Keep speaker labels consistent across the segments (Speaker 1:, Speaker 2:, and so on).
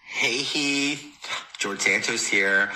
Speaker 1: Hey Heath, George Santos here.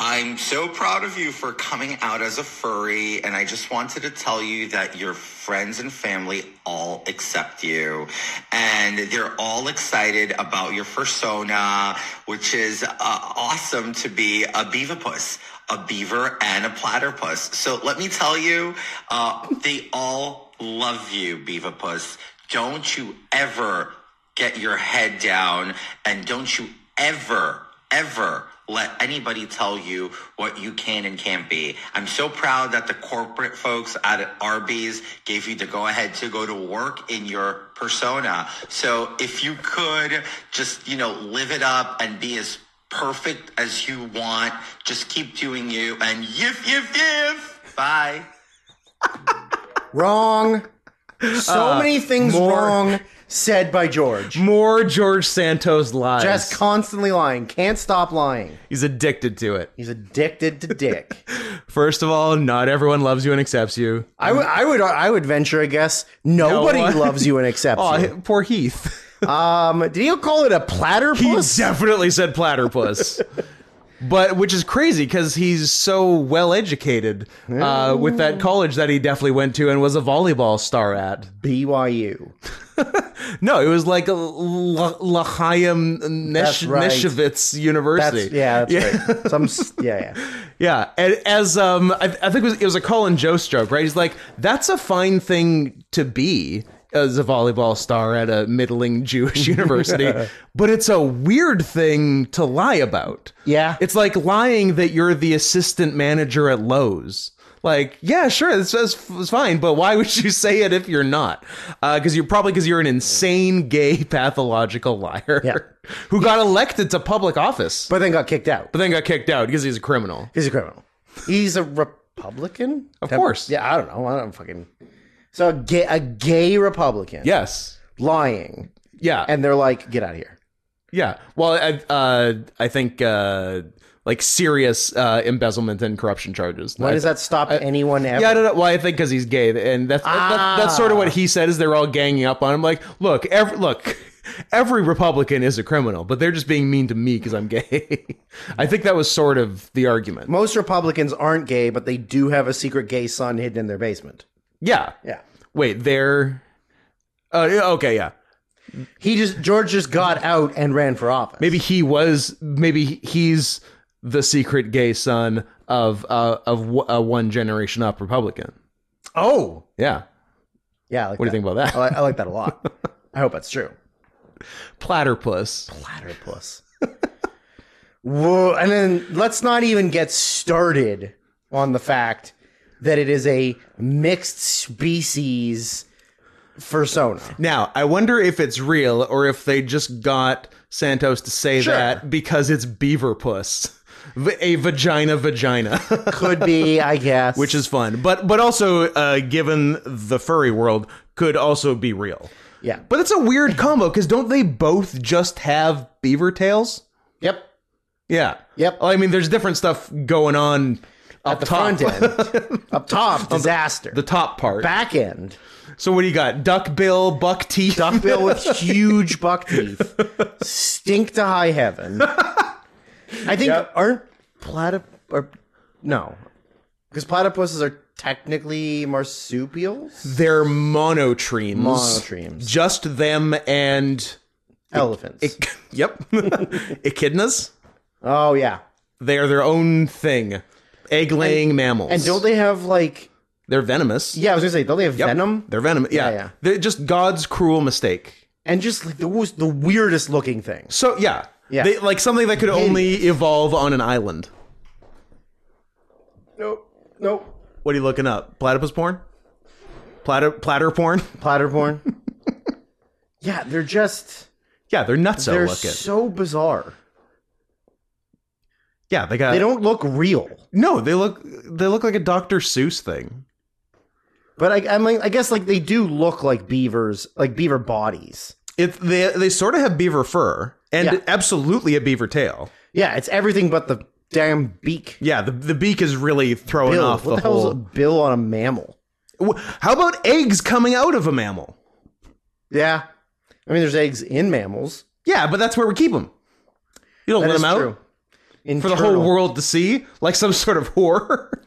Speaker 1: I'm so proud of you for coming out as a furry, and I just wanted to tell you that your friends and family all accept you, and they're all excited about your persona, which is uh, awesome to be a beaverpuss, a beaver and a platypus. So let me tell you, uh, they all love you, beaverpuss. Don't you ever get your head down and don't you ever ever let anybody tell you what you can and can't be. I'm so proud that the corporate folks out at Arby's gave you the go ahead to go to work in your persona. So if you could just, you know, live it up and be as perfect as you want, just keep doing you and yiff, yiff, yiff. Bye.
Speaker 2: Wrong. So
Speaker 3: Uh,
Speaker 2: many things
Speaker 3: more-
Speaker 2: wrong said by George.
Speaker 3: More George Santos lies.
Speaker 2: Just constantly lying. Can't stop lying.
Speaker 3: He's addicted to it.
Speaker 2: He's addicted to dick.
Speaker 3: First of all, not everyone loves you and accepts you.
Speaker 2: I would, I would, I would venture a guess. Nobody
Speaker 3: one-
Speaker 2: loves you and accepts
Speaker 3: Oh,
Speaker 2: you.
Speaker 3: poor Heath.
Speaker 2: Um, did you call it a
Speaker 3: He
Speaker 2: platypus?
Speaker 3: definitely said platypus. But which is crazy because he's so well educated uh, with that college that he definitely went to and was a volleyball star at.
Speaker 2: BYU.
Speaker 3: No, it was like a L- L'Chaim Nesh-
Speaker 2: That's right.
Speaker 3: Neshevitz University.
Speaker 2: That's yeah. That's right. Some s- yeah. yeah.
Speaker 3: Yeah, and as um, I, I think it was, it was a Colin Jost joke, right? He's like, "That's a fine thing to be as a volleyball star at a middling Jewish university, but it's a weird thing to lie about."
Speaker 2: Yeah.
Speaker 3: it's like lying that you're the assistant manager at Lowe's. Like, yeah, sure, this is it's fine, but why would you say it if you're not? Because you're probably because you're an insane, gay, pathological liar
Speaker 2: Yeah.
Speaker 3: who got elected to public office, but,
Speaker 2: But then got kicked out.
Speaker 3: but then got kicked out because he's a criminal.
Speaker 2: He's a criminal. He's a Republican.
Speaker 3: Of course.
Speaker 2: Yeah. I don't know. I don't fucking. So a gay, a gay Republican.
Speaker 3: Yes.
Speaker 2: Lying,
Speaker 3: Yeah.
Speaker 2: and they're like, get out of here.
Speaker 3: yeah. Well, I, uh, I think uh, like serious uh, embezzlement and corruption charges.
Speaker 2: Why does that stop anyone ever?
Speaker 3: Yeah, I don't know. Well, I think because he's gay, and that's
Speaker 2: Ah.
Speaker 3: that, that's sort of what he said. Is they're all ganging up on him. Like, look, every, look, every Republican is a criminal, but they're just being mean to me because I'm gay. I think that was sort of the argument.
Speaker 2: Most Republicans aren't gay, but they do have a secret gay son hidden in their basement.
Speaker 3: Yeah.
Speaker 2: Yeah.
Speaker 3: Wait, they're. Uh, yeah, okay, yeah.
Speaker 2: He just George just got out and ran for office.
Speaker 3: Maybe he was. Maybe he's the secret gay son of uh, of w- a one generation up Republican.
Speaker 2: Oh.
Speaker 3: Yeah.
Speaker 2: Yeah. I like
Speaker 3: What do you
Speaker 2: that.
Speaker 3: think about that?
Speaker 2: I like, I like that a lot. I hope that's true.
Speaker 3: Platypus.
Speaker 2: Platypus. Whoa. And then let's not even get started on the fact that it is a mixed species persona.
Speaker 3: Now, I wonder if it's real or if they just got Santos to say
Speaker 2: Sure.
Speaker 3: that because it's beaver puss. V- A vagina vagina,
Speaker 2: Could be, I guess.
Speaker 3: which is fun. But but also uh, given the furry world could also be real.
Speaker 2: yeah.
Speaker 3: But it's a weird combo cuz don't they both just have beaver tails?
Speaker 2: Yep.
Speaker 3: Yeah.
Speaker 2: Yep.
Speaker 3: Well, I mean there's different stuff going on up
Speaker 2: At the
Speaker 3: top.
Speaker 2: front end. Up top, disaster.
Speaker 3: The top part.
Speaker 2: back end.
Speaker 3: So what do you got? Duck bill, buck teeth.
Speaker 2: Duckbill with huge buck teeth. Stink to high heaven. I think aren't platyp or no. Because platypuses are technically marsupials?
Speaker 3: They're monotremes.
Speaker 2: Monotremes.
Speaker 3: Just them and
Speaker 2: Elephants.
Speaker 3: yep, echidnas.
Speaker 2: oh yeah.
Speaker 3: They are their own thing. Egg-laying mammals.
Speaker 2: And don't they have like
Speaker 3: They're venomous.
Speaker 2: yeah, I was gonna say, don't they have
Speaker 3: Yep.
Speaker 2: venom?
Speaker 3: They're venomous. Yeah.
Speaker 2: Yeah, yeah.
Speaker 3: They're just God's cruel mistake.
Speaker 2: And just like the wo- the weirdest looking things.
Speaker 3: So yeah.
Speaker 2: Yeah.
Speaker 3: They, like something that could only evolve on an island.
Speaker 2: Nope. Nope.
Speaker 3: What are you looking up? Platypus porn? Platter platter porn?
Speaker 2: Platter porn. yeah, they're just
Speaker 3: Yeah, they're nuts.
Speaker 2: they're
Speaker 3: Look at.
Speaker 2: so bizarre.
Speaker 3: Yeah, they got.
Speaker 2: They don't look real.
Speaker 3: No, they look. They look like a Dr. Seuss thing.
Speaker 2: But I, I mean, I guess like they do look like beavers, like beaver bodies.
Speaker 3: It they they sort of have beaver fur and
Speaker 2: Yeah.
Speaker 3: absolutely a beaver tail.
Speaker 2: Yeah, it's everything but the damn beak.
Speaker 3: Yeah, the the beak is really throwing
Speaker 2: Bill,
Speaker 3: off
Speaker 2: what
Speaker 3: the,
Speaker 2: the hell's a
Speaker 3: whole.
Speaker 2: bill on a mammal?
Speaker 3: Wh- How about eggs coming out of a mammal?
Speaker 2: Yeah, I mean, there's eggs in mammals.
Speaker 3: Yeah, but that's where we keep them. You don't
Speaker 2: That
Speaker 3: let
Speaker 2: is
Speaker 3: them out
Speaker 2: true.
Speaker 3: for the
Speaker 2: Internal.
Speaker 3: whole world to see, like some sort of whore.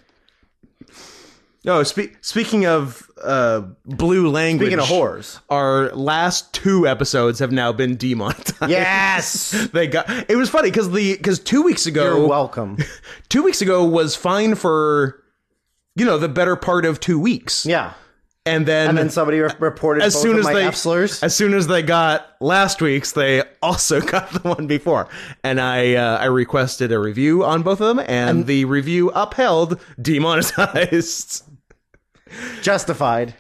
Speaker 3: No, spe- speaking of uh, blue language,
Speaker 2: Speaking of whores.
Speaker 3: our last two episodes have now been demonetized.
Speaker 2: Yes.
Speaker 3: They got it was funny because the because two weeks ago,
Speaker 2: You're welcome.
Speaker 3: two weeks ago was fine for you know the better part of two weeks,
Speaker 2: Yeah.
Speaker 3: and then
Speaker 2: And then somebody re- reported
Speaker 3: as
Speaker 2: both
Speaker 3: soon
Speaker 2: of
Speaker 3: as
Speaker 2: my
Speaker 3: they
Speaker 2: F slurs.
Speaker 3: as soon as they got last week's, they also got the one before, and I uh, I requested a review on both of them, and, the review upheld demonetized.
Speaker 2: Justified.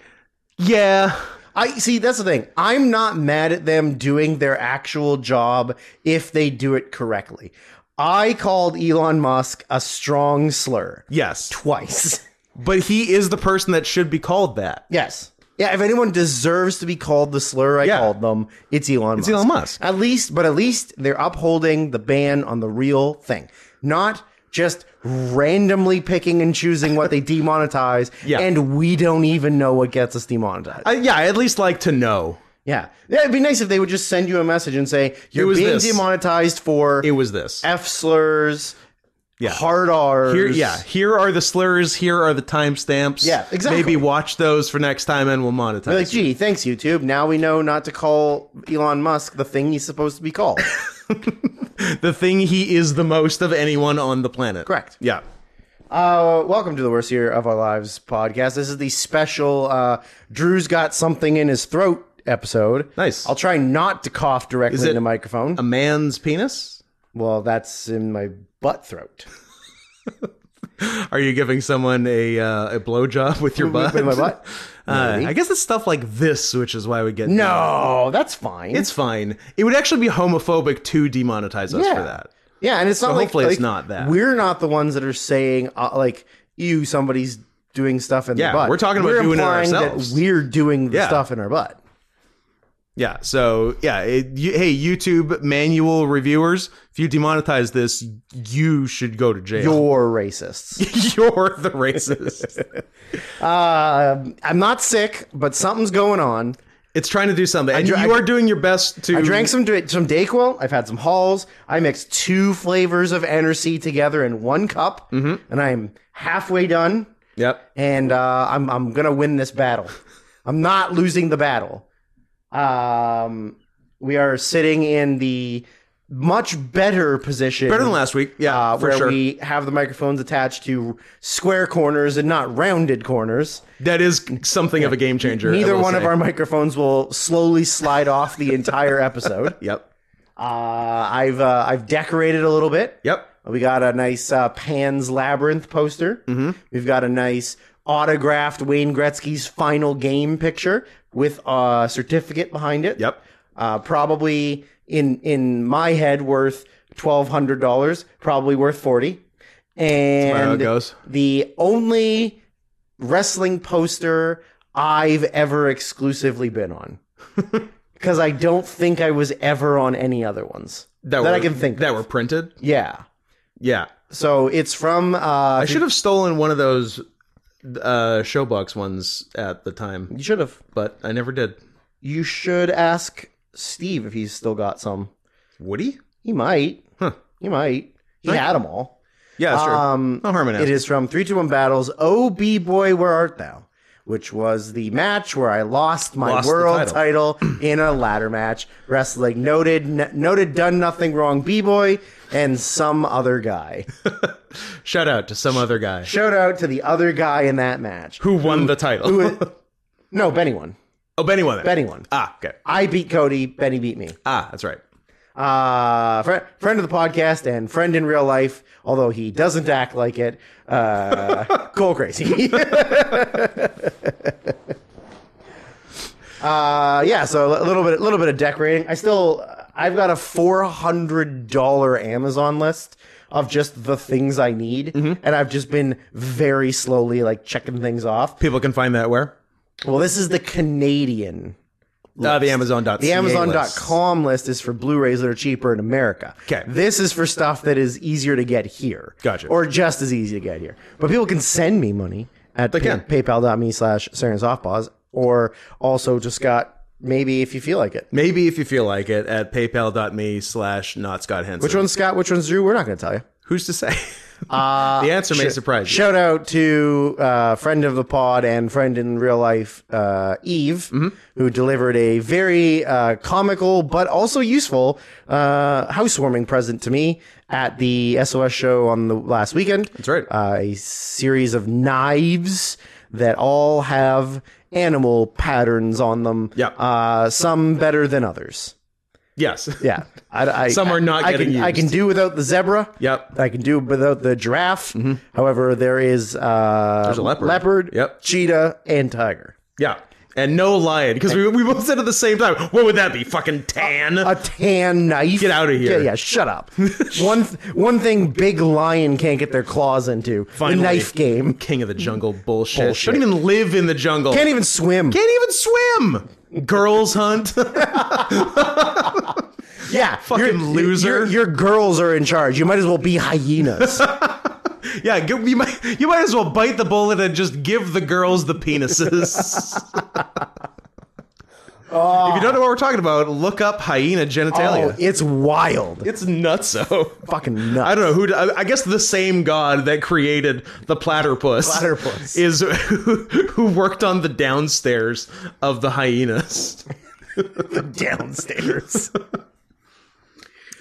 Speaker 3: yeah,
Speaker 2: I see. That's the thing. I'm not mad at them doing their actual job if they do it correctly. I called Elon Musk a strong slur
Speaker 3: yes,
Speaker 2: twice.
Speaker 3: but he is the person that should be called that.
Speaker 2: yes. Yeah. If anyone deserves to be called the slur I
Speaker 3: Yeah.
Speaker 2: called them, it's Elon. Musk.
Speaker 3: Elon Musk.
Speaker 2: At least, but at least they're upholding the ban on the real thing, not just randomly picking and choosing what they demonetize.
Speaker 3: Yeah.
Speaker 2: And we don't even know what gets us demonetized.
Speaker 3: I, yeah, I at least like to know
Speaker 2: Yeah. yeah. It'd be nice if they would just send you a message and say, you're
Speaker 3: was
Speaker 2: being
Speaker 3: this.
Speaker 2: demonetized for
Speaker 3: it was this.
Speaker 2: F slurs,
Speaker 3: Yeah.
Speaker 2: hard R's.
Speaker 3: Here, yeah, here are the slurs. Here are the timestamps.
Speaker 2: Yeah, exactly.
Speaker 3: Maybe watch those for next time, and we'll monetize.
Speaker 2: Like, gee, thanks, YouTube. Now we know not to call Elon Musk the thing he's supposed to be called.
Speaker 3: the thing he is the most of anyone on the planet.
Speaker 2: Correct.
Speaker 3: Yeah.
Speaker 2: Uh, welcome to the worst year of our lives podcast. This is the special uh, Drew's got something in his throat episode.
Speaker 3: Nice.
Speaker 2: I'll try not to cough directly
Speaker 3: it-
Speaker 2: in the microphone.
Speaker 3: A man's penis?
Speaker 2: well, that's in my butt throat.
Speaker 3: Are you giving someone a uh, a blowjob with your butt?
Speaker 2: With my butt?
Speaker 3: Uh,
Speaker 2: Maybe.
Speaker 3: I guess it's stuff like this, which is why we get
Speaker 2: No, that's fine.
Speaker 3: It's fine. It would actually be homophobic to demonetize us
Speaker 2: Yeah.
Speaker 3: for that.
Speaker 2: Yeah, and it's not like,
Speaker 3: hopefully it's
Speaker 2: like,
Speaker 3: not that.
Speaker 2: We're not the ones that are saying uh, like you somebody's doing stuff in
Speaker 3: Yeah,
Speaker 2: their butt.
Speaker 3: we're talking about doing it
Speaker 2: implying
Speaker 3: ourselves.
Speaker 2: That we're doing the
Speaker 3: Yeah.
Speaker 2: stuff in our butt.
Speaker 3: Yeah. So yeah. It, you, hey, YouTube manual reviewers, if you demonetize this, you should go to jail.
Speaker 2: You're racists.
Speaker 3: You're, the racist.
Speaker 2: Um I'm not sick, but something's going on.
Speaker 3: it's trying to do something, and
Speaker 2: dr-
Speaker 3: you
Speaker 2: I-
Speaker 3: are doing your best to.
Speaker 2: I drank some dra- some Dayquil. I've had some Halls. I mixed two flavors of Energy together in one cup,
Speaker 3: Mm-hmm.
Speaker 2: and I'm halfway done.
Speaker 3: Yep.
Speaker 2: and uh, I'm I'm gonna win this battle. I'm not losing the battle. Um, we are sitting in the much better position,
Speaker 3: Better than last week. Yeah.
Speaker 2: uh,
Speaker 3: for
Speaker 2: where
Speaker 3: sure.
Speaker 2: we have the microphones attached to square corners and not rounded corners.
Speaker 3: that is something of a game changer. I
Speaker 2: Neither
Speaker 3: will
Speaker 2: one of
Speaker 3: say.
Speaker 2: our microphones will slowly slide off the entire episode.
Speaker 3: Yep.
Speaker 2: Uh, I've uh, I've decorated a little bit.
Speaker 3: Yep.
Speaker 2: We got a nice uh, Pan's Labyrinth poster.
Speaker 3: Mm-hmm.
Speaker 2: We've got a nice autographed Wayne Gretzky's final game picture with a certificate behind it.
Speaker 3: Yep.
Speaker 2: Uh, probably in in my head worth twelve hundred dollars. Probably worth forty.
Speaker 3: how it
Speaker 2: And
Speaker 3: Uh, goes.
Speaker 2: the only wrestling poster I've ever exclusively been on. Because I don't think I was ever on any other ones that, I can think.
Speaker 3: that
Speaker 2: of.
Speaker 3: were printed.
Speaker 2: yeah.
Speaker 3: Yeah,
Speaker 2: So it's from. Uh,
Speaker 3: I should have stolen one of those uh, showbox ones at the time,
Speaker 2: You should have.
Speaker 3: but I never did.
Speaker 2: You should ask Steve if he's still got some.
Speaker 3: Woody?
Speaker 2: He might.
Speaker 3: Huh.
Speaker 2: He might. He
Speaker 3: Right.
Speaker 2: had them all.
Speaker 3: Yeah, that's
Speaker 2: Um,
Speaker 3: true. No harm in
Speaker 2: It
Speaker 3: it.
Speaker 2: is from Three Two One Battles. Oh, B boy, where art thou? Which was the match where I lost my
Speaker 3: Lost the
Speaker 2: world title. in a ladder match. Wrestling noted, n- noted, done nothing wrong. B boy and some other guy.
Speaker 3: Shout out to some other guy
Speaker 2: Shout out to the other guy in that match.
Speaker 3: who won the title.
Speaker 2: No, Benny won.
Speaker 3: oh, Benny won that.
Speaker 2: Benny won.
Speaker 3: Ah, okay.
Speaker 2: I beat Cody. Benny beat me.
Speaker 3: Ah, that's right.
Speaker 2: uh, fr- friend of the podcast and friend in real life, although he doesn't act like it. Uh, Cole Crazy. uh, yeah, so a little bit, a little bit of decorating. I still, I've got a four hundred dollar Amazon list of just the things I need, and I've just been very slowly like checking things off.
Speaker 3: People can find that where?
Speaker 2: Well, this is the Canadian.
Speaker 3: Uh, the Amazon.ca.
Speaker 2: The
Speaker 3: list.
Speaker 2: Amazon.com list is for Blu-rays that are cheaper in America.
Speaker 3: 'Kay.
Speaker 2: This is for stuff that is easier to get here.
Speaker 3: Gotcha.
Speaker 2: Or just as easy to get here. But people can send me money at
Speaker 3: can.
Speaker 2: paypal.me slash Sarah's off pause or also just got Maybe if you feel like it.
Speaker 3: Maybe if you feel like it at paypal.me slash not Scott Henson.
Speaker 2: Which one's Scott? Which one's Drew? We're not going to tell you.
Speaker 3: Who's to say?
Speaker 2: Uh,
Speaker 3: the answer may surprise you.
Speaker 2: Shout out to uh, friend of the pod and friend in real life, uh, Eve,
Speaker 3: Mm-hmm.
Speaker 2: who delivered a very uh, comical but also useful uh, housewarming present to me at the SOS show on the last weekend. That's
Speaker 3: right.
Speaker 2: Uh, a series of knives that all have animal patterns on them.
Speaker 3: Yeah.
Speaker 2: Uh, some better than others.
Speaker 3: Yes.
Speaker 2: Yeah, I, I,
Speaker 3: Some are not
Speaker 2: I can,
Speaker 3: getting
Speaker 2: I can do without the zebra.
Speaker 3: Yep. Mm-hmm.
Speaker 2: I can do without the giraffe. However, there is uh,
Speaker 3: a leopard. Yep.
Speaker 2: cheetah, and tiger.
Speaker 3: Yeah. And no lion, because we, we both said at the same time, what would that be? Fucking tan?
Speaker 2: A tan knife.
Speaker 3: Get outta here.
Speaker 2: Yeah, yeah, shut up. one th- one thing big lion can't get their claws into.
Speaker 3: Finally.
Speaker 2: The knife game.
Speaker 3: King of the jungle bullshit.
Speaker 2: Bullshit.
Speaker 3: Don't even live in the jungle.
Speaker 2: Can't even swim.
Speaker 3: Can't even swim. Girls hunt.
Speaker 2: yeah.
Speaker 3: Fucking
Speaker 2: your- your-
Speaker 3: loser.
Speaker 2: Your, your girls are in charge. You might as well be hyenas.
Speaker 3: yeah, go- you might you might as well bite the bullet and just give the girls the penises. If you don't know what we're talking about, look up hyena genitalia.
Speaker 2: oh, it's wild.
Speaker 3: it's nutso.
Speaker 2: fucking nuts.
Speaker 3: I don't know who. d- I I guess the same god that created the platypus,
Speaker 2: Platypus.
Speaker 3: is who worked on the downstairs of the hyenas.
Speaker 2: downstairs.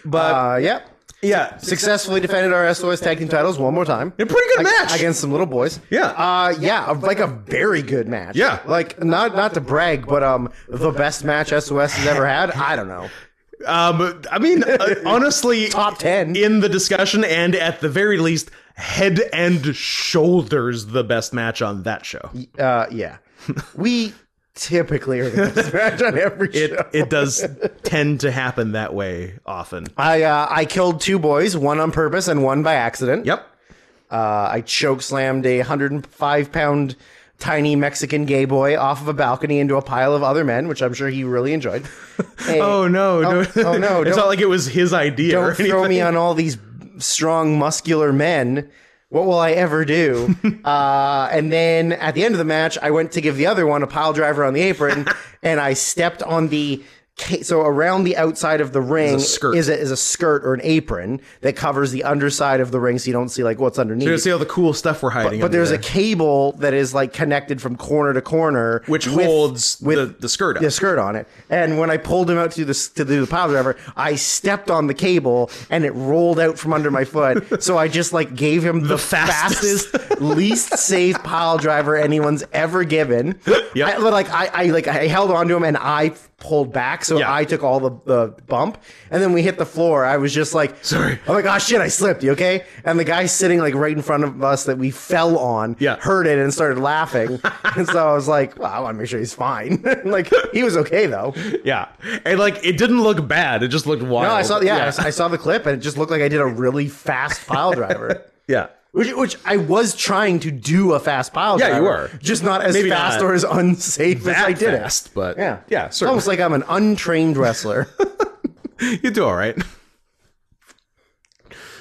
Speaker 3: But
Speaker 2: uh, yeah.
Speaker 3: yeah,
Speaker 2: Successfully defended our SOS tag team titles one more time.
Speaker 3: a pretty good match.
Speaker 2: against some little boys.
Speaker 3: Yeah.
Speaker 2: Uh, yeah, a- like a very good match.
Speaker 3: Yeah.
Speaker 2: Like not not to brag, but um, the best match SOS has ever had. I don't know.
Speaker 3: Um, I mean, uh, honestly,
Speaker 2: Top 10.
Speaker 3: in the discussion, and at the very least, head and shoulders the best match on that show.
Speaker 2: Uh, yeah. We typically are the best match on every
Speaker 3: It
Speaker 2: show.
Speaker 3: it does tend to happen that way often.
Speaker 2: I uh, I killed two boys, one on purpose and one by accident.
Speaker 3: Yep.
Speaker 2: Uh, I choke slammed a 105 pound tiny Mexican gay boy off of a balcony into a pile of other men, which I'm sure he really enjoyed. And-
Speaker 3: Oh no!
Speaker 2: Oh,
Speaker 3: don't-
Speaker 2: oh, no,
Speaker 3: It's
Speaker 2: don't-
Speaker 3: not like it was his idea. or
Speaker 2: Don't throw me
Speaker 3: anything.
Speaker 2: on all these strong, muscular men. What will I ever do? uh, and then at the end of the match, I went to give the other one a pile driver on the apron, and I stepped on the. ca- So around the outside of the ring is a,
Speaker 3: skirt.
Speaker 2: Is, a, skirt or an apron that covers the underside of the ring, so you don't see like what's underneath.
Speaker 3: You see all the cool stuff we're hiding.
Speaker 2: but
Speaker 3: under
Speaker 2: there's
Speaker 3: there,
Speaker 2: a cable that is like connected from corner to corner,
Speaker 3: which
Speaker 2: with-
Speaker 3: holds
Speaker 2: with
Speaker 3: the, the skirt up.
Speaker 2: the skirt on it. And when I pulled him out to the to do the pile driver, I stepped on the cable and it rolled out from under my foot. So I just like gave him the,
Speaker 3: fastest.
Speaker 2: fastest, least safe pile driver anyone's ever given.
Speaker 3: Yep.
Speaker 2: I, but, like I, I like I held onto him and I pulled back, so
Speaker 3: Yeah.
Speaker 2: I took all the, the bump. And then we hit the floor. I was just like,
Speaker 3: Sorry.
Speaker 2: I'm like, oh shit, I slipped. You okay? And the guy sitting like right in front of us that we fell on
Speaker 3: Yeah.
Speaker 2: heard it and started laughing. and so I was like, well, I want to make sure he's fine. like he was okay though.
Speaker 3: Yeah, and like it didn't look bad. It just looked wild.
Speaker 2: No, I saw yeah, I s- I, saw the clip and it just looked like I did a really fast pile driver.
Speaker 3: yeah.
Speaker 2: Which, which I was trying to do a fast pile
Speaker 3: Yeah, you
Speaker 2: driver.
Speaker 3: were.
Speaker 2: Just not as
Speaker 3: Maybe
Speaker 2: fast
Speaker 3: not
Speaker 2: or as unsafe as
Speaker 3: That
Speaker 2: I did
Speaker 3: fast,
Speaker 2: it.
Speaker 3: but
Speaker 2: Yeah.
Speaker 3: yeah,
Speaker 2: It's
Speaker 3: certainly.
Speaker 2: almost like I'm an untrained wrestler.
Speaker 3: you do all right.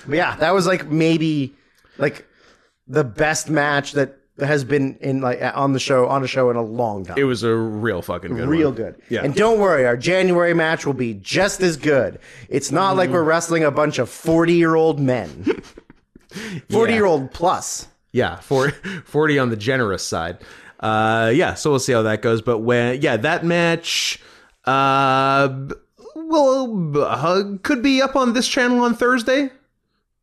Speaker 2: But yeah, that was like maybe like the best match that has been in like on the show on a show in a long time.
Speaker 3: It was a real fucking good
Speaker 2: Real
Speaker 3: one.
Speaker 2: good.
Speaker 3: Yeah.
Speaker 2: And don't worry, our January match will be just as good. It's not like we're wrestling a bunch of 40 year old men, 40 year old plus.
Speaker 3: Yeah, for 40 on the generous side. Uh, yeah, so we'll see how that goes. But when, yeah, that match, uh, b- well, uh, could be up on this channel on Thursday.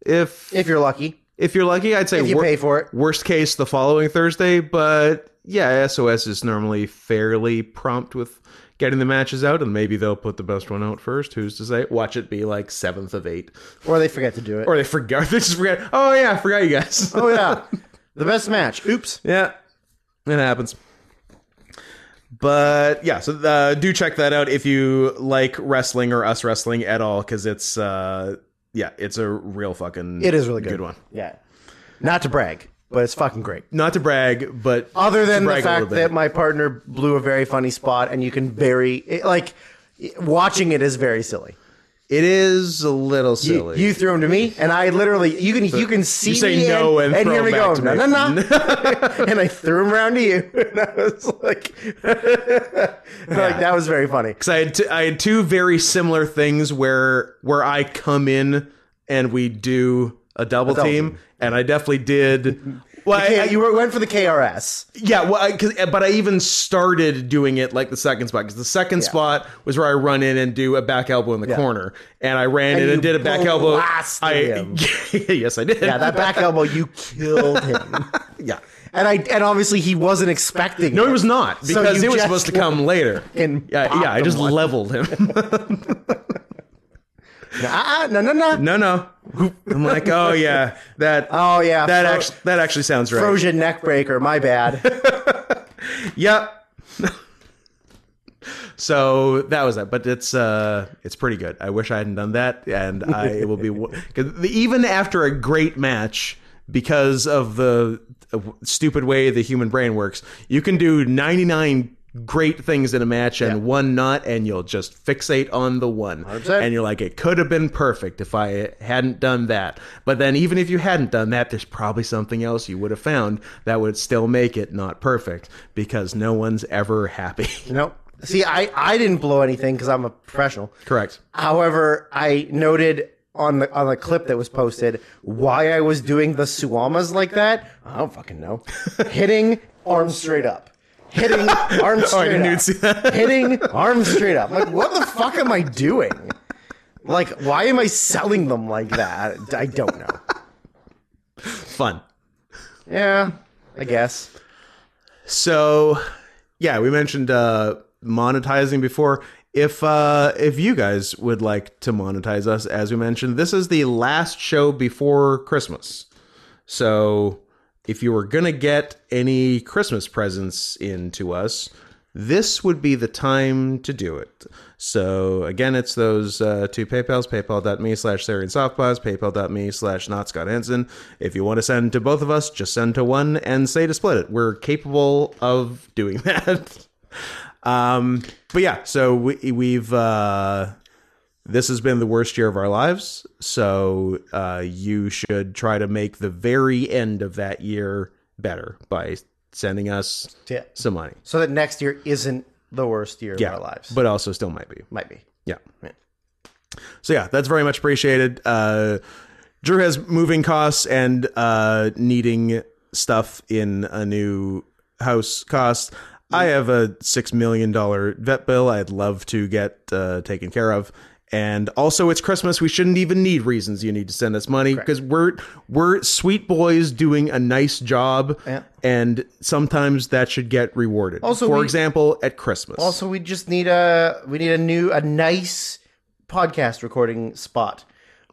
Speaker 3: If
Speaker 2: If you're lucky,
Speaker 3: if you're lucky, I'd say
Speaker 2: if you
Speaker 3: wor-
Speaker 2: pay for it.
Speaker 3: worst case the following Thursday. But yeah, SOS is normally fairly prompt with getting the matches out, and maybe they'll put the best one out first. Who's to say? Watch it be like seventh of eight,
Speaker 2: Or they forget to do it.
Speaker 3: or they forgot. They just forgot. Oh yeah, I forgot you guys.
Speaker 2: oh, yeah. The best match. Oops.
Speaker 3: Yeah, it happens. But yeah, so uh, do check that out if you like wrestling or us wrestling at all, because it's uh, yeah, it's a real fucking
Speaker 2: It is really good.
Speaker 3: good one.
Speaker 2: Yeah. Not to brag, but it's fucking great.
Speaker 3: Not to brag, but
Speaker 2: Other than the
Speaker 3: brag a little
Speaker 2: fact
Speaker 3: bit.
Speaker 2: that my partner blew a very funny spot, and you can very, it, like, watching it is very silly.
Speaker 3: It is a little
Speaker 2: You,
Speaker 3: silly.
Speaker 2: you threw him to me, and I literally you can you can see
Speaker 3: say
Speaker 2: me
Speaker 3: no and
Speaker 2: and
Speaker 3: throw
Speaker 2: here we
Speaker 3: him
Speaker 2: go.
Speaker 3: back
Speaker 2: No,
Speaker 3: to
Speaker 2: no,
Speaker 3: me.
Speaker 2: no. and I threw him around to you, and I was like, like that was very funny.
Speaker 3: Because I had t- I had two very similar things where where I come in and we do a double,
Speaker 2: double
Speaker 3: team,
Speaker 2: team.
Speaker 3: and I definitely did. Well, I,
Speaker 2: Yeah,
Speaker 3: I-
Speaker 2: you were- went for the KRS.
Speaker 3: yeah, well, I, 'cause- but I even started doing it like the second spot because the second spot was where I run in and do a back elbow in the corner, and I ran in
Speaker 2: you
Speaker 3: and did a back elbow.
Speaker 2: blasted
Speaker 3: I
Speaker 2: him.
Speaker 3: yes, I did.
Speaker 2: Yeah, that back elbow, you killed him.
Speaker 3: yeah.
Speaker 2: And I and obviously he wasn't expecting.
Speaker 3: No,
Speaker 2: it.
Speaker 3: he was not
Speaker 2: So
Speaker 3: because
Speaker 2: you
Speaker 3: it was
Speaker 2: just
Speaker 3: supposed to come later. Yeah,
Speaker 2: fucking
Speaker 3: yeah, I
Speaker 2: popped
Speaker 3: just
Speaker 2: him one.
Speaker 3: leveled him.
Speaker 2: Uh-uh, no, no, no.
Speaker 3: no, no. I'm like, oh yeah, that.
Speaker 2: Oh yeah,
Speaker 3: that
Speaker 2: Fro-
Speaker 3: actually that actually sounds right.
Speaker 2: Frozen neck breaker. My bad.
Speaker 3: Yep. so that was that, but it's uh it's pretty good. I wish I hadn't done that, and I it will be cause the- even after a great match because of the uh, stupid way the human brain works. You can do ninety nine great things in a match and one not and you'll just fixate on the one and you're like it could have been perfect if i hadn't done that but then even if you hadn't done that there's probably something else you would have found that would still make it not perfect because no one's ever happy
Speaker 2: no. See, I I didn't blow anything because I'm a professional.
Speaker 3: correct
Speaker 2: However, I noted on the on the clip that was posted why I was doing the suamas like that. I don't fucking know. Hitting arms straight up. Hitting arms
Speaker 3: Oh, I
Speaker 2: straight
Speaker 3: didn't
Speaker 2: up.
Speaker 3: see that.
Speaker 2: Hitting arms straight up. Like what the fuck am I doing? Like why am I selling them like that? I don't know.
Speaker 3: fun
Speaker 2: Yeah, I guess.
Speaker 3: So, yeah, we mentioned uh, monetizing before. If uh, if you guys would like to monetize us, as we mentioned, this is the last show before Christmas. So, if you were gonna get any Christmas presents into us, this would be the time to do it. So again, it's those uh, two PayPal's, paypal.me slash Syrian Softpaws, paypal.me slash not Scott Hansen. If you want to send to both of us, just send to one and say to split it. We're capable of doing that. um, but yeah, so we, we've... Uh, this has been the worst year of our lives. So uh, you should try to make the very end of that year better by sending us
Speaker 2: Yeah.
Speaker 3: some money.
Speaker 2: So that next year isn't the worst year of our lives.
Speaker 3: But also still might be.
Speaker 2: Might be.
Speaker 3: Yeah. So yeah, that's very much appreciated. Uh, Drew has moving costs and uh, needing stuff in a new house costs. I have a six million dollar vet bill. I'd love to get uh, taken care of. And also, it's Christmas. We shouldn't even need reasons you need to send us money because we're we're sweet boys doing a nice job,
Speaker 2: Yeah.
Speaker 3: and sometimes that should get rewarded.
Speaker 2: Also,
Speaker 3: for
Speaker 2: we-
Speaker 3: example, at Christmas.
Speaker 2: Also, we just need a we need a new a nice podcast recording spot.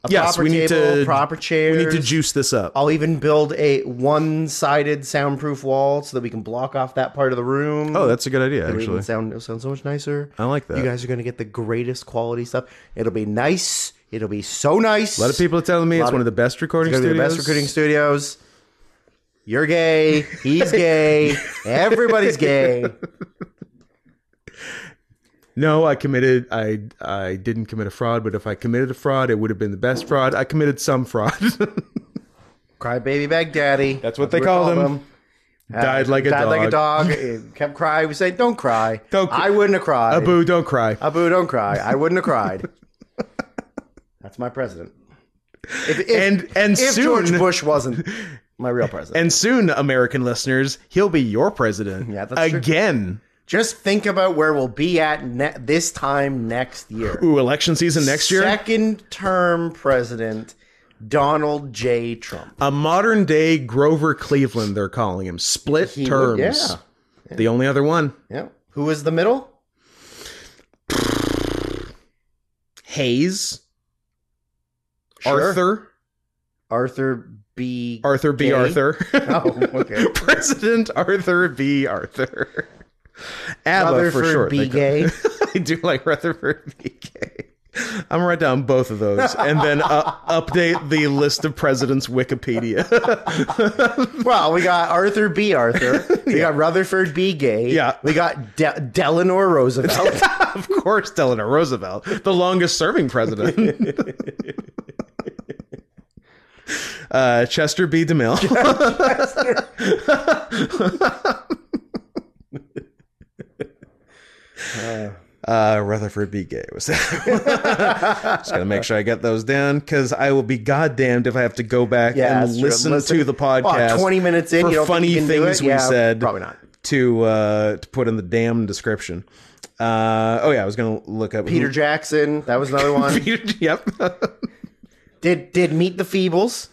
Speaker 2: A
Speaker 3: Yes,
Speaker 2: proper
Speaker 3: we need
Speaker 2: table,
Speaker 3: to-
Speaker 2: proper chairs.
Speaker 3: we need to juice this up.
Speaker 2: I'll even build a one-sided soundproof wall so that we can block off that part of the room.
Speaker 3: Oh, that's a good idea.
Speaker 2: It'll even
Speaker 3: Actually,
Speaker 2: sound it'll sound so much nicer.
Speaker 3: I like that.
Speaker 2: You guys are gonna get the greatest quality stuff. It'll be nice. It'll be so nice.
Speaker 3: A lot of people are telling me it's
Speaker 2: of-
Speaker 3: one of the best recording
Speaker 2: It's gonna
Speaker 3: studios.
Speaker 2: be the best recruiting studios. You're gay. He's gay. everybody's gay.
Speaker 3: No, I committed. I I didn't commit a fraud, but if I committed a fraud, it would have been the best fraud. I committed some fraud.
Speaker 2: Crybaby Baghdaddy.
Speaker 3: That's what they call
Speaker 2: them.
Speaker 3: them. Died like a
Speaker 2: died
Speaker 3: dog.
Speaker 2: like a dog. It kept crying. We say, "Don't cry."
Speaker 3: Don't cr-
Speaker 2: I wouldn't have cried. Abu,
Speaker 3: Abu, don't cry.
Speaker 2: don't cry. I wouldn't have cried. That's my president. If, if,
Speaker 3: And- and
Speaker 2: if George
Speaker 3: soon-
Speaker 2: Bush wasn't my real president,
Speaker 3: And soon, American listeners, he'll be your president.
Speaker 2: Yeah, that's true.
Speaker 3: again.
Speaker 2: just think about where we'll be at ne- this time next year.
Speaker 3: Ooh, election season next year.
Speaker 2: second term president Donald J. Trump.
Speaker 3: a modern day Grover Cleveland. They're calling him split
Speaker 2: would-
Speaker 3: terms.
Speaker 2: yeah.
Speaker 3: The only other one.
Speaker 2: Yeah, who was the middle?
Speaker 3: Hayes.
Speaker 2: Sure.
Speaker 3: Arthur.
Speaker 2: Arthur B.
Speaker 3: Arthur B.
Speaker 2: Gay.
Speaker 3: Arthur.
Speaker 2: Oh, okay.
Speaker 3: President Arthur B. Arthur. ABBA
Speaker 2: Rutherford
Speaker 3: for short.
Speaker 2: B.
Speaker 3: They-
Speaker 2: Gay.
Speaker 3: I do like Rutherford B. Gay. I'm gonna write down both of those and then uh, update the list of presidents Wikipedia.
Speaker 2: Well, we got Arthur B. Arthur. We got Rutherford B. Gay.
Speaker 3: Yeah.
Speaker 2: We got De- Delano Roosevelt.
Speaker 3: of course, Delano Roosevelt, the longest serving president. uh, Chester B. DeMille. Uh, Rutherford B. Gay was that. Just gonna make sure I get those down because I will be goddamned if I have to go back
Speaker 2: Yeah,
Speaker 3: and
Speaker 2: that's true.
Speaker 3: listen,
Speaker 2: Listen-
Speaker 3: to the podcast.
Speaker 2: Oh, 20 minutes in,
Speaker 3: for
Speaker 2: you don't think
Speaker 3: funny
Speaker 2: you can do
Speaker 3: things
Speaker 2: it?
Speaker 3: we
Speaker 2: Yeah,
Speaker 3: said.
Speaker 2: probably not.
Speaker 3: to uh, to put in the damn description. Uh, oh yeah, I was gonna look up
Speaker 2: Peter Jackson. That was another one.
Speaker 3: Peter- yep.
Speaker 2: did did Meet the Feebles.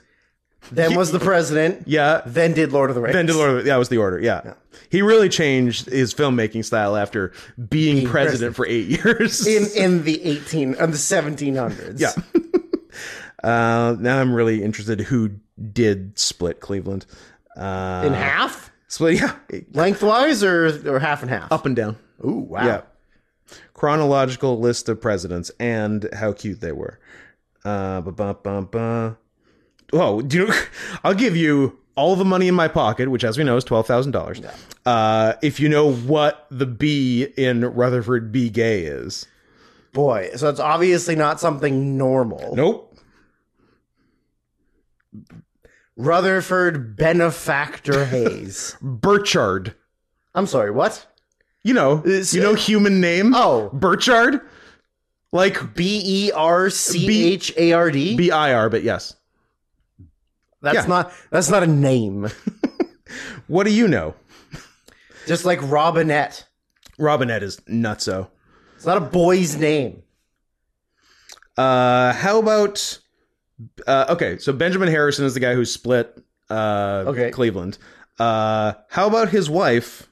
Speaker 2: Then was the president.
Speaker 3: yeah.
Speaker 2: Then did Lord of the Rings.
Speaker 3: Then did Lord of the- that was the order. Yeah. He really changed his filmmaking style after being, president, for eight years.
Speaker 2: in in the 18 on the 1700s.
Speaker 3: Yeah. uh, now I'm really interested who did split Cleveland. Uh,
Speaker 2: In half?
Speaker 3: Split, yeah.
Speaker 2: Lengthwise or or half and half?
Speaker 3: Up and down.
Speaker 2: Ooh, wow.
Speaker 3: Uh, Yeah. Chronological list of presidents and how cute they were. Uh, ba ba ba ba. Whoa, do you, I'll give you all the money in my pocket, which, as we know, is twelve thousand dollars. Uh, if you know what the B in Rutherford B. Gay is,
Speaker 2: Boy, so it's obviously not something normal.
Speaker 3: nope.
Speaker 2: Rutherford Benefactor Hayes.
Speaker 3: Burchard.
Speaker 2: I'm sorry, what?
Speaker 3: You know,
Speaker 2: It's-
Speaker 3: you know, human name.
Speaker 2: Oh,
Speaker 3: Burchard, like
Speaker 2: B E R C H A R D.
Speaker 3: B I R, but yes.
Speaker 2: That's
Speaker 3: yeah.
Speaker 2: not that's not a name.
Speaker 3: What do you know?
Speaker 2: Just like Robinette.
Speaker 3: Robinette is nutso.
Speaker 2: It's not a boy's name.
Speaker 3: Uh, how about uh, okay? So Benjamin Harrison is the guy who split uh,
Speaker 2: Okay.
Speaker 3: Cleveland. Uh, how about his wife,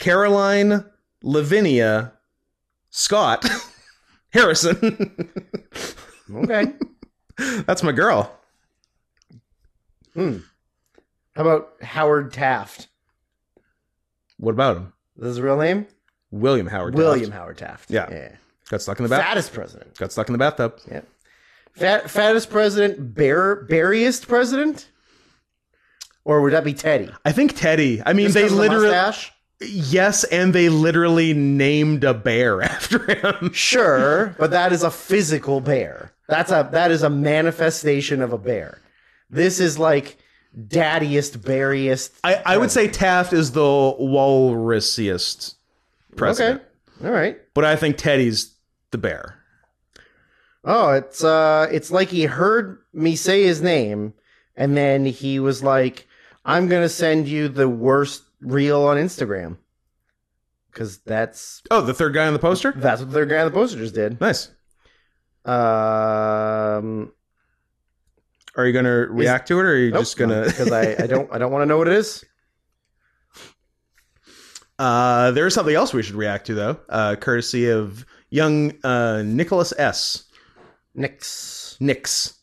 Speaker 3: Caroline Lavinia Scott Harrison?
Speaker 2: Okay.
Speaker 3: That's my girl.
Speaker 2: How about Howard Taft?
Speaker 3: What about him?
Speaker 2: Is this his real name?
Speaker 3: William Howard. Taft.
Speaker 2: William Howard Taft.
Speaker 3: Yeah. got stuck in the bath.
Speaker 2: Fattest president.
Speaker 3: Got stuck in the bathtub.
Speaker 2: Fat, fattest president, bear, barriest president? Or would that be Teddy?
Speaker 3: I think Teddy. I mean,
Speaker 2: Just
Speaker 3: they
Speaker 2: 'cause of the
Speaker 3: literally
Speaker 2: mustache?
Speaker 3: yes, and they literally named a bear after him.
Speaker 2: Sure, but that is a physical bear. That's a that is a manifestation of a bear. This is like daddiest, beariest.
Speaker 3: I, I would say Taft is the walrusiest president,
Speaker 2: Okay, all right.
Speaker 3: but I think Teddy's the bear.
Speaker 2: Oh, it's uh, it's like he heard me say his name, and then he was like, "I'm gonna send you the worst reel on Instagram," because that's
Speaker 3: Oh, the third guy on the poster.
Speaker 2: that's what their guy on the poster just did.
Speaker 3: Nice.
Speaker 2: Um,
Speaker 3: Are you gonna react to it, or are you just gonna?
Speaker 2: because I, I don't I don't want to know what it is.
Speaker 3: Uh, there's something else we should react to though, uh, courtesy of young uh, Nicholas S.
Speaker 2: Nix
Speaker 3: Nix.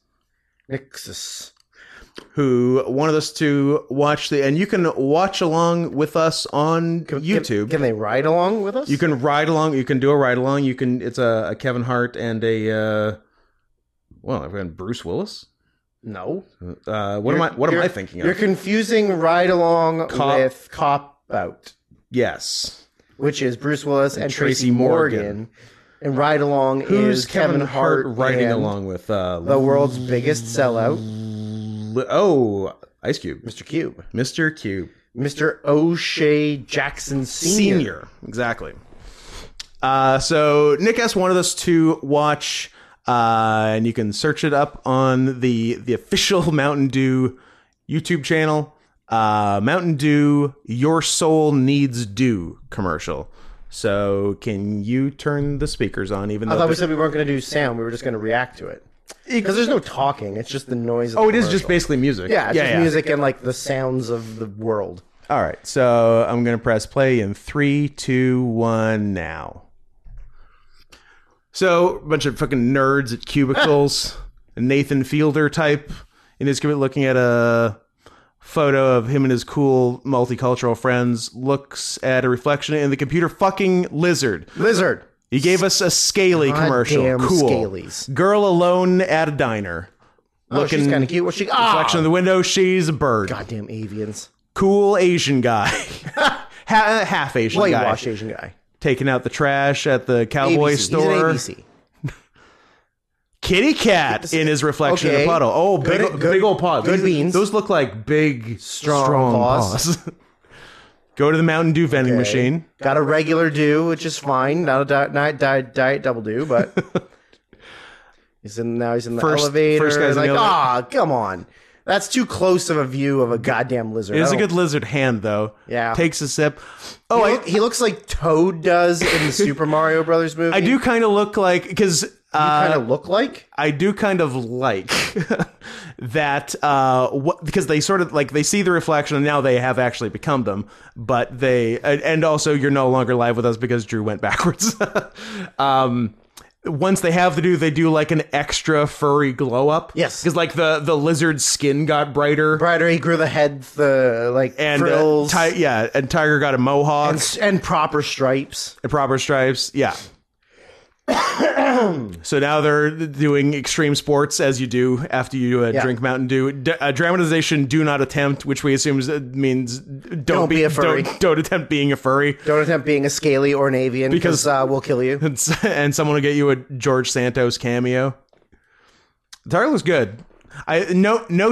Speaker 2: Nixus.
Speaker 3: Who wanted us to watch the, and you can watch along with us on YouTube.
Speaker 2: Can, can they ride along with us?
Speaker 3: you can ride along. You can do a ride along. You can. It's a, a Kevin Hart and a, uh, well, I've got Bruce Willis.
Speaker 2: No.
Speaker 3: Uh, what am I? What am
Speaker 2: You're-
Speaker 3: I thinking
Speaker 2: You're
Speaker 3: of?
Speaker 2: confusing ride along
Speaker 3: Cop-
Speaker 2: with cop out,
Speaker 3: Yes,
Speaker 2: which is Bruce Willis and, Tracy,
Speaker 3: Tracy
Speaker 2: Morgan.
Speaker 3: Morgan.
Speaker 2: and ride along
Speaker 3: who's
Speaker 2: is
Speaker 3: Kevin, Hart riding
Speaker 2: and
Speaker 3: along with? Uh,
Speaker 2: The world's biggest sellout,
Speaker 3: Li- oh, Ice Cube,
Speaker 2: Mr. Cube,
Speaker 3: Mr. Cube
Speaker 2: Mr. O'Shea Jackson Senior.
Speaker 3: exactly. Uh, so Nick S wanted us to watch, uh, and you can search it up on the the official Mountain Dew YouTube channel. Uh, Mountain Dew, your soul needs dew commercial. So can you turn the speakers on? Even
Speaker 2: I
Speaker 3: though
Speaker 2: thought we
Speaker 3: there's-
Speaker 2: said we weren't going to do sound; we were just going to react to it. Because there's no talking; it's just the noise. Of
Speaker 3: Oh,
Speaker 2: the
Speaker 3: it is just
Speaker 2: commercial.
Speaker 3: basically music.
Speaker 2: yeah, it's just music and like the sounds of the world.
Speaker 3: All right, so I'm gonna press play in three, two, one, now. So, a bunch of fucking nerds at cubicles, a Nathan Fielder type in his cubicle looking at a photo of him and his cool multicultural friends. Looks at a reflection in the computer. Fucking lizard.
Speaker 2: Lizard.
Speaker 3: You gave us a scaly
Speaker 2: Goddamn
Speaker 3: commercial. Cool.
Speaker 2: Scalies.
Speaker 3: Girl alone at a diner.
Speaker 2: Oh, she's
Speaker 3: Looking-
Speaker 2: kind of cute. Well, she ah,
Speaker 3: Reflection of the window, she's a bird.
Speaker 2: goddamn avians,
Speaker 3: Cool Asian guy. Ha- half Asian guy.
Speaker 2: whitewash Asian guy.
Speaker 3: Taking out the trash at the cowboy
Speaker 2: ABC.
Speaker 3: store.
Speaker 2: He's an ABC.
Speaker 3: Kitty cat in his reflection in
Speaker 2: Okay.
Speaker 3: a puddle. Oh, big,
Speaker 2: Good-
Speaker 3: o-
Speaker 2: good-
Speaker 3: big old paw.
Speaker 2: good
Speaker 3: These-
Speaker 2: beans.
Speaker 3: Those look like big, strong,
Speaker 2: Strong paws.
Speaker 3: paws. Go to the Mountain Dew vending
Speaker 2: Okay.
Speaker 3: machine.
Speaker 2: Got a regular do, which is fine. Not a di- not diet diet double do, but he's in now. He's in the
Speaker 3: First-
Speaker 2: elevator.
Speaker 3: first guy's in
Speaker 2: like,
Speaker 3: the
Speaker 2: ah, come on. That's too close of a view of a goddamn lizard.
Speaker 3: It is
Speaker 2: I
Speaker 3: a
Speaker 2: don't-
Speaker 3: good lizard hand, though.
Speaker 2: Oh. Yeah.
Speaker 3: Takes a sip. Oh,
Speaker 2: He,
Speaker 3: I,
Speaker 2: look- he looks like Toad does in the Super Mario Brothers movie.
Speaker 3: I do kind of look like, uh, because
Speaker 2: kind of look like.
Speaker 3: I do kind of like that uh, what, because they sort of like they see the reflection and now they have actually become them. But they and- and also you're no longer live with us because Drew went backwards. um, once they have the do, they do like an extra furry glow up.
Speaker 2: Yes.
Speaker 3: because like the the lizard's skin got brighter
Speaker 2: Brighter, he grew the head, the like
Speaker 3: and uh,
Speaker 2: frills,
Speaker 3: ti- yeah, and Tiger got a mohawk
Speaker 2: and, s- and proper stripes.
Speaker 3: and proper stripes. Yeah. so now they're doing extreme sports as you do after you uh,
Speaker 2: Yeah.
Speaker 3: drink Mountain Dew. D- uh, dramatization: do not attempt, which we assume is, uh, means don't,
Speaker 2: be a furry.
Speaker 3: Don't, don't attempt being a furry,
Speaker 2: Don't attempt being a scaly or an avian
Speaker 3: Because-
Speaker 2: because uh, we'll kill you.
Speaker 3: and, s- and someone will get you a George Santos cameo. Tiger looks good. I no
Speaker 2: No
Speaker 3: no tails,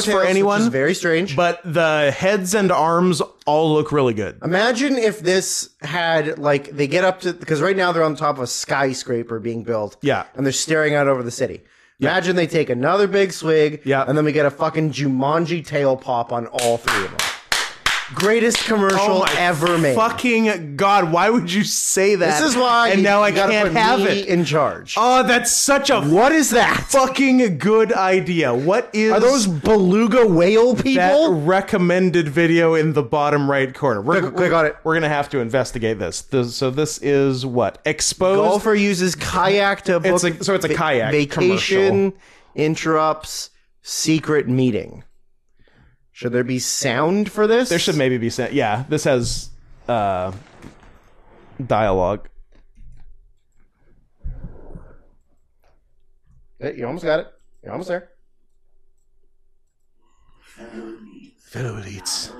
Speaker 2: tails,
Speaker 3: for
Speaker 2: which is
Speaker 3: anyone,
Speaker 2: very strange.
Speaker 3: but the heads and arms all look really good.
Speaker 2: Imagine if this had like they get up to because right now they're on top of a skyscraper being built.
Speaker 3: Yeah.
Speaker 2: and they're staring out over the city. Imagine they take another big swig.
Speaker 3: Yeah.
Speaker 2: and then we get a fucking Jumanji tail pop on all three of them. Greatest
Speaker 3: Oh
Speaker 2: commercial ever made.
Speaker 3: Fucking god! Why would you say that?
Speaker 2: This is why
Speaker 3: And
Speaker 2: you-
Speaker 3: now I
Speaker 2: you gotta
Speaker 3: can't
Speaker 2: put
Speaker 3: have
Speaker 2: me
Speaker 3: it.
Speaker 2: in charge.
Speaker 3: oh, that's such a
Speaker 2: what is that?
Speaker 3: fucking good idea. What is
Speaker 2: Are those beluga whale
Speaker 3: that
Speaker 2: people?
Speaker 3: recommended video in the bottom right corner? We're,
Speaker 2: Click-
Speaker 3: we're-
Speaker 2: click on it.
Speaker 3: We're gonna have to investigate this. this so this is what exposed.
Speaker 2: Golfer uses kayak to book.
Speaker 3: It's a- so it's a kayak
Speaker 2: vacation interrupts secret meeting. Should there be sound for this?
Speaker 3: There should maybe be sent. Yeah, this has uh, dialogue.
Speaker 2: Hey, Eh, You almost got it. You're almost there.
Speaker 3: Fellow elites.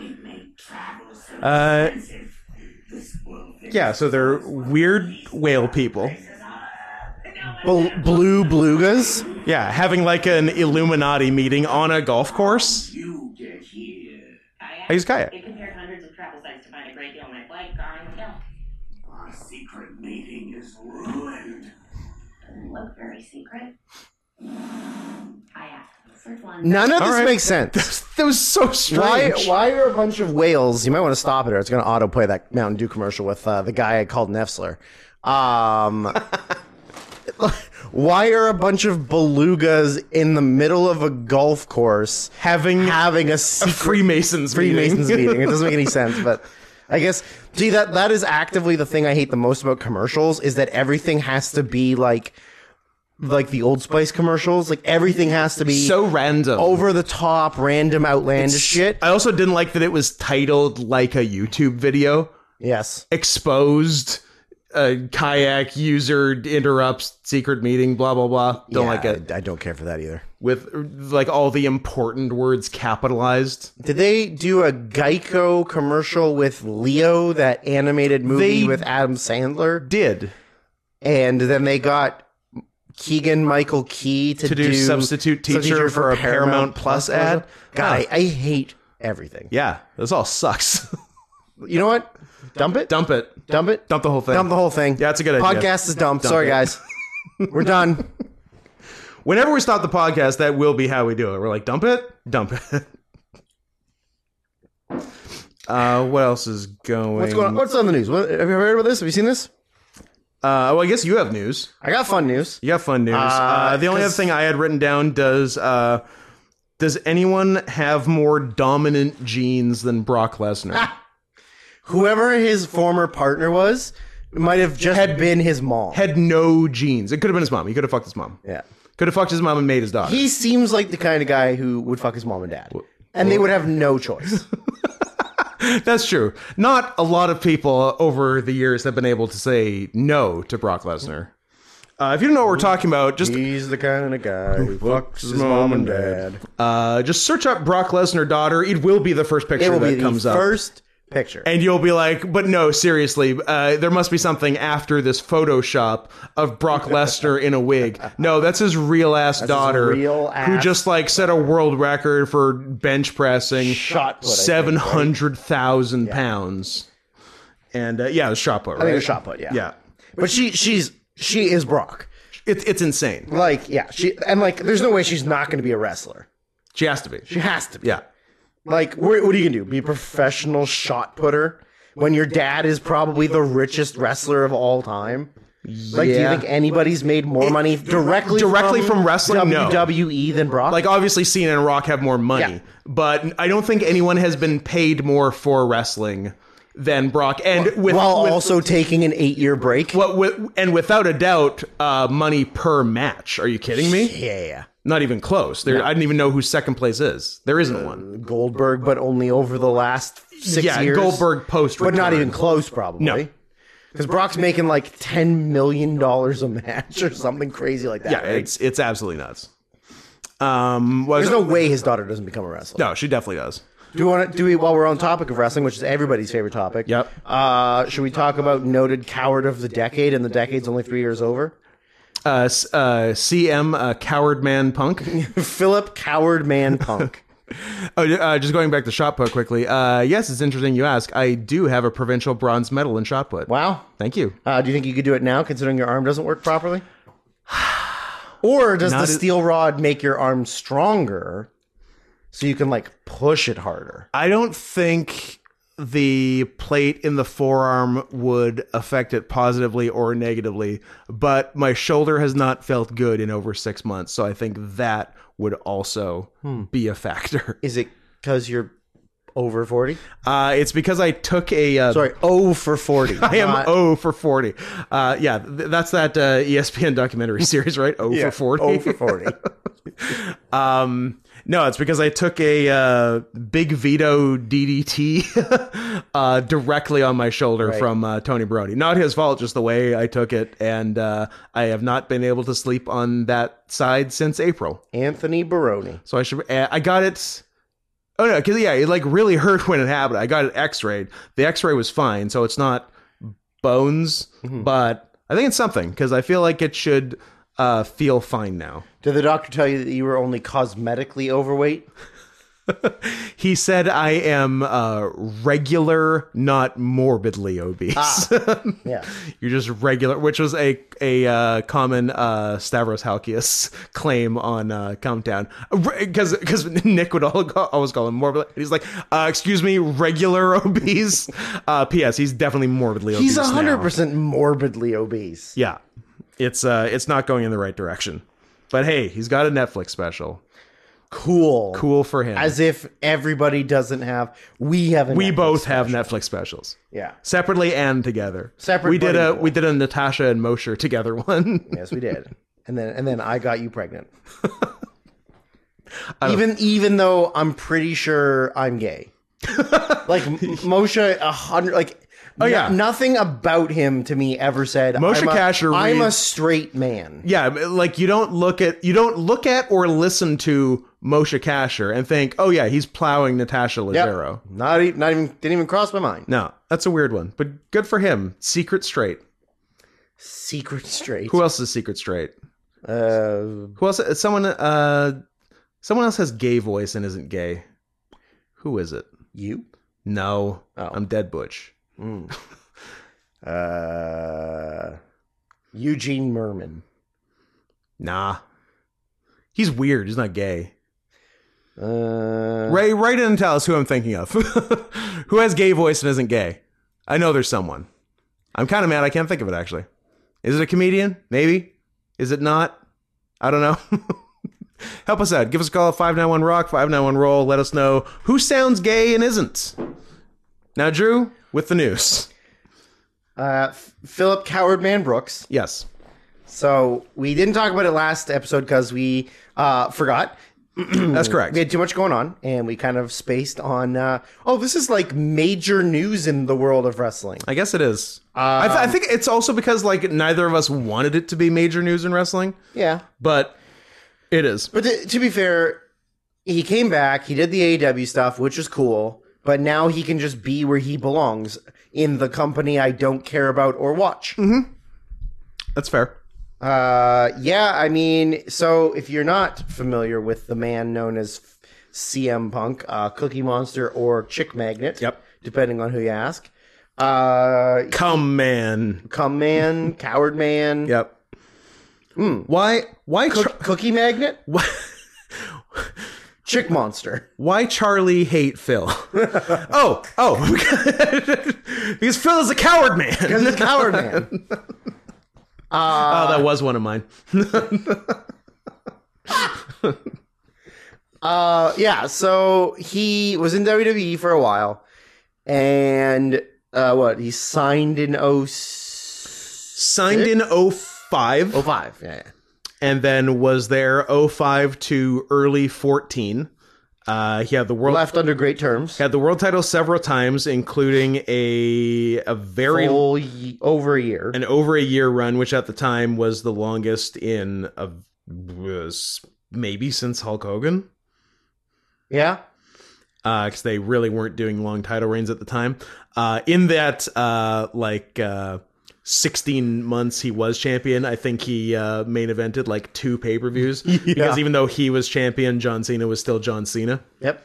Speaker 3: Uh, yeah, so they're weird whale people.
Speaker 2: Bl- blue belugas.
Speaker 3: Yeah, having like an Illuminati meeting on a golf course. I use kayak.
Speaker 4: They compared hundreds of travel sites to find a great deal on my flight, car, and hotel.
Speaker 5: Our secret meeting is ruined.
Speaker 4: Doesn't look very secret. I asked. Search one.
Speaker 2: None of this
Speaker 3: right.
Speaker 2: makes sense.
Speaker 3: That was so
Speaker 2: Why?
Speaker 3: strange.
Speaker 2: Why are a bunch of whales? You might want to stop it, or it's going to autoplay that Mountain Dew commercial with uh, the guy I called Neffler. Um, why are a bunch of belugas in the middle of a golf course
Speaker 3: Having
Speaker 2: having a
Speaker 3: a
Speaker 2: secret
Speaker 3: Freemasons meeting.
Speaker 2: Freemasons meeting. It doesn't make any sense, but I guess see that that is actively the thing I hate the most about commercials is that everything has to be like like the Old Spice commercials. Like everything has to be
Speaker 3: so random.
Speaker 2: over the top, random, outlandish shit.
Speaker 3: I also didn't like that it was titled like a YouTube video.
Speaker 2: Yes.
Speaker 3: Exposed. Uh, kayak user interrupts secret meeting. Blah blah blah. Don't
Speaker 2: Yeah,
Speaker 3: like it.
Speaker 2: I, I don't care for that either.
Speaker 3: with like all the important words capitalized.
Speaker 2: Did they do a Geico commercial with Leo, that animated movie
Speaker 3: They-
Speaker 2: with Adam Sandler?
Speaker 3: Did
Speaker 2: And then they got Keegan Michael Key to,
Speaker 3: to do, substitute teacher, for, a Paramount, Plus ad?
Speaker 2: God,
Speaker 3: Huh.
Speaker 2: I, I hate everything.
Speaker 3: yeah, this all sucks.
Speaker 2: You know what? Dump it.
Speaker 3: dump it.
Speaker 2: Dump it.
Speaker 3: Dump the whole thing.
Speaker 2: Dump the whole thing.
Speaker 3: Yeah, that's a good idea.
Speaker 2: Podcast is dumb. Sorry,
Speaker 3: it.
Speaker 2: guys. We're done.
Speaker 3: Whenever we stop the podcast, that will be how we do it. We're like, dump it, dump it. Uh, what else is going?
Speaker 2: What's going on? What's on the news? What, have you heard about this? Have you seen this?
Speaker 3: Uh, well, I guess you have news.
Speaker 2: I got fun news.
Speaker 3: You got fun news. Uh, the only other
Speaker 2: 'cause-
Speaker 3: thing I had written down does uh, does anyone have more dominant genes than Brock Lesnar?
Speaker 2: Whoever his former partner was might have just been his mom.
Speaker 3: had no genes. It could have been his mom. He could have fucked his mom.
Speaker 2: yeah.
Speaker 3: Could have fucked his mom and made his dog.
Speaker 2: He seems like the kind of guy who would fuck his mom and dad, and they would have no choice.
Speaker 3: That's true. Not a lot of people over the years have been able to say no to Brock Lesnar. Uh, if you don't know what we're talking about, just
Speaker 2: He's the kind of guy who fucks his mom and dad.
Speaker 3: uh, just search up Brock Lesnar daughter. It will be the first
Speaker 2: It
Speaker 3: picture
Speaker 2: will
Speaker 3: that
Speaker 2: be the
Speaker 3: comes up.
Speaker 2: first picture.
Speaker 3: and you'll be like, but no, seriously, uh, there must be something after this Photoshop of Brock Lesnar in a wig. No, that's his real ass daughter,
Speaker 2: real
Speaker 3: who
Speaker 2: ass-
Speaker 3: just like set a world record for bench pressing,
Speaker 2: Shot put, I think, right?
Speaker 3: seven hundred thousand pounds, and uh, yeah, it was shot put,
Speaker 2: I
Speaker 3: right?
Speaker 2: think a shot put, yeah.
Speaker 3: Yeah,
Speaker 2: But she she's she is Brock.
Speaker 3: it's it's insane.
Speaker 2: Like, yeah, she and like there's no way she's not gonna be a wrestler.
Speaker 3: She has to be.
Speaker 2: She has to be.
Speaker 3: Yeah,
Speaker 2: Like, wh- what are you gonna do? Be a professional shot putter when your dad is probably the richest wrestler of all time? Like, do you
Speaker 3: Yeah.
Speaker 2: think anybody's made more money directly
Speaker 3: directly from wrestling? No.
Speaker 2: WWE E than Brock?
Speaker 3: like obviously Cena and Rock have more money,
Speaker 2: Yeah.
Speaker 3: but I don't think anyone has been paid more for wrestling than Brock. And with
Speaker 2: while
Speaker 3: with-
Speaker 2: also taking an eight-year break.
Speaker 3: What wi- and without a doubt, uh, money per match. Are you kidding me?
Speaker 2: yeah,
Speaker 3: Not even close. There, I didn't even know who second place is. There isn't one.
Speaker 2: Goldberg, but only over the last six
Speaker 3: yeah,
Speaker 2: years.
Speaker 3: Goldberg post,
Speaker 2: but not
Speaker 3: return.
Speaker 2: even close, probably.
Speaker 3: No.
Speaker 2: Because Brock's making like ten million dollars a match or something crazy like that.
Speaker 3: Yeah,
Speaker 2: right?
Speaker 3: it's it's absolutely nuts. Um, was,
Speaker 2: there's no way his daughter doesn't become a wrestler.
Speaker 3: no, she definitely does.
Speaker 2: Do we want to do we while we're on topic of wrestling, which is everybody's favorite topic?
Speaker 3: Yep.
Speaker 2: Uh, should we talk about noted coward of the decade and the decade's only three years over?
Speaker 3: Uh, s- uh, CM uh, Coward Man Punk.
Speaker 2: Philip Coward Man Punk.
Speaker 3: Oh, uh, just going back to shot put quickly. Uh, yes, it's interesting you ask. I do have a provincial bronze medal in shot put.
Speaker 2: Wow.
Speaker 3: Thank you.
Speaker 2: Uh, do you think you could do it now, considering your arm doesn't work properly? Or does
Speaker 3: Not
Speaker 2: the
Speaker 3: as-
Speaker 2: steel rod make your arm stronger, so you can like push it harder?
Speaker 3: I don't think the plate in the forearm would affect it positively or negatively, but my shoulder has not felt good in over six months. So I think that would also
Speaker 2: Hmm.
Speaker 3: be a factor.
Speaker 2: Is it because you're over forty?
Speaker 3: Uh, it's because I took a. Uh,
Speaker 2: Sorry, O for forty.
Speaker 3: I am O for 40. Uh, yeah, th- that's that uh, ESPN documentary series, right? O for 40.
Speaker 2: O for forty.
Speaker 3: Um, no, it's because I took a uh, big veto DDT uh, directly on my shoulder from uh, Tony Brody. Not his fault, just the way I took it, and uh, I have not been able to sleep on that side since April.
Speaker 2: Anthony Baroni.
Speaker 3: So I should. Uh, I got it. Oh no, because yeah, it like really hurt when it happened. I got it X-rayed. The X-ray was fine, so it's not bones, but I think it's something because I feel like it should uh, feel fine now.
Speaker 2: Did the doctor tell you that you were only cosmetically overweight?
Speaker 3: He said, "I am uh, regular, not morbidly obese.
Speaker 2: Ah. Yeah.
Speaker 3: You're just regular," which was a a uh, common uh, Stavros Halkias claim on uh, Countdown, because Nick would all go, always call him morbidly. He's like, uh, "Excuse me, regular obese." Uh, P.S. He's definitely morbidly
Speaker 2: He's
Speaker 3: obese. now.
Speaker 2: hundred percent morbidly obese.
Speaker 3: Yeah, it's uh, it's not going in the right direction. But hey, he's got a Netflix special.
Speaker 2: Cool.
Speaker 3: Cool for him.
Speaker 2: As if everybody doesn't have. We have. A
Speaker 3: we
Speaker 2: Netflix
Speaker 3: both have
Speaker 2: special.
Speaker 3: Netflix specials.
Speaker 2: Yeah.
Speaker 3: separately and together.
Speaker 2: Separate,
Speaker 3: We did
Speaker 2: but
Speaker 3: a
Speaker 2: equal.
Speaker 3: we did a Natasha and Mosher together one.
Speaker 2: Yes, we did. And then and then I got you pregnant. even even though I'm pretty sure I'm gay. like M- Moshe a hundred like
Speaker 3: Oh, yeah.
Speaker 2: nothing about him to me ever said
Speaker 3: Moshe
Speaker 2: I'm a-
Speaker 3: Kasher
Speaker 2: I'm a
Speaker 3: reads-
Speaker 2: straight man.
Speaker 3: yeah, like you don't look at you don't look at or listen to Moshe Kasher and think, oh yeah, he's plowing Natasha
Speaker 2: Yep.
Speaker 3: Leggero.
Speaker 2: Not even not even didn't even cross my mind.
Speaker 3: No, that's a weird one, but good for him. Secret straight.
Speaker 2: Secret straight.
Speaker 3: Who else is secret straight?
Speaker 2: Uh,
Speaker 3: Who else? Someone. Uh, someone else has gay voice and isn't gay. Who is it?
Speaker 2: you?
Speaker 3: No,
Speaker 2: Oh.
Speaker 3: I'm dead butch.
Speaker 2: Mm. uh, Eugene Merman.
Speaker 3: Nah, he's weird. He's not gay.
Speaker 2: Uh,
Speaker 3: Ray, write in and tell us who I'm thinking of. who has gay voice and isn't gay? I know there's someone. I'm kind of mad I can't think of it actually. Is it a comedian? Maybe. Is it not? I don't know. Help us out. Give us a call at 591 Rock, 591 Roll. Let us know who sounds gay and isn't. Now, Drew, with the news.
Speaker 2: uh, F- Philip Coward Man Brooks.
Speaker 3: Yes.
Speaker 2: So we didn't talk about it last episode because we uh, forgot.
Speaker 3: That's correct.
Speaker 2: We had too much going on, and we kind of spaced on. Uh, oh, this is like major news in the world of wrestling.
Speaker 3: I guess it is. I, th- I think it's also because like neither of us wanted it to be major news in wrestling,
Speaker 2: Yeah,
Speaker 3: but it is.
Speaker 2: but to, to be fair, he came back. He did the AEW stuff, which is cool. But now he can just be where he belongs in the company I don't care about or watch.
Speaker 3: That's fair.
Speaker 2: Uh, yeah, I mean, so if you're not familiar with the man known as CM Punk, uh, Cookie Monster, or Chick Magnet,
Speaker 3: Yep.
Speaker 2: depending on who you ask, uh,
Speaker 3: Come man.
Speaker 2: Cum Man, Coward Man,
Speaker 3: Yep. Hmm. Why? Why? Char-
Speaker 2: Cook- Cookie Magnet,
Speaker 3: why,
Speaker 2: Chick Monster.
Speaker 3: why Charlie hate Phil? oh, oh, because Phil is a coward man.
Speaker 2: Because it's Coward Man.
Speaker 3: oh, that was one of mine.
Speaker 2: Uh, yeah, so he was in WWE for a while, and uh, what he signed in 0- 05.
Speaker 3: Signed in 05
Speaker 2: Yeah, yeah.
Speaker 3: and then was there 05 to early 14. Uh, he had the world
Speaker 2: left under great terms.
Speaker 3: had the world title several times, including a a very
Speaker 2: Full ye- over a year.
Speaker 3: an over a year run, which at the time was the longest in a was maybe since Hulk Hogan,
Speaker 2: yeah,
Speaker 3: because they really weren't doing long title reigns at the time. Uh, in that, uh, like uh, sixteen months, he was champion. I think he uh, main evented like two pay per views because even though he was champion, John Cena was still John Cena.
Speaker 2: yep.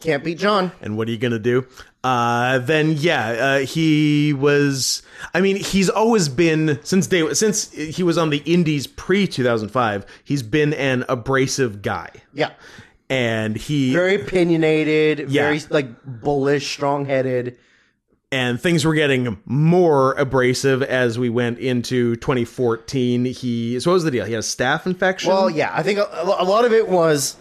Speaker 2: Can't beat John.
Speaker 3: and what are you gonna do? Uh, then yeah, uh, he was. I mean, he's always been since day since he was on the Indies pre two thousand five. He's been an abrasive guy,
Speaker 2: Yeah,
Speaker 3: and he
Speaker 2: very opinionated.
Speaker 3: Yeah.
Speaker 2: Very like bullish, strong headed.
Speaker 3: and things were getting more abrasive as we went into twenty fourteen. He so what was the deal? He had a staph infection.
Speaker 2: Well, yeah, I think a, a lot of it was.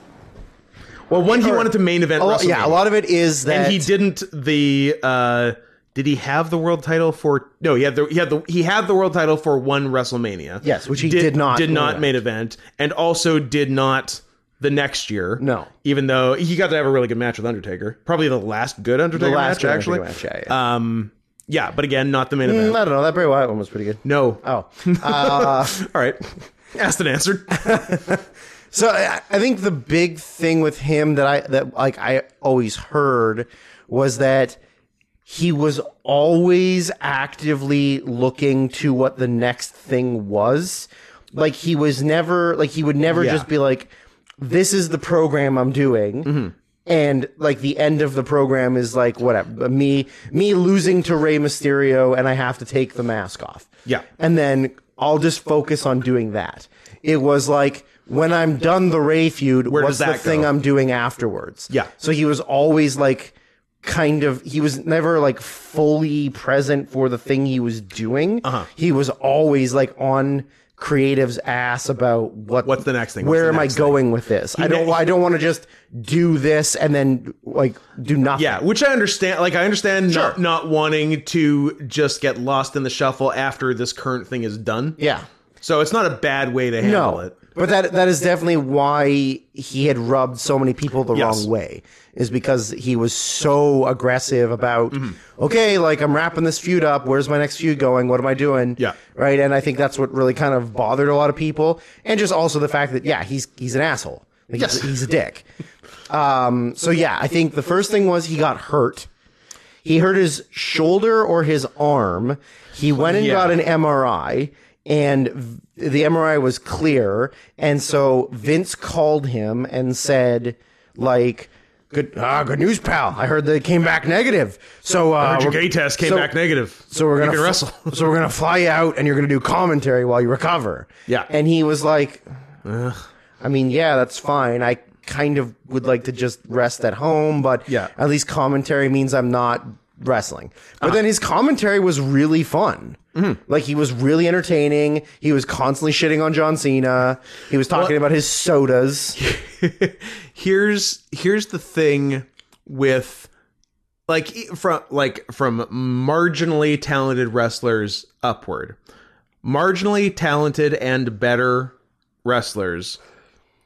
Speaker 3: well, one he
Speaker 2: or-
Speaker 3: wanted to main event.
Speaker 2: A lot, yeah, a
Speaker 3: WrestleMania.
Speaker 2: lot of it is that
Speaker 3: and he didn't the uh did he have the world title for no he had the he had the he had the world title for one WrestleMania
Speaker 2: Yes, which he did not
Speaker 3: did
Speaker 2: main
Speaker 3: not main event and also did not the next year
Speaker 2: No.
Speaker 3: even though he got to have a really good match with Undertaker probably the last good Undertaker
Speaker 2: last
Speaker 3: match
Speaker 2: good
Speaker 3: actually
Speaker 2: Undertaker match, yeah,
Speaker 3: um yeah but again not the main
Speaker 2: Mm,
Speaker 3: event
Speaker 2: I don't know that Bray Wyatt one was pretty good.
Speaker 3: no
Speaker 2: Oh,
Speaker 3: all right asked and answered
Speaker 2: So I I think the big thing with him that I that like I always heard was that he was always actively looking to what the next thing was. Like he was never like he would never
Speaker 3: Yeah.
Speaker 2: just be like, "This is the program I'm doing." And like the end of the program is like whatever me me losing to Rey Mysterio and I have to take the mask off
Speaker 3: Yeah.
Speaker 2: and then I'll just focus on doing that. It was like when I'm done the Ray feud,
Speaker 3: Where
Speaker 2: what's
Speaker 3: does
Speaker 2: the
Speaker 3: that
Speaker 2: thing
Speaker 3: go?
Speaker 2: I'm doing afterwards?
Speaker 3: Yeah.
Speaker 2: So he was always like kind of he was never like fully present for the thing he was doing.
Speaker 3: Uh-huh.
Speaker 2: He was always like on creative's ass about what
Speaker 3: What's the next thing? What's
Speaker 2: Where
Speaker 3: the
Speaker 2: am I
Speaker 3: next thing?
Speaker 2: going with this? I don't
Speaker 3: ne-
Speaker 2: I don't want to just do this and then like do nothing.
Speaker 3: Yeah, which I understand. Like I understand
Speaker 2: Sure.
Speaker 3: not not wanting to just get lost in the shuffle after this current thing is done.
Speaker 2: Yeah.
Speaker 3: So it's not a bad way to handle
Speaker 2: no,
Speaker 3: it.
Speaker 2: But that that is definitely why he had rubbed so many people the
Speaker 3: Yes.
Speaker 2: wrong way is because he was so aggressive about
Speaker 3: Mm-hmm.
Speaker 2: okay, like I'm wrapping this feud up, where's my next feud going? What am I doing?
Speaker 3: Yeah.
Speaker 2: Right? And I think that's what really kind of bothered a lot of people and just also the fact that yeah, he's he's an asshole. Like, he's-
Speaker 3: Yes.
Speaker 2: he's, a dick. Um so yeah, I think the first thing was he got hurt. He hurt his shoulder or his arm. He went and
Speaker 3: Yeah.
Speaker 2: got an MRI, and v- the MRI was clear. And so Vince called him and said, like, good, ah, good news, pal. I heard that it came back negative. So uh,
Speaker 3: Your
Speaker 2: we're-
Speaker 3: gay test came
Speaker 2: so-
Speaker 3: back negative.
Speaker 2: So we're gonna
Speaker 3: you can
Speaker 2: fl-
Speaker 3: wrestle.
Speaker 2: so we're gonna fly you out, and you're gonna do commentary while you recover.
Speaker 3: Yeah.
Speaker 2: And he was like, I mean, yeah, that's fine. I kind of would like to just rest at home, but
Speaker 3: Yeah.
Speaker 2: at least commentary means I'm not wrestling. But
Speaker 3: Uh-huh.
Speaker 2: then his commentary was really fun.
Speaker 3: Mm-hmm.
Speaker 2: Like he was really entertaining. He was constantly shitting on John Cena. He was talking about his sodas.
Speaker 3: here's here's the thing with like e- from like from marginally talented wrestlers upward marginally talented and better wrestlers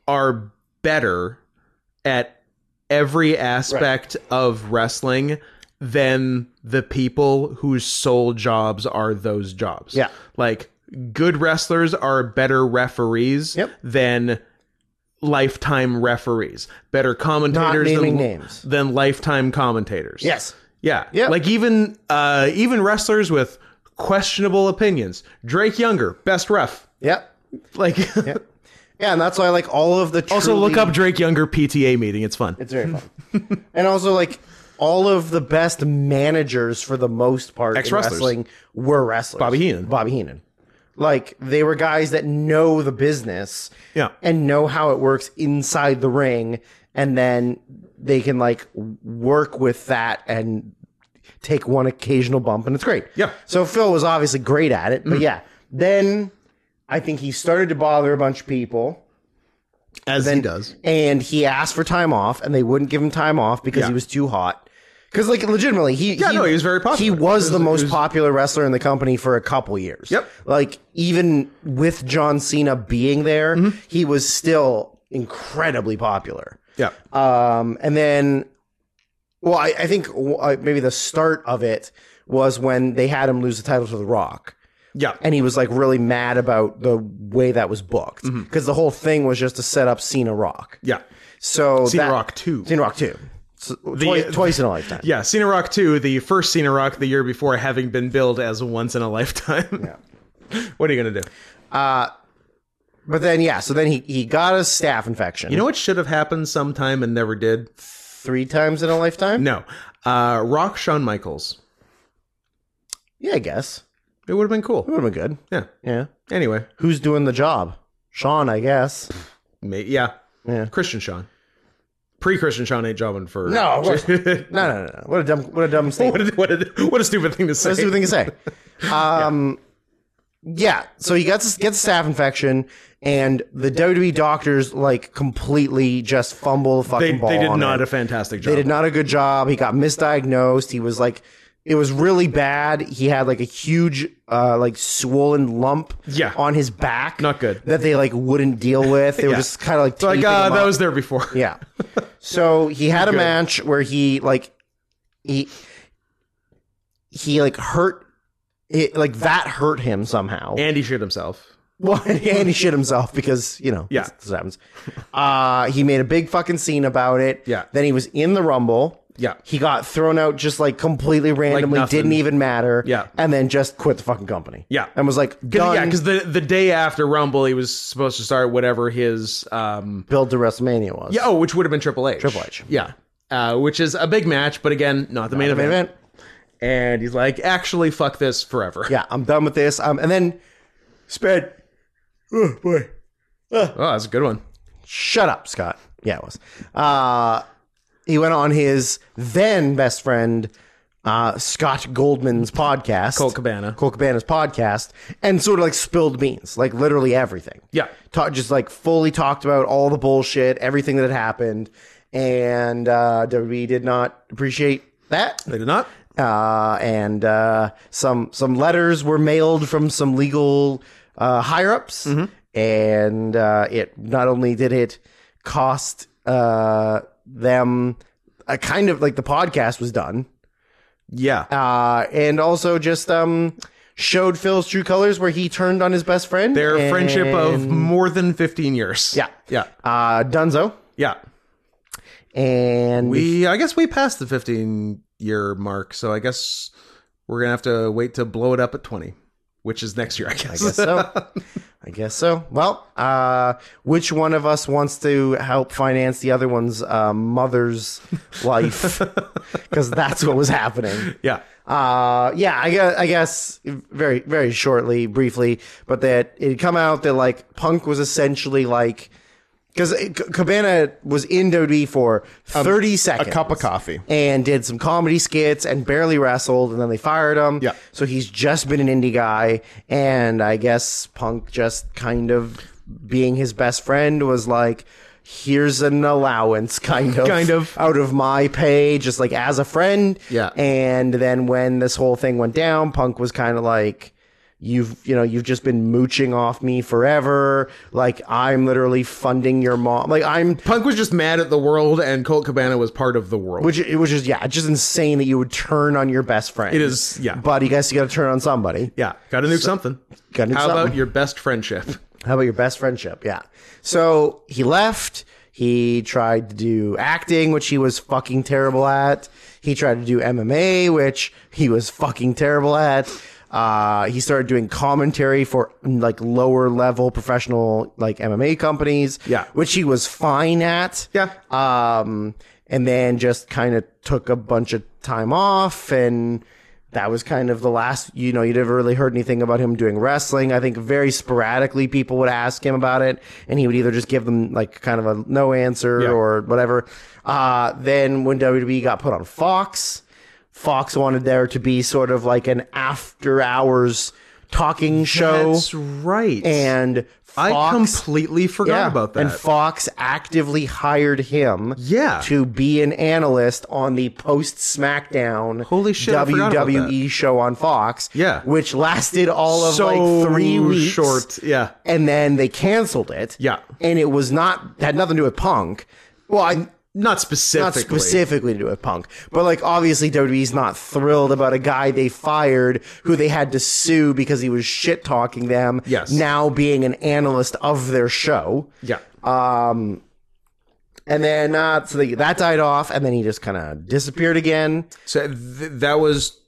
Speaker 3: are better at every aspect of wrestling than the people whose sole jobs are those jobs.
Speaker 2: Yeah.
Speaker 3: Like good wrestlers are better referees
Speaker 2: Yep.
Speaker 3: than lifetime referees. Better commentators
Speaker 2: naming
Speaker 3: than,
Speaker 2: names.
Speaker 3: than lifetime commentators.
Speaker 2: Yes.
Speaker 3: Yeah.
Speaker 2: Yeah.
Speaker 3: Like even uh even wrestlers with questionable opinions. Drake Younger, best ref.
Speaker 2: Yep.
Speaker 3: Like
Speaker 2: Yeah, and that's why like all of the
Speaker 3: also look
Speaker 2: truly-
Speaker 3: up Drake Younger PTA meeting. It's fun.
Speaker 2: It's very fun. and also, like, all of the best managers for the most part in
Speaker 3: Ex-wrestlers.
Speaker 2: wrestling were wrestlers.
Speaker 3: Bobby Heenan.
Speaker 2: Bobby Heenan. Like, they were guys that know the business
Speaker 3: Yeah.
Speaker 2: and know how it works inside the ring. And then they can, like, work with that and take one occasional bump, and it's great.
Speaker 3: Yeah. Mm-hmm.
Speaker 2: So Phil was obviously great at it. But yeah, then I think he started to bother a bunch of people
Speaker 3: As he does.
Speaker 2: and he asked for time off and they wouldn't give him time off because
Speaker 3: Yeah.
Speaker 2: he was too hot because like legitimately he
Speaker 3: Yeah, no, he was very popular.
Speaker 2: he was the
Speaker 3: He
Speaker 2: most
Speaker 3: was-
Speaker 2: popular wrestler in the company for a couple years
Speaker 3: Yep.
Speaker 2: like even with john cena being there
Speaker 3: Mm-hmm.
Speaker 2: he was still incredibly popular
Speaker 3: Yeah.
Speaker 2: um, and then, well, I, I think uh, maybe the start of it was when they had him lose the title to The Rock.
Speaker 3: Yeah.
Speaker 2: And he was like really mad about the way that was booked
Speaker 3: Mm-hmm.
Speaker 2: because the whole thing was just to set up Cena Rock.
Speaker 3: Yeah.
Speaker 2: So
Speaker 3: Cena
Speaker 2: that-
Speaker 3: Rock uh, 2.
Speaker 2: Cena Rock uh, 2. So, twice, twice in a lifetime.
Speaker 3: yeah, Cena Rock 2, the first Cena Rock the year before having been billed as once in a lifetime. what are you going to do?
Speaker 2: But then, yeah, so then he, he got a staph infection.
Speaker 3: You know what should have happened sometime and never did?
Speaker 2: three times in a lifetime?
Speaker 3: No. Uh, rock Shawn Michaels.
Speaker 2: Yeah, I guess.
Speaker 3: It would have been cool.
Speaker 2: Would have been good.
Speaker 3: Yeah.
Speaker 2: Yeah.
Speaker 3: Anyway,
Speaker 2: Who's doing the job? Sean, I guess.
Speaker 3: ma- yeah.
Speaker 2: Yeah.
Speaker 3: Christian Shawn. Pre Christian Shawn ain't jobbing for.
Speaker 2: No, of course-
Speaker 3: what,
Speaker 2: No, no, no, no. What a dumb, what a dumb statement.
Speaker 3: a, what, a, what a stupid thing to say.
Speaker 2: That's the thing to say. Um, yeah. So he gets gets a staph infection, and the WWE doctors like completely just fumble the fucking
Speaker 3: They,
Speaker 2: ball.
Speaker 3: they did
Speaker 2: on
Speaker 3: not
Speaker 2: it.
Speaker 3: a fantastic job.
Speaker 2: They did not a good job. He got misdiagnosed. He was like, it was really bad. He had like a huge, uh, like swollen lump
Speaker 3: Yeah.
Speaker 2: on his back.
Speaker 3: Not good.
Speaker 2: That they like wouldn't deal with. They were
Speaker 3: Yeah.
Speaker 2: just kind of like,
Speaker 3: Like,
Speaker 2: taping
Speaker 3: uh,
Speaker 2: him
Speaker 3: that
Speaker 2: up.
Speaker 3: was there before.
Speaker 2: Yeah. So he had a
Speaker 3: Good.
Speaker 2: match where he like he he like hurt it like that hurt him somehow.
Speaker 3: And he shit himself.
Speaker 2: well, and he shit himself because you know
Speaker 3: Yeah.
Speaker 2: this, this happens. Uh, he made a big fucking scene about it.
Speaker 3: Yeah.
Speaker 2: Then he was in the rumble.
Speaker 3: Yeah.
Speaker 2: He got thrown out just like completely randomly,
Speaker 3: nothing.
Speaker 2: didn't even matter.
Speaker 3: Yeah.
Speaker 2: And then just quit the fucking company.
Speaker 3: Yeah.
Speaker 2: And was like
Speaker 3: Cause,
Speaker 2: done.
Speaker 3: yeah, because the, the day after Rumble, he was supposed to start whatever his um
Speaker 2: build to WrestMania was.
Speaker 3: yeah, oh, which would have been Triple H.
Speaker 2: Triple H.
Speaker 3: yeah, uh, which is a big match, but again, not the main,
Speaker 2: Main
Speaker 3: event.
Speaker 2: event.
Speaker 3: And he's like, actually, fuck this forever.
Speaker 2: Yeah, I'm done with this. Um, and then spent. Oh boy.
Speaker 3: Oh, that's a good one.
Speaker 2: Shut up, Scott. Yeah, it was. Uh, he went on his then best friend, uh, Scott Goldman's podcast,
Speaker 3: Colt Cabana.
Speaker 2: Cole Cabana's podcast, and sort of like spilled beans, like literally everything.
Speaker 3: Yeah.
Speaker 2: Ta- just like fully talked about all the bullshit, everything that had happened, and uh, WWE did not appreciate that
Speaker 3: They did not.
Speaker 2: uh, and uh, some some letters were mailed from some legal uh, higher ups,
Speaker 3: Mm-hmm.
Speaker 2: and uh, it not only did it cost uh, them a kind of like the podcast was done,
Speaker 3: Yeah.
Speaker 2: uh, and also just um, showed Phil's true colors where he turned on his best friend.
Speaker 3: Their friendship of
Speaker 2: and-
Speaker 3: more than 15 years.
Speaker 2: Yeah.
Speaker 3: Yeah.
Speaker 2: uh, Dunzo
Speaker 3: Yeah.
Speaker 2: and
Speaker 3: We, I guess we passed the 15 year mark. So I guess we're going to have to wait to blow it up at 20, which is next year, I guess.
Speaker 2: I guess so. I guess so. Well, uh, which one of us wants to help finance the other one's uh, mother's life? Because that's what was happening.
Speaker 3: yeah.
Speaker 2: Uh, yeah, I guess, I guess very, very shortly, briefly, but that it had come out that like Punk was essentially like, because Cabana was in WWE for 30 seconds.
Speaker 6: Um, a cup of coffee.
Speaker 2: And did some comedy skits and barely wrestled, and then they fired him.
Speaker 6: Yeah.
Speaker 2: So he's just been an indie guy, and I guess Punk just kind of being his best friend was like, here's an allowance, kind of,
Speaker 3: Kind of.
Speaker 2: out of my pay, just like as a friend.
Speaker 3: Yeah.
Speaker 2: And then when this whole thing went down, Punk was kind of like, You've you know you've just been mooching off me forever. Like I'm literally funding your mom. Like I'm
Speaker 7: Punk was just mad at the world, and Colt Cabana was part of the world.
Speaker 2: which it was just yeah, it's just insane that you would turn on your best friend.
Speaker 7: It is- yeah.
Speaker 2: But you guys you got to turn on somebody.
Speaker 7: yeah, gotta nuke something.
Speaker 2: Gotta nuke
Speaker 7: How
Speaker 2: something.
Speaker 7: about your best friendship?
Speaker 2: How about your best friendship? Yeah. So he left. He tried to do acting, which he was fucking terrible at. He tried to do MMA, which he was fucking terrible at. Uh, he started doing commentary for like lower level professional like MMA companies,
Speaker 7: Yeah.
Speaker 2: which he was fine at.
Speaker 7: Yeah.
Speaker 2: Um, and then just kind of took a bunch of time off and that was kind of the last, you know, you never really heard anything about him doing wrestling. I think very sporadically people would ask him about it and he would either just give them like kind of a no answer
Speaker 7: Yeah.
Speaker 2: or whatever. Uh, then when WWE got put on Fox, Fox wanted there to be sort of like an after hours talking show.
Speaker 3: That's right.
Speaker 2: and Fox,
Speaker 3: I completely forgot
Speaker 2: yeah,
Speaker 3: about that.
Speaker 2: And Fox actively hired him
Speaker 3: Yeah.
Speaker 2: to be an analyst on the post SmackDown
Speaker 3: Holy shit, I forgot about
Speaker 2: WWE E show on Fox.
Speaker 3: Yeah.
Speaker 2: Which lasted all of like three weeks.
Speaker 3: short. Yeah.
Speaker 2: And then they canceled it.
Speaker 3: Yeah.
Speaker 2: And it was not had nothing to do with punk. Well, I
Speaker 3: Not specifically.
Speaker 2: not specifically to do with punk but like obviously wwe's not thrilled about a guy they fired who they had to sue because he was shit talking them
Speaker 3: Yes.
Speaker 2: now being an analyst of their show
Speaker 3: Yeah.
Speaker 2: and then uh, so they, that died off and then he just kind of disappeared again
Speaker 3: So th- that was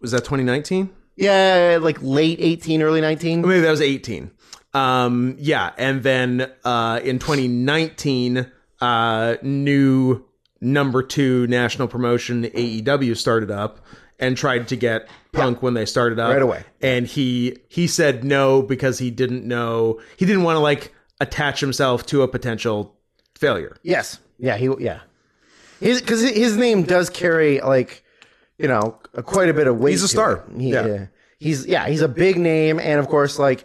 Speaker 3: was that 2019?
Speaker 2: yeah like late 18 early 19
Speaker 3: Maybe that was 18. Um yeah, and then uh in 2019 uh new number 2 national promotion AEW started up and tried to get Punk when they started up
Speaker 2: Right away.
Speaker 3: And he he said no because he didn't know he didn't want to like attach himself to a potential failure.
Speaker 2: yes yeah he yeah his because his name does carry like you know quite a bit of weight
Speaker 3: He's a
Speaker 2: to
Speaker 3: star.
Speaker 2: it. He-
Speaker 3: Yeah.
Speaker 2: he's yeah he's a big name and of course like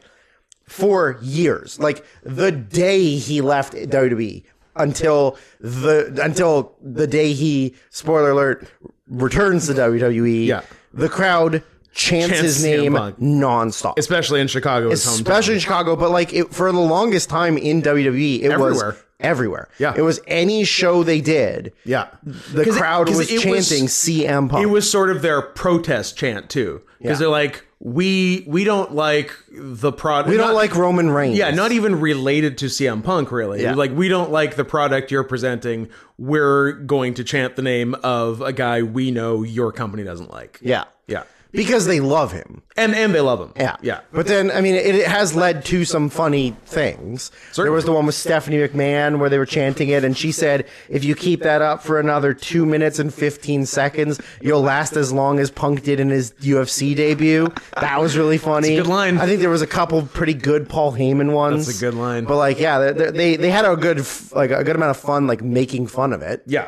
Speaker 2: for years. Like the day he left WWE until the until the day he spoiler alert returns to WWE.
Speaker 3: Yeah.
Speaker 2: the crowd chants
Speaker 3: Chants
Speaker 2: his
Speaker 3: CM
Speaker 2: name
Speaker 3: Punk.
Speaker 2: nonstop.
Speaker 3: Especially in Chicago, his hometown.
Speaker 2: Especially in Chicago, but like it, for the longest time in WWE, it
Speaker 3: Everywhere.
Speaker 2: was everywhere.
Speaker 3: Yeah.
Speaker 2: It was any show they did,
Speaker 3: Yeah.
Speaker 2: the
Speaker 3: 'Cause it-
Speaker 2: crowd
Speaker 3: 'cause
Speaker 2: was
Speaker 3: it
Speaker 2: chanting CM Punk.
Speaker 3: It was sort of their protest chant too, because
Speaker 2: Yeah.
Speaker 3: they're like, we we don't like the product.
Speaker 2: we don't like Roman Reigns.
Speaker 3: Yeah, not even related to CM Punk, really.
Speaker 2: Yeah.
Speaker 3: Like, we don't like the product you're presenting. We're going to chant the name of a guy we know your company doesn't like.
Speaker 2: yeah,
Speaker 3: Yeah.
Speaker 2: because they love him.
Speaker 3: And and they love him.
Speaker 2: Yeah.
Speaker 3: Yeah.
Speaker 2: But then, I mean, it, it has led to some funny things. There was the one with Stephanie McMahon where they were chanting it, and she said, if you keep that up for another two minutes and 15 seconds, you'll last as long as Punk did in his UFC debut. That was really funny.
Speaker 3: good line.
Speaker 2: I think there was a couple pretty good Paul Heyman ones.
Speaker 3: That's a good line.
Speaker 2: But, like, yeah, they- they, they, they had a good, f- like, a good amount of fun, like, making fun of it.
Speaker 3: Yeah.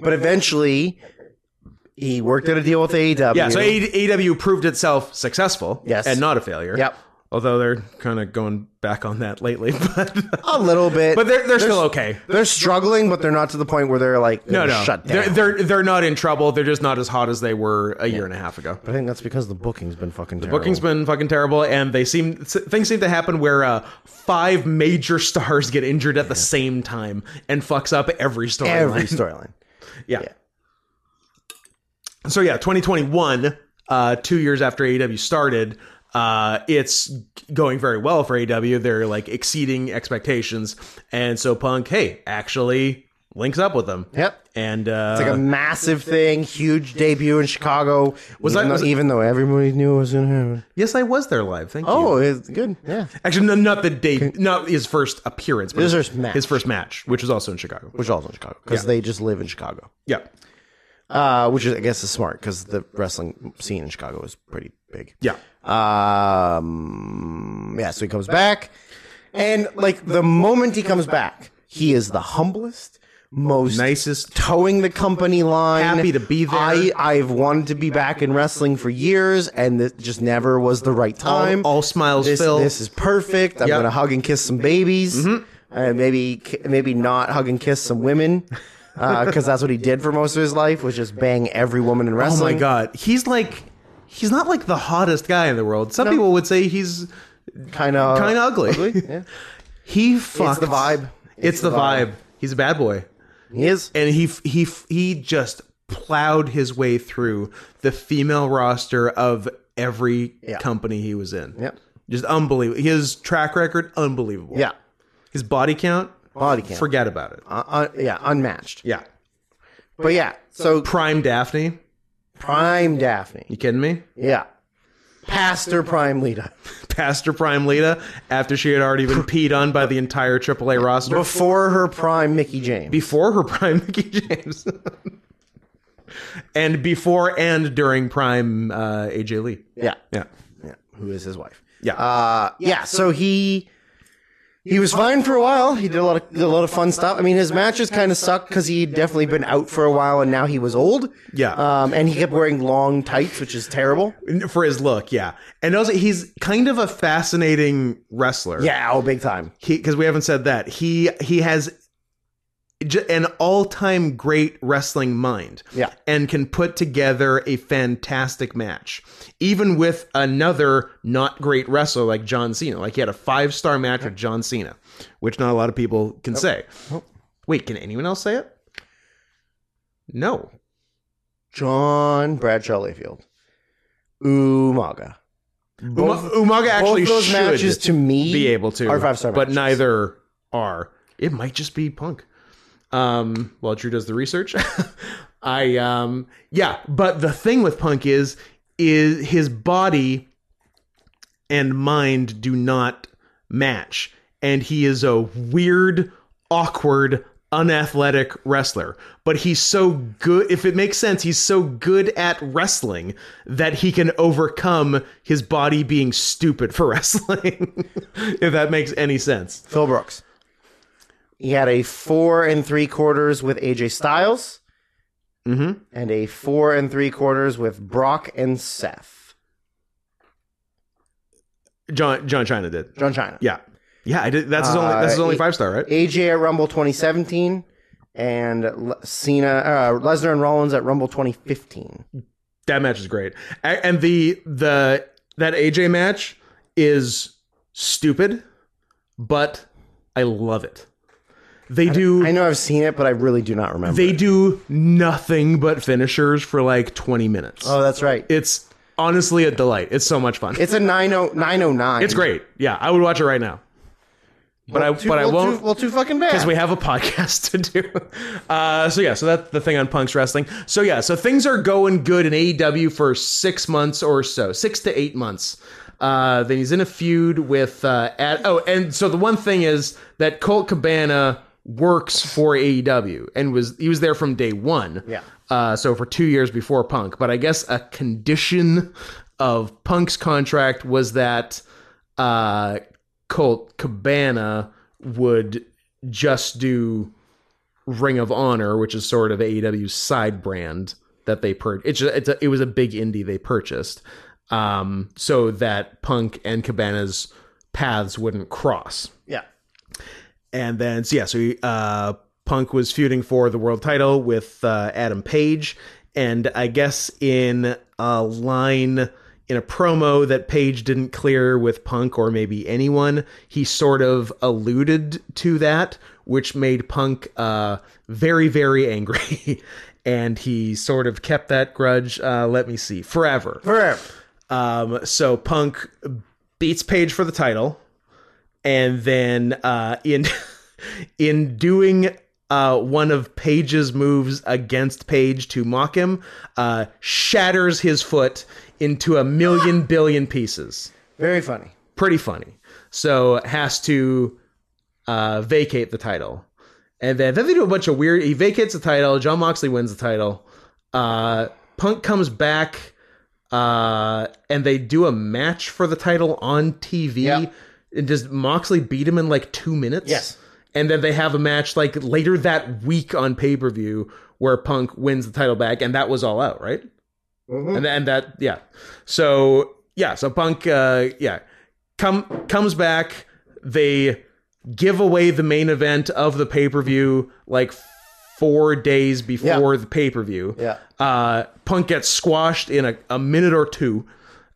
Speaker 2: But eventually, he worked out a E deal with AEW.
Speaker 3: Yeah. So A- E AEW proved itself successful.
Speaker 2: Yes.
Speaker 3: And not a failure.
Speaker 2: Yep.
Speaker 3: Although they're kind of going back on that lately, but
Speaker 2: a little bit.
Speaker 3: but they're they're still okay.
Speaker 2: They're struggling, but they're not to the point where they're like
Speaker 3: No,
Speaker 2: they're
Speaker 3: no,
Speaker 2: shut down.
Speaker 3: they're they're they're not in trouble. They're just not as hot as they were a year and a half ago.
Speaker 2: I think that's because the booking's been fucking terrible.
Speaker 3: Booking's been fucking terrible, and they seem s- things seem to happen where uh, five major stars get injured at the same time and fucks up every storyline.
Speaker 2: every storyline.
Speaker 3: yeah. So yeah, 2021, uh, two years after AEW started, uh, it's g- going very well for AEW. They're like exceeding expectations, and so Punk, hey, actually links up with them.
Speaker 2: Yep.
Speaker 3: and uh,
Speaker 2: It's like a massive thing, huge debut in Chicago. Was even
Speaker 3: I-
Speaker 2: though,
Speaker 3: was I-
Speaker 2: even though everybody knew it was in here?
Speaker 3: yes, I was there live. Thank you.
Speaker 2: Oh, it's good. Yeah,
Speaker 3: Actually, no, not the date, not his first appearance, but
Speaker 2: His first match.
Speaker 3: his first match, which was also in Chicago.
Speaker 2: which also in Chicago because
Speaker 3: Yeah.
Speaker 2: they just live in Chicago.
Speaker 3: Yeah,
Speaker 2: Uh, which is, I guess is smart because the wrestling scene in Chicago is pretty big.
Speaker 3: yeah,
Speaker 2: Um, yeah, so he comes back. And like the moment he comes back, he is the humblest, most
Speaker 3: Nicest.
Speaker 2: towing the company line.
Speaker 3: Happy to be there.
Speaker 2: I, I've wanted to be back in wrestling for years, and it just never was the right time.
Speaker 3: all smiles,
Speaker 2: this,
Speaker 3: Phil.
Speaker 2: this is perfect. I'm
Speaker 3: Yep. Mm-hmm.
Speaker 2: gonna hug and kiss some babies. Uh, maybe maybe not hug and kiss some women. uh, Because that's what he did for most of his life, was just bang every woman in
Speaker 3: oh my
Speaker 2: wrestling.
Speaker 3: god, he's like he's not like the hottest guy in the world. Some people would say he's
Speaker 2: Kind of
Speaker 3: kind of ugly.
Speaker 2: Yeah.
Speaker 3: He fucked.
Speaker 2: Uh, It's the vibe.
Speaker 3: It's, the, vibe. He's a bad boy,
Speaker 2: He is.
Speaker 3: and he f- he f- he just plowed his way through the female roster of every
Speaker 2: Yeah.
Speaker 3: company he was in.
Speaker 2: Yep.
Speaker 3: Just unbelievable. His track record, unbelievable.
Speaker 2: Yeah.
Speaker 3: His body count,
Speaker 2: Body count.
Speaker 3: forget about it.
Speaker 2: Uh, uh, yeah, unmatched.
Speaker 3: Yeah.
Speaker 2: But yeah, so
Speaker 3: Prime Daphne.
Speaker 2: prime Daphne.
Speaker 3: You kidding me?
Speaker 2: Yeah. Pastor prime Lita.
Speaker 3: Pastor Prime Lita after she had already been peed on by the entire AAA roster
Speaker 2: Before her prime Mickey James.
Speaker 3: before her prime Mickey James. and before and during prime uh, AJ Lee.
Speaker 2: Yeah.
Speaker 3: Yeah.
Speaker 2: yeah. Who is his wife?
Speaker 3: Yeah.
Speaker 2: Uh, yeah. So he he was fine for a while. He did a lot of did a lot of fun stuff. I mean, his matches kind of sucked because he'd definitely been out for a while, and now he was old.
Speaker 3: Yeah.
Speaker 2: Um, and he kept wearing long tights, which is terrible.
Speaker 3: for his look, yeah. And also he's kind of a fascinating wrestler.
Speaker 2: Yeah. Oh, big time.
Speaker 3: because we haven't said that he he has j- an all-time great wrestling mind
Speaker 2: Yeah.
Speaker 3: and can put together a fantastic match even with another not great wrestler like john cena like he had a five-star match with john cena which not a lot of people
Speaker 2: Oh.
Speaker 3: can say wait can anyone else say it no
Speaker 2: John Bradshaw Layfield. Umaga.
Speaker 3: Uma- umaga actually
Speaker 2: Both those
Speaker 3: should
Speaker 2: matches to me
Speaker 3: be able to
Speaker 2: are five star
Speaker 3: but
Speaker 2: matches.
Speaker 3: neither are it might just be punk um while drew does the research i um yeah but the thing with punk is is his body and mind do not match and he is a weird awkward unathletic wrestler but he's so good if it makes sense he's so good at wrestling that he can overcome his body being stupid for wrestling if that makes any sense
Speaker 2: Phil Brooks. He had a four and three quarters with AJ Styles
Speaker 3: mm-hmm.
Speaker 2: and a four and three quarters with Brock and Seth.
Speaker 3: john john china did
Speaker 2: John China.
Speaker 3: yeah yeah i did that's his only that's his
Speaker 2: Uh,
Speaker 3: only
Speaker 2: it-
Speaker 3: five star right
Speaker 2: AJ at Rumble 2017 and Le- Cena, uh, Lesnar and Rollins at Rumble 2015.
Speaker 3: that match is great A- and the the that aj match is stupid but i love it they do
Speaker 2: I know I've seen it, but I really do not remember.
Speaker 3: they
Speaker 2: it.
Speaker 3: do nothing but finishers for like 20 minutes
Speaker 2: Oh, that's right.
Speaker 3: it's honestly a delight it's so much fun
Speaker 2: It's a oh, 90, 909.
Speaker 3: it's great yeah i would watch it right now but i
Speaker 2: Too-
Speaker 3: but i
Speaker 2: well,
Speaker 3: won't
Speaker 2: Too, well, too fucking bad.
Speaker 3: because we have a podcast to do. Uh, so yeah, so that's the thing on Punk's wrestling. So yeah, so things are going good in AEW for six months or so, six to eight months. Uh, then he's in a feud with uh, at oh, and so the one thing is that Colt Cabana works for AEW and was he was there from day one.
Speaker 2: Yeah.
Speaker 3: Uh, so for two years before Punk, but I guess a condition of Punk's contract was that uh, Colt Cabana would just do Ring of Honor, which is sort of AEW's side brand that they purchased. It's, just- it's a, it was a big indie they purchased, um, so that Punk and Cabana's paths wouldn't cross.
Speaker 2: yeah.
Speaker 3: And then, so yeah, so he, uh, Punk was feuding for the world title with uh, Adam Page. And I guess in a line in a promo that Page didn't clear with Punk or maybe anyone, he sort of alluded to that, which made Punk uh, very, very angry. and he sort of kept that grudge, uh, let me see, forever.
Speaker 2: Forever.
Speaker 3: Um, so Punk beats Page for the title, and then uh, in in doing uh, one of Page's moves against Page to mock him, uh, shatters his foot into a million billion pieces.
Speaker 2: Very funny.
Speaker 3: Pretty funny. So has to uh, vacate the title, and then then they do a bunch of weird. He vacates the title. John Moxley wins the title. Uh, Punk comes back uh, and they do a match for the title on TV.
Speaker 2: Yeah.
Speaker 3: And does Moxley beat him in like two minutes?
Speaker 2: Yes.
Speaker 3: And then they have a match like later that week on pay per view where Punk wins the title back, and that was all out, right?
Speaker 2: Mm-hmm.
Speaker 3: And and that yeah, so yeah, so Punk uh, yeah come comes back. They give away the main event of the pay per view like four days before the pay per view.
Speaker 2: Yeah.
Speaker 3: Uh, Punk gets squashed in a, a minute or two,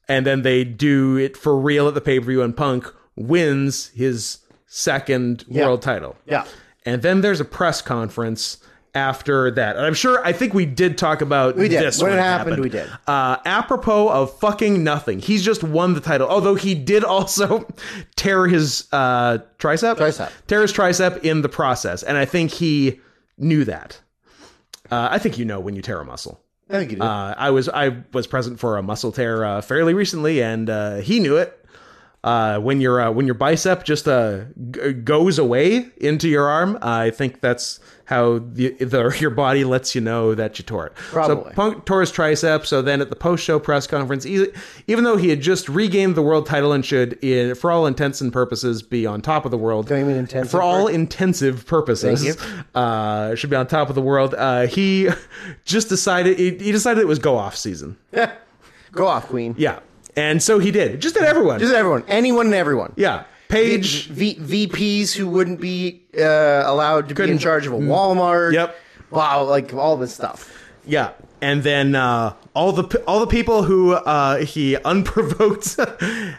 Speaker 3: and then they do it for real at the pay per view, and Punk wins his second world title.
Speaker 2: Yeah.
Speaker 3: And then there's a press conference after that. And I'm sure, I think we did talk about
Speaker 2: We did.
Speaker 3: this
Speaker 2: When it
Speaker 3: it
Speaker 2: happened, we did.
Speaker 3: Uh, apropos of fucking nothing, he's just won the title. Although he did also tear his uh, tricep,
Speaker 2: Tricep.
Speaker 3: tear his tricep in the process, and I think he knew that. Uh, I think you know when you tear a muscle.
Speaker 2: I think you did.
Speaker 3: Uh, I was I was present for a muscle tear uh, fairly recently, and uh, he knew it. Uh, when your uh, when your bicep just uh, g- goes away into your arm, I think that's how the, the your body lets you know that you tore it.
Speaker 2: Probably.
Speaker 3: So Punk tore his tricep. So then at the post show press conference, e- even though he had just regained the world title and should, i- for all intents and purposes, be on top of the world.
Speaker 2: Don't you mean intensive
Speaker 3: For all intensive purposes,
Speaker 2: Thank
Speaker 3: uh, should be on top of the world. Uh, he just decided he, he decided it was go off season.
Speaker 2: Go off, Queen.
Speaker 3: Yeah, and so he did. Just did everyone.
Speaker 2: Just everyone, anyone and everyone.
Speaker 3: yeah, Paige.
Speaker 2: V- VPs who wouldn't be uh, allowed to be in
Speaker 3: Couldn't- Mm.
Speaker 2: charge of a Walmart.
Speaker 3: Yep.
Speaker 2: Wow, like all this stuff.
Speaker 3: Yeah, and then uh, all the p- all the people who uh, he unprovoked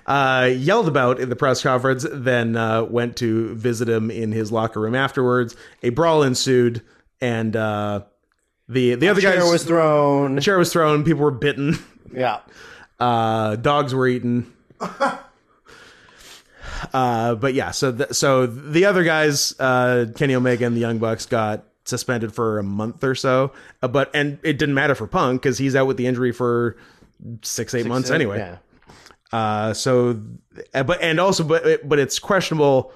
Speaker 3: uh, yelled about in the press conference then uh, went to visit him in his locker room afterwards. A brawl ensued, and uh, the the other guy
Speaker 2: Chair was thrown.
Speaker 3: chair was thrown. People were bitten.
Speaker 2: Yeah.
Speaker 3: Uh, dogs were eaten. uh, but yeah, so th- so the other guys, uh, Kenny Omega and the Young Bucks, got suspended for a month or so. Uh, but and it didn't matter for Punk because he's out with the injury for six eight months anyway.
Speaker 2: Yeah.
Speaker 3: Uh, so, uh, but and also, but but it's questionable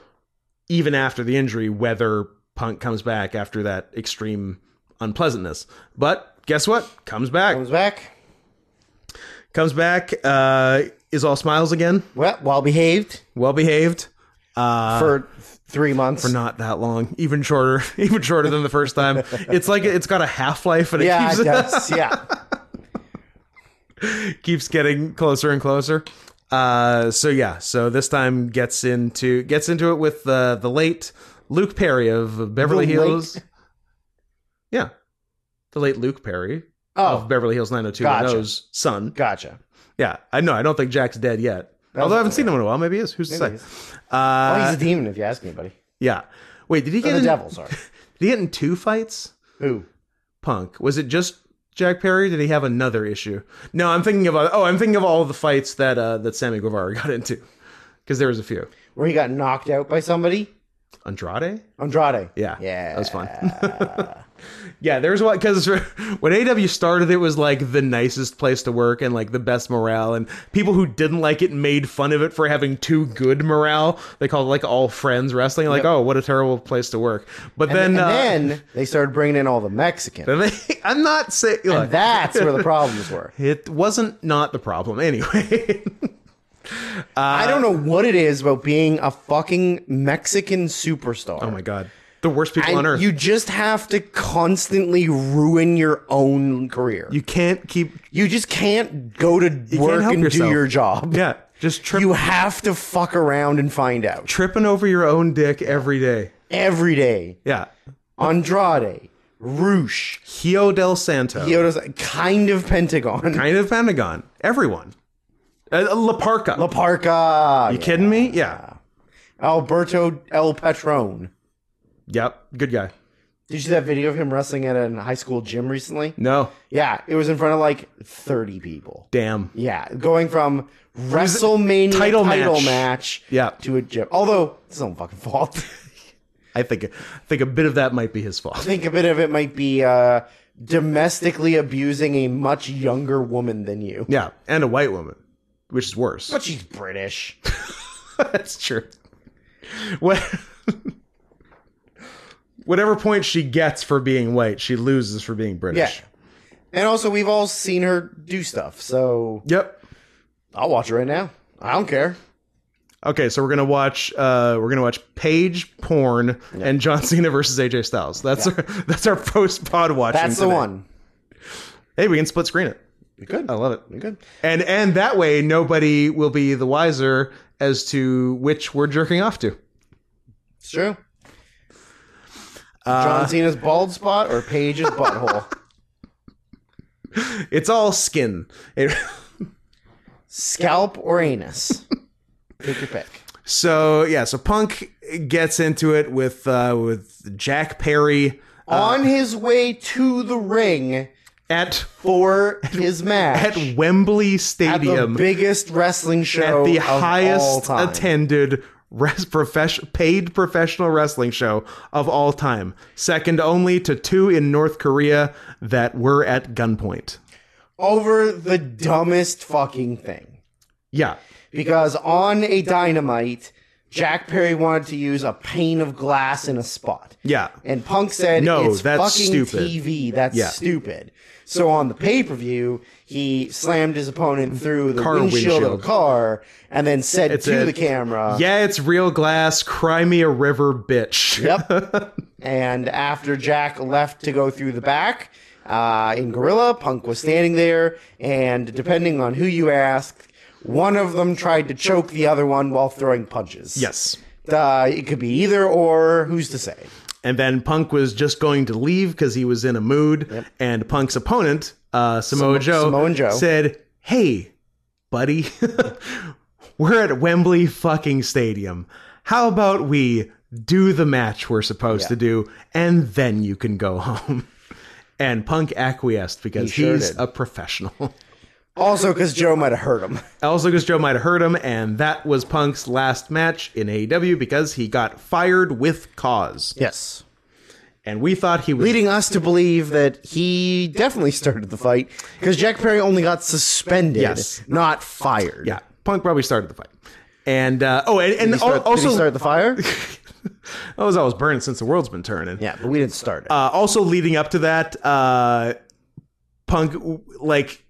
Speaker 3: even after the injury whether Punk comes back after that extreme unpleasantness. But guess what? Comes back.
Speaker 2: Comes back.
Speaker 3: Comes back. Uh, is all smiles again.
Speaker 2: Well, well behaved
Speaker 3: well behaved
Speaker 2: for three months.
Speaker 3: Uh, for not that long even shorter even shorter than the first time it's like it's got a half-life and it
Speaker 2: yeah,
Speaker 3: keeps,
Speaker 2: it does. yeah.
Speaker 3: keeps getting closer and closer uh so yeah so this time gets into gets into it with uh, the the late luke perry of beverly
Speaker 2: The late-
Speaker 3: hills yeah the late luke perry
Speaker 2: Oh,
Speaker 3: of beverly hills 90210's son
Speaker 2: gotcha.
Speaker 3: yeah i know i don't think jack's dead yet although i haven't seen him in a while maybe he is who's
Speaker 2: Maybe
Speaker 3: to say uh
Speaker 2: oh, he's a demon if you ask anybody.
Speaker 3: yeah wait did he
Speaker 2: Or
Speaker 3: get
Speaker 2: the
Speaker 3: in,
Speaker 2: devil, sorry.
Speaker 3: did he get in two fights
Speaker 2: Who?
Speaker 3: Punk? Was it just Jack Perry? Did he have another issue? No, I'm thinking of oh, I'm thinking of all the fights that uh, that Sammy Guevara got into because there was a few.
Speaker 2: Where he got knocked out by somebody?
Speaker 3: Andrade,
Speaker 2: Andrade.
Speaker 3: yeah,
Speaker 2: Yeah.
Speaker 3: that was fun. yeah, there's one because when AW started, it was like the nicest place to work and like the best morale, and people who didn't like it made fun of it for having too good morale. They called it like all friends wrestling, like oh, what a terrible place to work. But
Speaker 2: And,
Speaker 3: then,
Speaker 2: and
Speaker 3: uh,
Speaker 2: then they started bringing in all the Mexicans.
Speaker 3: then they, I'm not saying
Speaker 2: And that's where the problems were.
Speaker 3: It wasn't not the problem anyway.
Speaker 2: I
Speaker 3: Uh,
Speaker 2: don't know what it is about being a fucking Mexican superstar.
Speaker 3: oh my god, the worst people on earth.
Speaker 2: You just have to constantly ruin your own career. You,
Speaker 3: you can't keep.
Speaker 2: just can't go to work
Speaker 3: help
Speaker 2: and
Speaker 3: yourself.
Speaker 2: do your job.
Speaker 3: Yeah, just trip,
Speaker 2: You have to fuck around and find out
Speaker 3: tripping over your own dick every day.
Speaker 2: every day.
Speaker 3: Yeah,
Speaker 2: Andrade, Roosh,
Speaker 3: Hio del Santo,
Speaker 2: Kyoto's kind of Pentagon,
Speaker 3: kind of Pentagon. Everyone, uh, La Parca.
Speaker 2: La Parca,
Speaker 3: you kidding me? Yeah.
Speaker 2: Alberto El Patron.
Speaker 3: Yep. Good guy.
Speaker 2: Did you see that video of him wrestling at a high school gym recently?
Speaker 3: No.
Speaker 2: Yeah, it was in front of like 30 people.
Speaker 3: Damn.
Speaker 2: Yeah, going from WrestleMania title,
Speaker 3: Title
Speaker 2: title match,
Speaker 3: match. Yeah.
Speaker 2: to a gym. Although it's his own fucking fault.
Speaker 3: I think. I think a bit of that might be his
Speaker 2: I
Speaker 3: fault.
Speaker 2: think a bit of it might be uh, domestically abusing a much younger woman than you.
Speaker 3: Yeah, and a white woman, which is worse.
Speaker 2: But she's British.
Speaker 3: That's true. What? Whatever point she gets for being white, she loses for being
Speaker 2: Yeah.
Speaker 3: British.
Speaker 2: And also, we've all seen her do stuff, so
Speaker 3: Yep.
Speaker 2: I'll watch it right now. I don't care.
Speaker 3: Okay, so we're gonna watch uh we're gonna watch Paige porn and John Cena versus AJ Styles. That's our, that's our post pod watching.
Speaker 2: That's the
Speaker 3: today.
Speaker 2: one.
Speaker 3: Hey, we can split screen it,
Speaker 2: You good? I love it. You good?
Speaker 3: and and that way nobody will be the wiser as to which we're jerking off to.
Speaker 2: It's true.
Speaker 3: Uh,
Speaker 2: John Cena's bald spot or Paige's butthole?
Speaker 3: It's all skin. It-
Speaker 2: Scalp or anus? Take your pick.
Speaker 3: so yeah, so Punk gets into it with uh, with Jack Perry
Speaker 2: On his way to the ring
Speaker 3: at
Speaker 2: for his match
Speaker 3: at Wembley
Speaker 2: at the
Speaker 3: Stadium
Speaker 2: biggest wrestling show
Speaker 3: at the
Speaker 2: of all
Speaker 3: highest
Speaker 2: time.
Speaker 3: attended res- profes- paid professional wrestling show of all time, second only to two in North Korea that were at gunpoint.
Speaker 2: over the dumbest fucking thing.
Speaker 3: Yeah,
Speaker 2: because on a dynamite, Jack Perry wanted to use a pane of glass in a spot.
Speaker 3: yeah,
Speaker 2: And Punk said,
Speaker 3: No,
Speaker 2: it's
Speaker 3: that's
Speaker 2: fucking
Speaker 3: stupid."
Speaker 2: TV. That's
Speaker 3: Yeah.
Speaker 2: stupid. So on the pay per view, he slammed his opponent through the
Speaker 3: Car
Speaker 2: windshield, of
Speaker 3: windshield.
Speaker 2: a car and then said
Speaker 3: It's
Speaker 2: to
Speaker 3: a-
Speaker 2: the camera,
Speaker 3: yeah. It's real glass. Cry me a river, bitch.
Speaker 2: Yep. and after Jack left to go through the back uh, in Gorilla, Punk was standing there, and depending on who you asked, one of them tried to choke the other one while throwing punches.
Speaker 3: Yes.
Speaker 2: Uh, it could be either or. Who's to say?
Speaker 3: And then Punk was just going to leave because he was in a mood. And Punk's opponent, uh, Samoa, Joe,
Speaker 2: Samoan Joe.
Speaker 3: said, Hey, buddy, we're at Wembley fucking stadium. How about we do the match we're supposed to do and then you can go home? And Punk acquiesced because
Speaker 2: He sure
Speaker 3: he's
Speaker 2: did.
Speaker 3: a professional.
Speaker 2: Also, because Joe might have hurt him.
Speaker 3: Also, because Joe might have hurt him, and that was Punk's last match in AEW because he got fired with cause.
Speaker 2: Yes.
Speaker 3: And we thought he was
Speaker 2: Leading us to believe that he definitely started the fight because Jack Perry only got suspended,
Speaker 3: Yes.
Speaker 2: not fired.
Speaker 3: Yeah, Punk probably started the fight. And uh, oh, and, and
Speaker 2: Did he start,
Speaker 3: al- also,
Speaker 2: did he start the fire?
Speaker 3: I was always burning since the world's been turning.
Speaker 2: yeah, but we didn't start it.
Speaker 3: Uh, also, leading up to that, uh, Punk w- like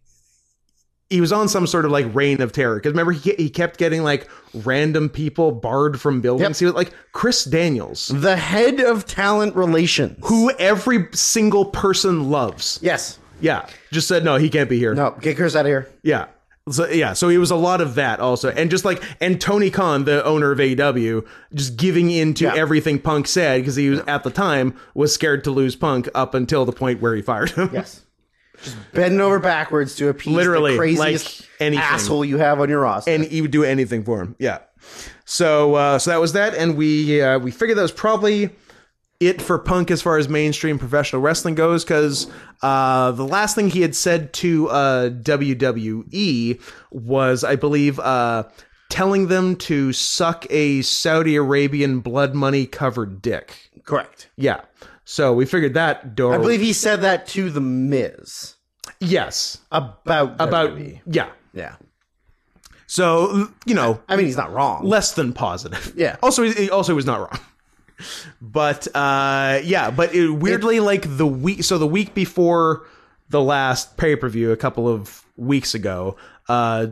Speaker 3: he was on some sort of like reign of terror because remember he he kept getting like random people barred from buildings.
Speaker 2: Yep.
Speaker 3: He was like Chris Daniels,
Speaker 2: the head of talent relations.
Speaker 3: who every single person loves.
Speaker 2: Yes.
Speaker 3: Yeah, just said no, he can't be here.
Speaker 2: No, get Chris out of here.
Speaker 3: Yeah. So yeah, so it was a lot of that also, and just like and Tony Khan, the owner of AEW, just giving in to
Speaker 2: Yeah.
Speaker 3: everything Punk said because he was at the time was scared to lose Punk up until the point where he fired him.
Speaker 2: Yes. Just bending over backwards to appease
Speaker 3: Literally,
Speaker 2: the craziest
Speaker 3: like anything.
Speaker 2: asshole you have on your roster.
Speaker 3: and he would do anything for him. Yeah. So uh, so that was that, and we uh, we figured that was probably it for Punk as far as mainstream professional wrestling goes, because uh, the last thing he had said to uh, WWE was, I believe. Uh, Telling them to suck a Saudi Arabian blood money covered dick.
Speaker 2: Correct.
Speaker 3: Yeah. So we figured that door.
Speaker 2: I believe he said that to the Miz
Speaker 3: Yes.
Speaker 2: about E.
Speaker 3: About.
Speaker 2: WWE.
Speaker 3: Yeah.
Speaker 2: yeah.
Speaker 3: So, you know,
Speaker 2: I mean, he's not wrong.
Speaker 3: less than positive.
Speaker 2: Yeah.
Speaker 3: Also, he also he was not wrong. But uh, yeah, but it, weirdly, like the week, so the week before the last pay per view, a couple of weeks ago, uh,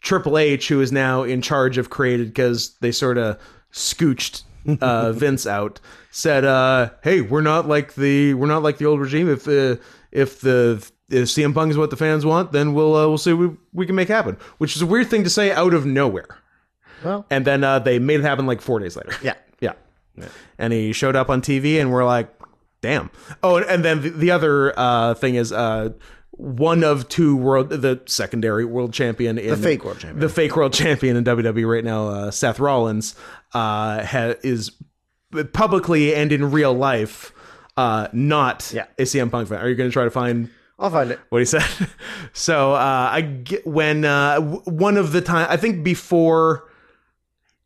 Speaker 3: Triple H, who is now in charge of created because they sort of scooched uh, Vince out, said, uh, "Hey, we're not like the we're not like the old regime. If uh, if the if CM Punk is what the fans want, then we'll uh, we'll see what we we can make happen." Which is a weird thing to say out of nowhere.
Speaker 2: Well-
Speaker 3: and then uh, they made it happen like four days later.
Speaker 2: yeah.
Speaker 3: Yeah. And he showed up on TV, and we're like, damn. Oh, and, and then the, the other uh, thing is uh, one of two world, the secondary world champion in
Speaker 2: The fake world champion.
Speaker 3: the fake world champion in WWE right now, uh, Seth Rollins, uh, ha- is publicly and in real life uh, not
Speaker 2: Yeah.
Speaker 3: a CM Punk fan. Are you going to try to find
Speaker 2: I'll find it.
Speaker 3: what he said. so uh, I get, when uh, w- one of the time I think before,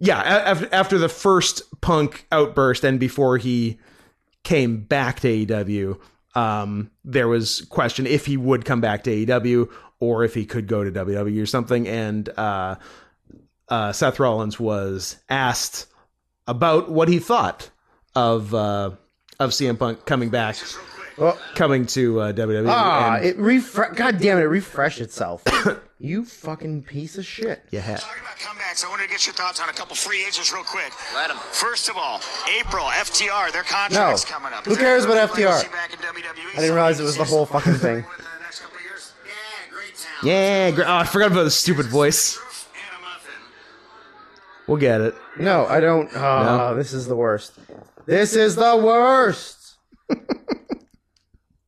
Speaker 3: yeah, after, after the first punk outburst and before he came back to AEW, um, there was question if he would come back to AEW or if he could go to WWE or something, and uh, uh, Seth Rollins was asked about what he thought of uh, of CM Punk coming back. Coming to uh, WWE.
Speaker 2: Ah,
Speaker 3: and-
Speaker 2: it refresh. God damn it! It refreshed itself. you fucking piece of shit.
Speaker 3: yeah.
Speaker 6: Talking about comebacks, I wanted to get your thoughts on a couple free agents real quick. Let them. First of all, April, FTR, their contract's
Speaker 2: No.
Speaker 6: coming up.
Speaker 2: Who cares about FTR?
Speaker 6: I
Speaker 2: didn't realize it was the whole fucking thing.
Speaker 6: Yeah, great town.
Speaker 3: Yeah, gr- oh, I forgot about the stupid voice.
Speaker 6: Roof and a muffin.
Speaker 3: We'll get it.
Speaker 2: ah, No, I don't. Oh, This is the worst. This is the worst.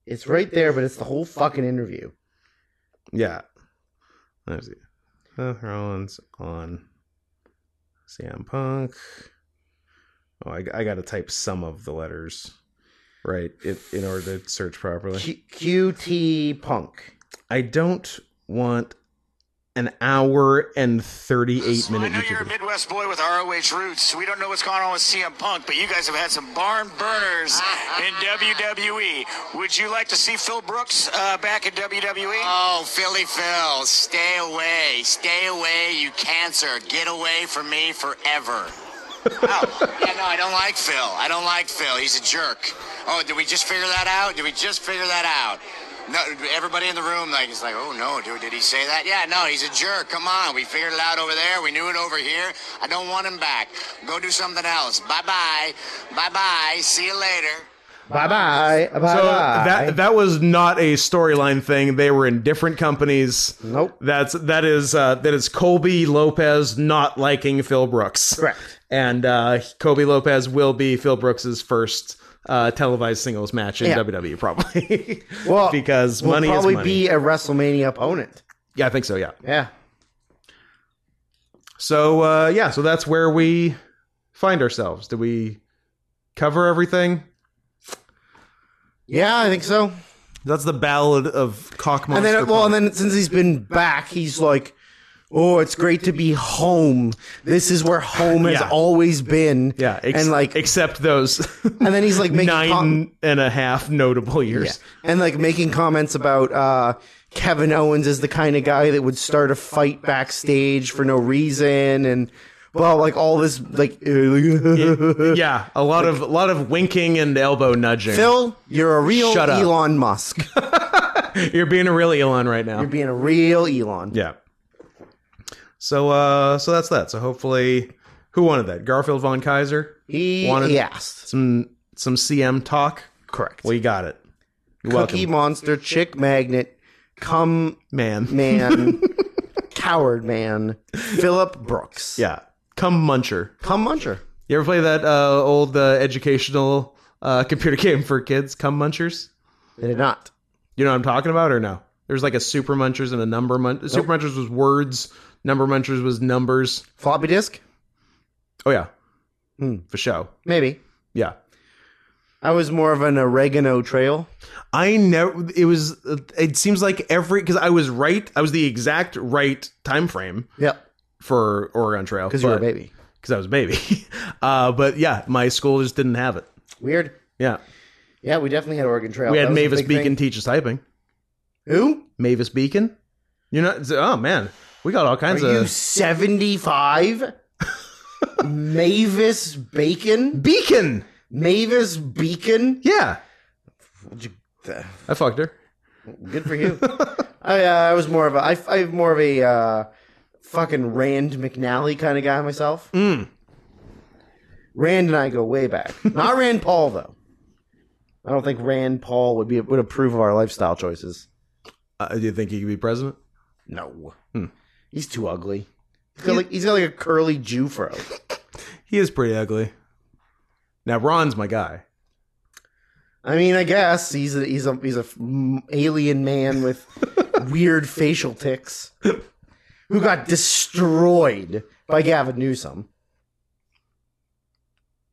Speaker 2: It's right there, but it's the whole fucking interview.
Speaker 3: Yeah. Let's see. Seth Rollins on CM Punk. Oh, I, I got to type some of the letters, right, in, in order to search properly.
Speaker 2: Q- QT Punk.
Speaker 3: I don't want an hour and 38
Speaker 6: I
Speaker 3: minute
Speaker 6: know you're a
Speaker 3: YouTube.
Speaker 6: Midwest boy with ROH roots. We don't know what's going on with CM Punk, but you guys have had some barn burners in WWE. Would you like to see Phil Brooks uh, back in WWE?
Speaker 8: Oh, Philly Phil, stay away. Stay away, you cancer. Get away from me forever. oh, yeah, no, I don't like Phil. I don't like Phil. He's a jerk. Oh, did we just figure that out? Did we just figure that out? No, everybody in the room like is like, oh no, dude, did he say that? Yeah, no, he's a jerk. Come on, we figured it out over there. We knew it over here. I don't want him back. Go do something else. Bye bye, bye bye. See you later.
Speaker 2: Bye bye. Bye bye.
Speaker 3: So that that was not a storyline thing. They were in different companies.
Speaker 2: Nope.
Speaker 3: That's that is uh, that is Colby Lopez not liking Phil Brooks.
Speaker 2: Correct.
Speaker 3: And uh, Colby Lopez will be Phil Brooks's first uh, televised singles match in
Speaker 2: Yeah.
Speaker 3: WWE, probably.
Speaker 2: well,
Speaker 3: because
Speaker 2: will
Speaker 3: money is
Speaker 2: probably
Speaker 3: money.
Speaker 2: be a WrestleMania opponent.
Speaker 3: yeah, I think so. Yeah.
Speaker 2: Yeah.
Speaker 3: So uh, yeah, so that's where we find ourselves. Did we cover everything?
Speaker 2: Yeah, I think so.
Speaker 3: That's the ballad of Cock
Speaker 2: And
Speaker 3: Monster.
Speaker 2: then, well,
Speaker 3: Punk.
Speaker 2: and then since he's been back, he's like, "Oh, it's great to be home. This is where home has
Speaker 3: Yeah.
Speaker 2: always been."
Speaker 3: yeah, ex-
Speaker 2: and like,
Speaker 3: except those
Speaker 2: and then he's like making com-
Speaker 3: nine and a half notable
Speaker 2: yeah.
Speaker 3: years.
Speaker 2: and like making comments about uh, Kevin Owens is the kind of guy that would start a fight backstage for no reason, and well, like all this, like,
Speaker 3: Yeah, a lot of a lot of winking and elbow nudging.
Speaker 2: Phil, you're a real
Speaker 3: Shut up.
Speaker 2: Elon Musk.
Speaker 3: You're being a real Elon right now.
Speaker 2: You're being a real Elon.
Speaker 3: yeah. So uh so that's that. So hopefully who wanted that? Garfield von Kaiser?
Speaker 2: He,
Speaker 3: Wanted-
Speaker 2: he asked.
Speaker 3: Some some CM talk?
Speaker 2: Correct.
Speaker 3: We got it. You're
Speaker 2: Cookie
Speaker 3: welcome.
Speaker 2: Monster, Chick Magnet, Come
Speaker 3: Man.
Speaker 2: Man, Coward Man, Philip Brooks.
Speaker 3: Yeah. Come muncher.
Speaker 2: Come Muncher.
Speaker 3: You ever play that uh old uh, educational uh computer game for kids, Come Munchers?
Speaker 2: They did not.
Speaker 3: You know what I'm talking about or no? There's like a Super Munchers and a Number Munchers. Super Munchers was words, Number Munchers was numbers.
Speaker 2: Floppy disk?
Speaker 3: Oh yeah.
Speaker 2: Hmm.
Speaker 3: For show.
Speaker 2: Maybe.
Speaker 3: Yeah.
Speaker 2: I was more of an oregano trail.
Speaker 3: I never it was it seems like every cuz I was right. I was the exact right time frame
Speaker 2: Yep.
Speaker 3: for Oregon Trail
Speaker 2: Because you were a
Speaker 3: but-
Speaker 2: baby.
Speaker 3: 'cause I was a baby. uh but yeah, my school just didn't have it.
Speaker 2: Weird.
Speaker 3: Yeah.
Speaker 2: Yeah, we definitely had Oregon Trail.
Speaker 3: we had
Speaker 2: That was a
Speaker 3: Mavis
Speaker 2: big thing.
Speaker 3: Beacon teach us typing.
Speaker 2: Who?
Speaker 3: Mavis Beacon? You're not Oh man. We got all
Speaker 2: Are
Speaker 3: kinds
Speaker 2: you
Speaker 3: of
Speaker 2: 75? Mavis Bacon?
Speaker 3: Beacon.
Speaker 2: Mavis Beacon?
Speaker 3: Yeah.
Speaker 2: Would you- th-
Speaker 3: I fucked her.
Speaker 2: Good for you. I, uh, I was more of a, I, I'm more of a uh, fucking Rand McNally kind of guy myself. Rand and I go way back. Not Rand Paul though. I don't think Rand Paul would be would approve of our lifestyle choices.
Speaker 3: Uh, do you think he could be president?
Speaker 2: No, Hmm. he's too ugly. He's got like he's got like a curly Jew fro.
Speaker 3: He is pretty ugly. Now Ron's my guy.
Speaker 2: I mean, I guess he's a, he's a he's a m- alien man with weird facial ticks who got destroyed by Gavin Newsom.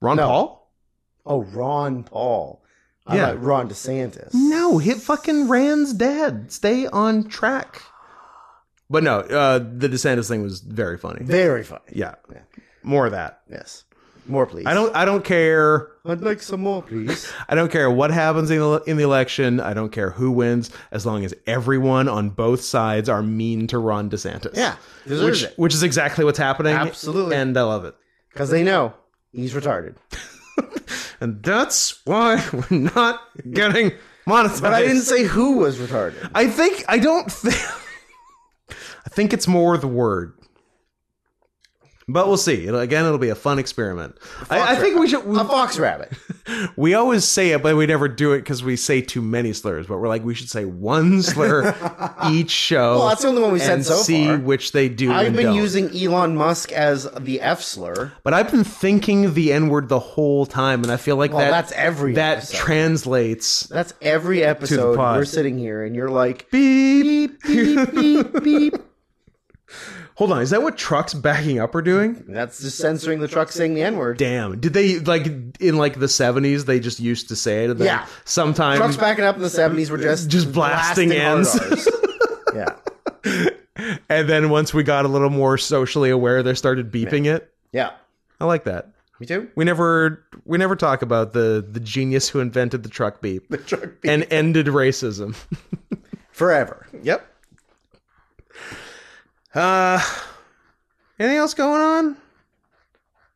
Speaker 3: Ron
Speaker 2: No.
Speaker 3: Paul?
Speaker 2: Oh, Ron Paul. I
Speaker 3: Yeah.
Speaker 2: thought Ron DeSantis.
Speaker 3: No, hit fucking Rand's dad. Stay on track. But no, uh, the DeSantis thing was very funny.
Speaker 2: Very funny.
Speaker 3: yeah. More of that.
Speaker 2: Yes. More, please.
Speaker 3: I don't I don't care
Speaker 2: I'd like some more, please.
Speaker 3: I don't care what happens in the, in the election. I don't care who wins as long as everyone on both sides are mean to Ron DeSantis.
Speaker 2: Yeah, deserves
Speaker 3: Which,
Speaker 2: it.
Speaker 3: which is exactly what's happening.
Speaker 2: Absolutely.
Speaker 3: And I love it.
Speaker 2: Because they know he's retarded.
Speaker 3: And that's why we're not getting monetized.
Speaker 2: But I didn't say who was retarded.
Speaker 3: I think I don't think I think it's more the word. But we'll see. It'll, again, it'll be a fun experiment. I, I think we should. We,
Speaker 2: A fox rabbit.
Speaker 3: we always say it, but we never do it because we say too many slurs. But we're like, we should say one slur each show.
Speaker 2: Well, that's the only one we've said
Speaker 3: and
Speaker 2: so
Speaker 3: see
Speaker 2: far.
Speaker 3: which they do.
Speaker 2: I've
Speaker 3: and
Speaker 2: been
Speaker 3: don't.
Speaker 2: using Elon Musk as the F slur.
Speaker 3: but I've been thinking the N word the whole time, and I feel like
Speaker 2: Well,
Speaker 3: that
Speaker 2: that's every
Speaker 3: that
Speaker 2: episode.
Speaker 3: translates.
Speaker 2: That's every episode.
Speaker 3: pod.
Speaker 2: We're sitting here and you're like,
Speaker 3: Beep.
Speaker 2: beep, beep, beep.
Speaker 3: Hold on, is that what trucks backing up are doing?
Speaker 2: That's just censoring the truck saying the N word.
Speaker 3: Damn, did they like in like the seventies? They just used to say it. And then
Speaker 2: Yeah.
Speaker 3: sometimes
Speaker 2: Trucks backing up in the 70s were just,
Speaker 3: Just blasting
Speaker 2: ends. yeah.
Speaker 3: And then once we got a little more socially aware, they started beeping it.
Speaker 2: Yeah.
Speaker 3: I like that.
Speaker 2: Me too.
Speaker 3: We never we never talk about the the genius who invented the truck beep, the
Speaker 2: truck
Speaker 3: beep. and ended racism.
Speaker 2: Forever.
Speaker 3: Yep. Uh anything else going on?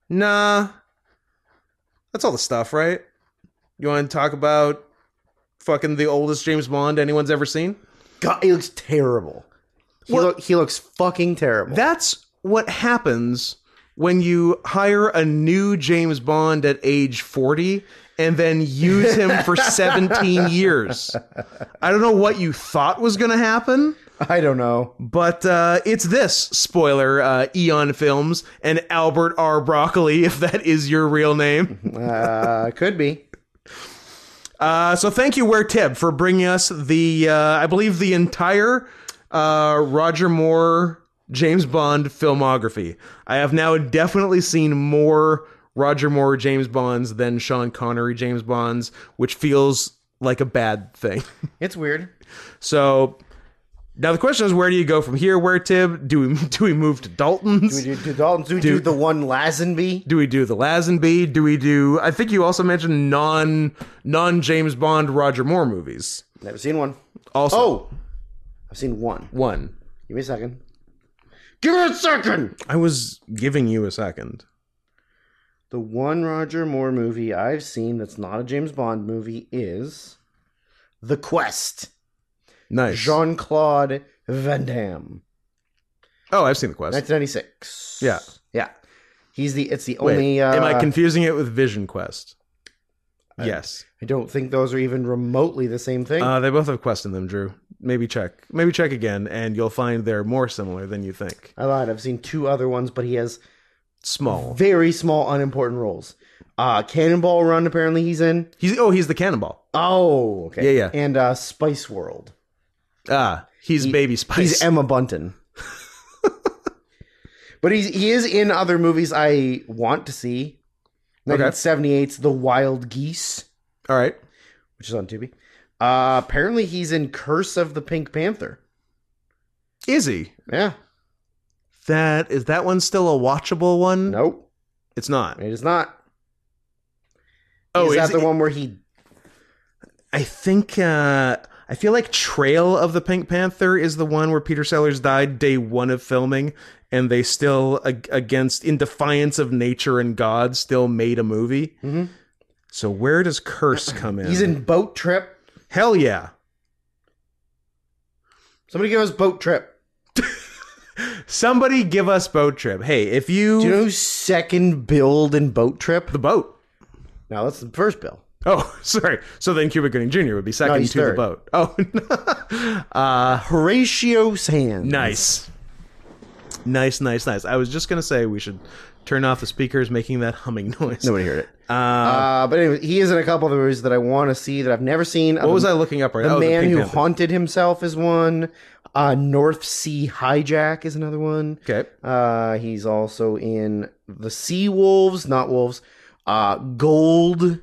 Speaker 3: Nah. That's all the stuff, right? You want to talk about fucking the oldest James Bond anyone's ever seen?
Speaker 2: God, he looks terrible. He,
Speaker 3: Well-
Speaker 2: look, he looks fucking terrible.
Speaker 3: That's what happens when you hire a new James Bond at age 40 and then use him for 17 years. I don't know what you thought was going to happen.
Speaker 2: I don't know.
Speaker 3: But uh, it's this spoiler uh, Eon Films and Albert R. Broccoli, if that is your real name.
Speaker 2: Uh, could be.
Speaker 3: Uh, so thank you, Where Tib, for bringing us the, uh, I believe, the entire uh, Roger Moore James Bond filmography. I have now definitely seen more Roger Moore James Bonds than Sean Connery James Bonds, which feels like a bad thing.
Speaker 2: It's weird.
Speaker 3: So. Now the question is, where do you go from here? Where Tib? Do we do we move to Dalton's?
Speaker 2: Do we do, do Dalton? Do we do
Speaker 3: Dude.
Speaker 2: the one Lazenby?
Speaker 3: Do we do the Lazenby? Do we do? I think you also mentioned non non James Bond Roger Moore movies.
Speaker 2: Never seen one.
Speaker 3: Also,
Speaker 2: Oh, I've seen one.
Speaker 3: one.
Speaker 2: Give me a second. Give me a second.
Speaker 3: I was giving you a second.
Speaker 2: The one Roger Moore movie I've seen that's not a James Bond movie is The Quest.
Speaker 3: Nice.
Speaker 2: Jean Claude Van Damme,
Speaker 3: oh, I've seen the quest.
Speaker 2: 1996.
Speaker 3: Yeah.
Speaker 2: yeah. He's the. It's the
Speaker 3: Wait,
Speaker 2: only. Uh,
Speaker 3: am I confusing it with Vision Quest? yes.
Speaker 2: I don't think those are even remotely the same thing.
Speaker 3: Uh, they both have quest in them, Drew. Maybe check. Maybe check again, and you'll find they're more similar than you think.
Speaker 2: I lied. I've seen two other ones, but he has
Speaker 3: Small.
Speaker 2: very small, unimportant roles. Uh, Cannonball Run, apparently he's in.
Speaker 3: He's oh, he's the cannonball.
Speaker 2: Oh, okay.
Speaker 3: Yeah, yeah.
Speaker 2: And uh, Spice World.
Speaker 3: Ah, he's Baby Spice.
Speaker 2: He's Emma Bunton. but he's he is in other movies I want to see.
Speaker 3: Okay.
Speaker 2: 1978's The Wild Geese,
Speaker 3: All right.
Speaker 2: which is on Tubi. Uh, apparently he's in Curse of the Pink Panther.
Speaker 3: Is he?
Speaker 2: Yeah.
Speaker 3: That is that one still a watchable one?
Speaker 2: Nope.
Speaker 3: it's not.
Speaker 2: It is not.
Speaker 3: Oh,
Speaker 2: is,
Speaker 3: is
Speaker 2: that the
Speaker 3: it-
Speaker 2: one where he
Speaker 3: I think uh I feel like Trail of the Pink Panther is the one where Peter Sellers died day one of filming, and they still ag- against in defiance of nature and God still made a movie.
Speaker 2: Mhm.
Speaker 3: So where does Curse come in?
Speaker 2: he's in Boat Trip?
Speaker 3: Hell yeah!
Speaker 2: Somebody give us Boat Trip.
Speaker 3: Somebody give us Boat Trip. Hey, if you,
Speaker 2: Do you know who's second build in Boat Trip?
Speaker 3: the boat.
Speaker 2: No, that's the first bill.
Speaker 3: Oh, sorry. So then Cuba Gooding Jr. would be second
Speaker 2: he's
Speaker 3: to the
Speaker 2: third.
Speaker 3: boat. Oh, uh,
Speaker 2: Horatio Sands.
Speaker 3: Nice. Nice, nice, nice. I was just gonna say we should turn off the speakers making that humming noise.
Speaker 2: Nobody heard it.
Speaker 3: Uh,
Speaker 2: Uh, but anyway, he is in a couple of the movies that I want to see that I've never seen.
Speaker 3: what was I looking up right
Speaker 2: The
Speaker 3: oh,
Speaker 2: Man
Speaker 3: Pink
Speaker 2: Who
Speaker 3: Panther.
Speaker 2: Haunted Himself is one. Uh, North Sea Hijack is another one.
Speaker 3: Okay.
Speaker 2: Uh, he's also in The Sea Wolves, not Wolves, uh, Gold.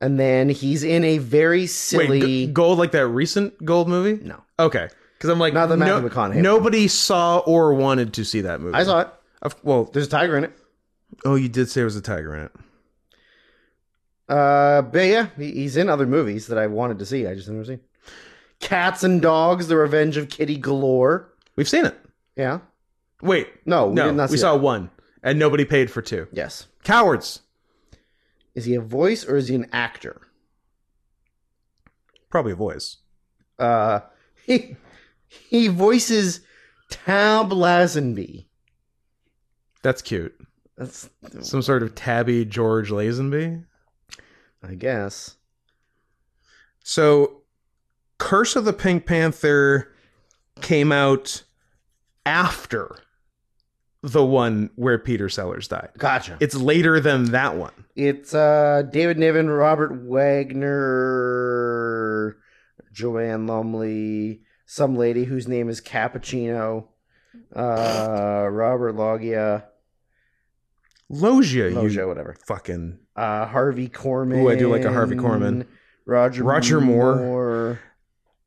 Speaker 2: And then he's in a very silly.
Speaker 3: Wait, G- gold like that recent gold movie?
Speaker 2: No.
Speaker 3: Okay. Because I'm like
Speaker 2: Not the
Speaker 3: no,
Speaker 2: Matthew McConaughey one.
Speaker 3: Nobody saw or wanted to see that movie.
Speaker 2: I saw it.
Speaker 3: Of, well,
Speaker 2: There's a tiger in it.
Speaker 3: oh, you did say it was a tiger in it.
Speaker 2: Uh, but yeah, he- he's in other movies that I wanted to see. I just never seen. Cats and Dogs: The Revenge of Kitty Galore.
Speaker 3: We've seen it.
Speaker 2: Yeah.
Speaker 3: Wait,
Speaker 2: No, we
Speaker 3: no,
Speaker 2: did not see
Speaker 3: we saw
Speaker 2: that.
Speaker 3: one, and nobody paid for two.
Speaker 2: Yes.
Speaker 3: Cowards.
Speaker 2: Is he a voice or is he an actor?
Speaker 3: Probably a voice.
Speaker 2: Uh, he he voices Tab Lazenby.
Speaker 3: That's cute.
Speaker 2: That's,
Speaker 3: Some sort of tabby George Lazenby.
Speaker 2: I guess.
Speaker 3: So, Curse of the Pink Panther came out after the one where Peter Sellers died.
Speaker 2: Gotcha.
Speaker 3: It's later than that one.
Speaker 2: It's uh, David Niven, Robert Wagner, Joanne Lumley, some lady whose name is Cappuccino, uh, Robert Loggia,
Speaker 3: Logia,
Speaker 2: Logia,
Speaker 3: you
Speaker 2: whatever.
Speaker 3: fucking.
Speaker 2: Uh, Harvey Corman.
Speaker 3: Ooh, I do like a Harvey Korman.
Speaker 2: Roger
Speaker 3: Roger Moore.
Speaker 2: Moore.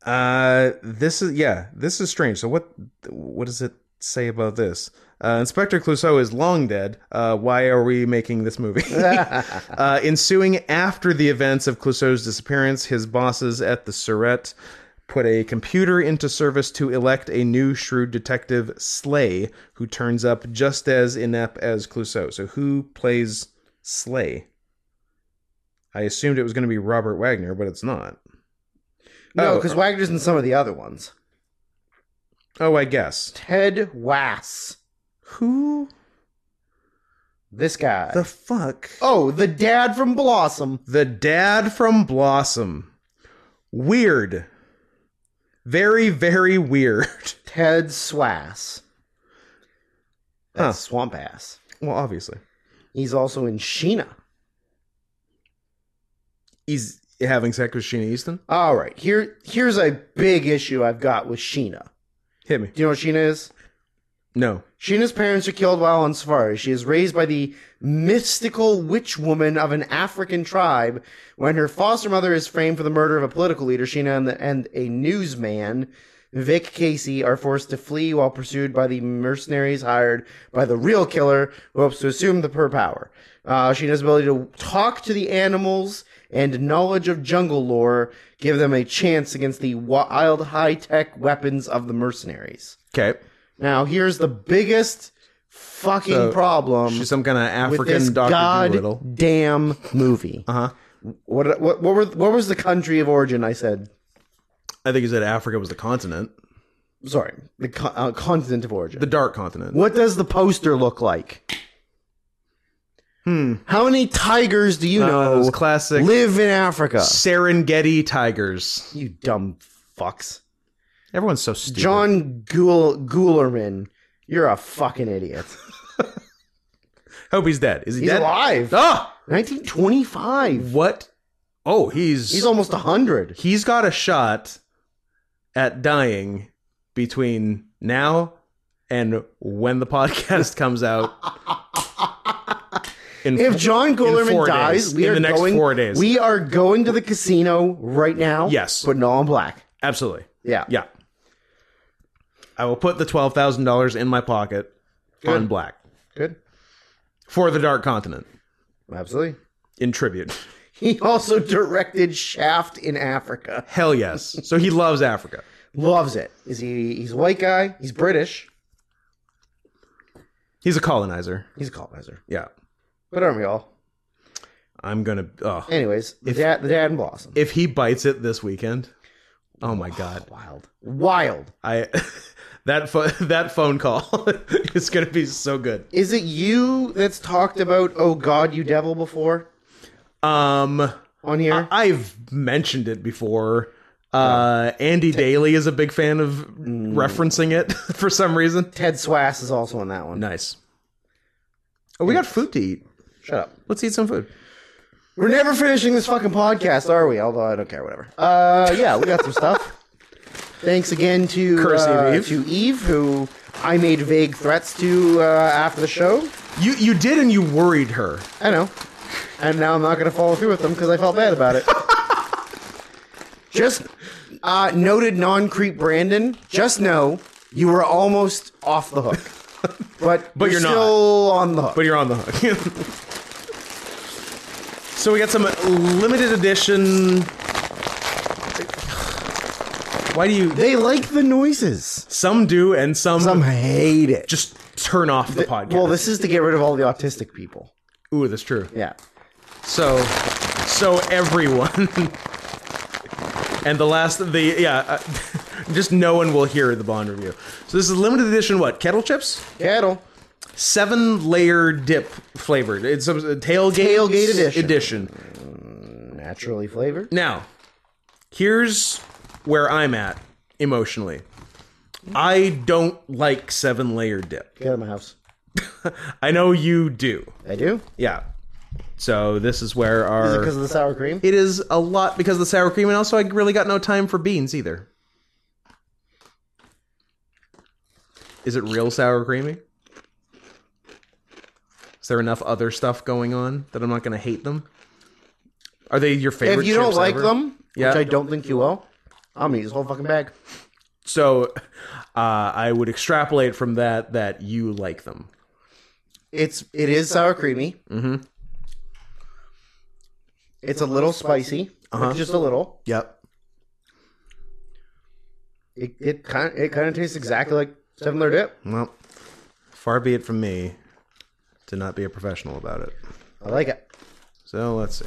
Speaker 3: Uh, this is yeah, this is strange. So what what does it say about this? Uh, Inspector Clouseau is long dead. Uh, why are we making this movie? uh, ensuing after the events of Clouseau's disappearance, his bosses at the Surrette put a computer into service to elect a new shrewd detective, Slay, who turns up just as inept as Clouseau. So who plays Slay? I assumed it was going to be Robert Wagner, but it's not.
Speaker 2: No,
Speaker 3: Oh.
Speaker 2: because Wagner's in some of the other ones.
Speaker 3: Oh, I guess.
Speaker 2: Ted Wass.
Speaker 3: Who
Speaker 2: This guy.
Speaker 3: the fuck?
Speaker 2: oh, the dad from Blossom.
Speaker 3: The dad from Blossom. Weird. Very, very weird.
Speaker 2: Ted Swass. That's
Speaker 3: Huh.
Speaker 2: Swamp Ass.
Speaker 3: Well, obviously.
Speaker 2: He's also in Sheena.
Speaker 3: He's having sex with Sheena Easton.
Speaker 2: All right, here here's a big issue I've got with Sheena.
Speaker 3: Hit me.
Speaker 2: Do you know what Sheena is?
Speaker 3: No.
Speaker 2: Sheena's parents are killed while on safari. She is raised by the mystical witch woman of an African tribe. When her foster mother is framed for the murder of a political leader, Sheena and, the, and a newsman, Vic Casey, are forced to flee while pursued by the mercenaries hired by the real killer, who hopes to assume the per power. Uh, Sheena's ability to talk to the animals and knowledge of jungle lore give them a chance against the wild high-tech weapons of the mercenaries.
Speaker 3: Okay.
Speaker 2: Now, here's the biggest fucking
Speaker 3: So,
Speaker 2: problem
Speaker 3: She's some kind of
Speaker 2: with this
Speaker 3: African Dr. Doolittle.
Speaker 2: goddamn movie.
Speaker 3: Uh huh.
Speaker 2: What what what, were, what was the country of origin? I said
Speaker 3: I think you said Africa was the continent,
Speaker 2: sorry, the co- uh, continent of origin.
Speaker 3: the dark continent.
Speaker 2: what does the poster look like? Hmm. How many tigers do you
Speaker 3: Uh,
Speaker 2: know
Speaker 3: those classic
Speaker 2: live in Africa?
Speaker 3: Serengeti tigers.
Speaker 2: You dumb fucks.
Speaker 3: Everyone's so stupid.
Speaker 2: John Goul- Gulerman, you're a fucking idiot.
Speaker 3: Hope he's dead. Is he
Speaker 2: He's
Speaker 3: dead?
Speaker 2: alive.
Speaker 3: Ah!
Speaker 2: 1925.
Speaker 3: What? Oh, he's
Speaker 2: He's almost 100.
Speaker 3: he's got a shot at dying between now and when the podcast comes out. In
Speaker 2: If John Golerman
Speaker 3: four
Speaker 2: dies,
Speaker 3: days.
Speaker 2: we
Speaker 3: In
Speaker 2: are
Speaker 3: the next
Speaker 2: going.
Speaker 3: four days.
Speaker 2: We are going to the casino right now.
Speaker 3: Yes.
Speaker 2: putting all in black.
Speaker 3: absolutely,
Speaker 2: Yeah,
Speaker 3: yeah, I will put the twelve thousand dollars in my pocket on black
Speaker 2: good,
Speaker 3: for the Dark Continent
Speaker 2: absolutely.
Speaker 3: in tribute.
Speaker 2: He also directed Shaft in Africa.
Speaker 3: Hell yes. so he loves Africa.
Speaker 2: Loves it. Is he? He's a white guy. He's British.
Speaker 3: He's a colonizer.
Speaker 2: He's a colonizer.
Speaker 3: Yeah,
Speaker 2: But aren't we all?
Speaker 3: I'm gonna. Oh.
Speaker 2: Anyways, the dad, the dad and Blossom.
Speaker 3: If he bites it this weekend, oh my god.
Speaker 2: wild, wild.
Speaker 3: I that pho- that phone call is going to be so good.
Speaker 2: Is it you that's talked about? Oh God, you devil! Before
Speaker 3: Um
Speaker 2: on here,
Speaker 3: I- have mentioned it before. Uh Andy Daly is a big fan of referencing it for some reason.
Speaker 2: Ted Swass is also on that one.
Speaker 3: Nice. Oh, we got food to eat.
Speaker 2: Shut up.
Speaker 3: Let's eat some food.
Speaker 2: We're never finishing this fucking podcast, are we? Although I don't care, whatever. Uh, yeah, we got some stuff. Thanks again to
Speaker 3: Curse you,
Speaker 2: uh,
Speaker 3: Eve.
Speaker 2: to Eve, who I made vague threats to uh, after the show.
Speaker 3: You you did and you worried her.
Speaker 2: I know, and now I'm not going to follow through with them because I felt bad about it. just uh, noted non-creep Brandon. Just know you were almost off the hook, but
Speaker 3: But you're not.
Speaker 2: still on the hook.
Speaker 3: but you're on the hook. so we got some limited edition. Why do you?
Speaker 2: they like the noises.
Speaker 3: Some do, and some,
Speaker 2: Some hate it.
Speaker 3: just turn off the podcast.
Speaker 2: Well, this is to get rid of all the autistic people.
Speaker 3: ooh, that's true.
Speaker 2: Yeah.
Speaker 3: So, so everyone, and the last the yeah, uh, just no one will hear the Bond review. So this is limited edition. What kettle chips?
Speaker 2: Cattle.
Speaker 3: seven layer dip flavored. It's a a tailgate,
Speaker 2: Tailgate edition.
Speaker 3: edition.
Speaker 2: Naturally flavored.
Speaker 3: Now, here's where I'm at emotionally. I don't like seven layer dip.
Speaker 2: Get out of my house.
Speaker 3: I know you do.
Speaker 2: I do.
Speaker 3: Yeah. So this is where
Speaker 2: Is it
Speaker 3: our
Speaker 2: because of the sour cream?
Speaker 3: it is a lot because of the sour cream and also I really got no time for beans either. Is it real sour creamy? Is there enough other stuff going on that I'm not going to hate them? Are they your favorite?
Speaker 2: If you don't
Speaker 3: chips
Speaker 2: like
Speaker 3: ever?
Speaker 2: them,
Speaker 3: Yeah.
Speaker 2: which I don't think you will, I'm eat this whole fucking bag.
Speaker 3: So uh, I would extrapolate from that that you like them.
Speaker 2: It's it is sour creamy. Mm-hmm. It's a little spicy, like,
Speaker 3: Uh-huh.
Speaker 2: just a little.
Speaker 3: Yep.
Speaker 2: It it kind it kind of tastes exactly like seven layer dip.
Speaker 3: Well, far be it from me to not be a professional about it.
Speaker 2: I like it.
Speaker 3: So let's see.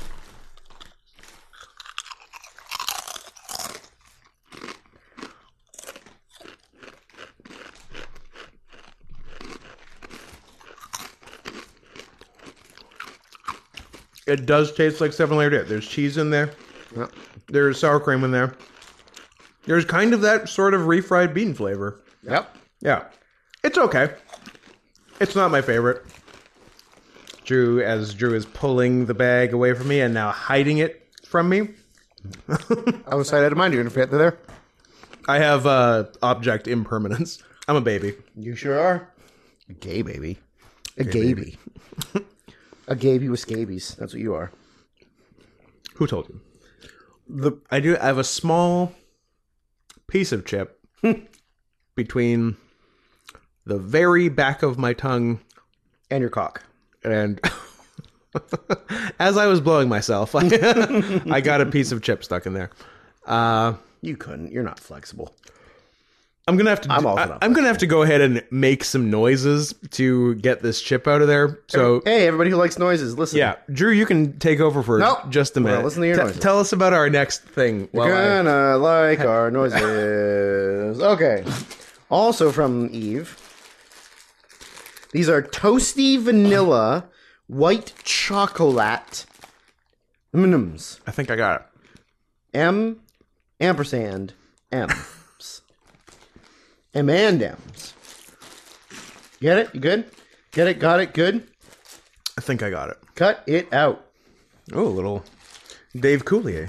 Speaker 3: It does taste like seven layer dip. There's cheese in there. There's sour cream in there. There's kind of that sort of refried bean flavor.
Speaker 2: Yep.
Speaker 3: Yeah. It's okay. It's not my favorite. Drew as Drew is pulling the bag away from me and now hiding it from me.
Speaker 2: I was excited to mind you if you had there.
Speaker 3: I have uh object impermanence. I'm a baby.
Speaker 2: You sure are. A gay baby. A gay baby. a gaby with scabies. That's what you are.
Speaker 3: Who told you? The I do I have a small piece of chip between the very back of my tongue
Speaker 2: And your cock.
Speaker 3: and as I was blowing myself, I, I got a piece of chip stuck in there.
Speaker 2: You couldn't. You're not flexible.
Speaker 3: I'm gonna have to.
Speaker 2: I'm
Speaker 3: I'm,
Speaker 2: also
Speaker 3: I,
Speaker 2: not
Speaker 3: am gonna have to go ahead and make some noises to get this chip out of there. So
Speaker 2: Hey, everybody who likes noises, listen.
Speaker 3: yeah, Drew, you can take over for
Speaker 2: Nope.
Speaker 3: just a
Speaker 2: Well,
Speaker 3: minute.
Speaker 2: listen to your
Speaker 3: Te-
Speaker 2: noises.
Speaker 3: Tell us about our next thing. While I-
Speaker 2: Gonna like our noises. Okay. Also from Eve. These are toasty vanilla white chocolate M&Ms.
Speaker 3: I think I got it.
Speaker 2: M ampersand M's. M and M's. Get it? You good? Get it? Got it? Good?
Speaker 3: I think I got it.
Speaker 2: Cut it out.
Speaker 3: Oh, a little Dave Coulier.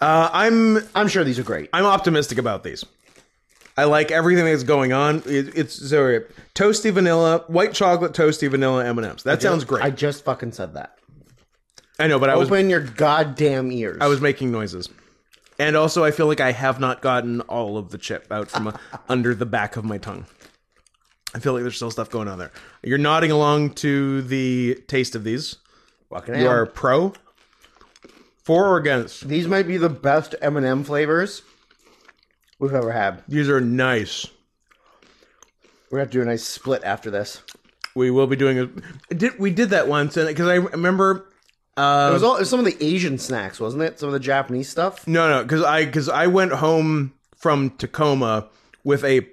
Speaker 3: Uh, I'm
Speaker 2: I'm sure these are great.
Speaker 3: I'm optimistic about these. I like everything that's going on. It, it's so toasty vanilla, white chocolate, toasty vanilla M and M's. That sounds great.
Speaker 2: I
Speaker 3: I,
Speaker 2: just fucking said that.
Speaker 3: know, but I was
Speaker 2: Open your goddamn ears.
Speaker 3: I was making noises. And also, I feel like I have not gotten all of the chip out from uh, under the back of my tongue. I feel like there's still stuff going on there. You're nodding along to the taste of these.
Speaker 2: fucking
Speaker 3: You are pro, for or against.
Speaker 2: These might be the best M&M flavors we've ever had.
Speaker 3: These are nice.
Speaker 2: We're gonna have to do a nice split after this.
Speaker 3: We will be doing a. Did we did that once? And because I remember, uh,
Speaker 2: It was all it was some of the Asian snacks, wasn't it? Some of the Japanese stuff.
Speaker 3: No, no, because I because I went home from Tacoma with a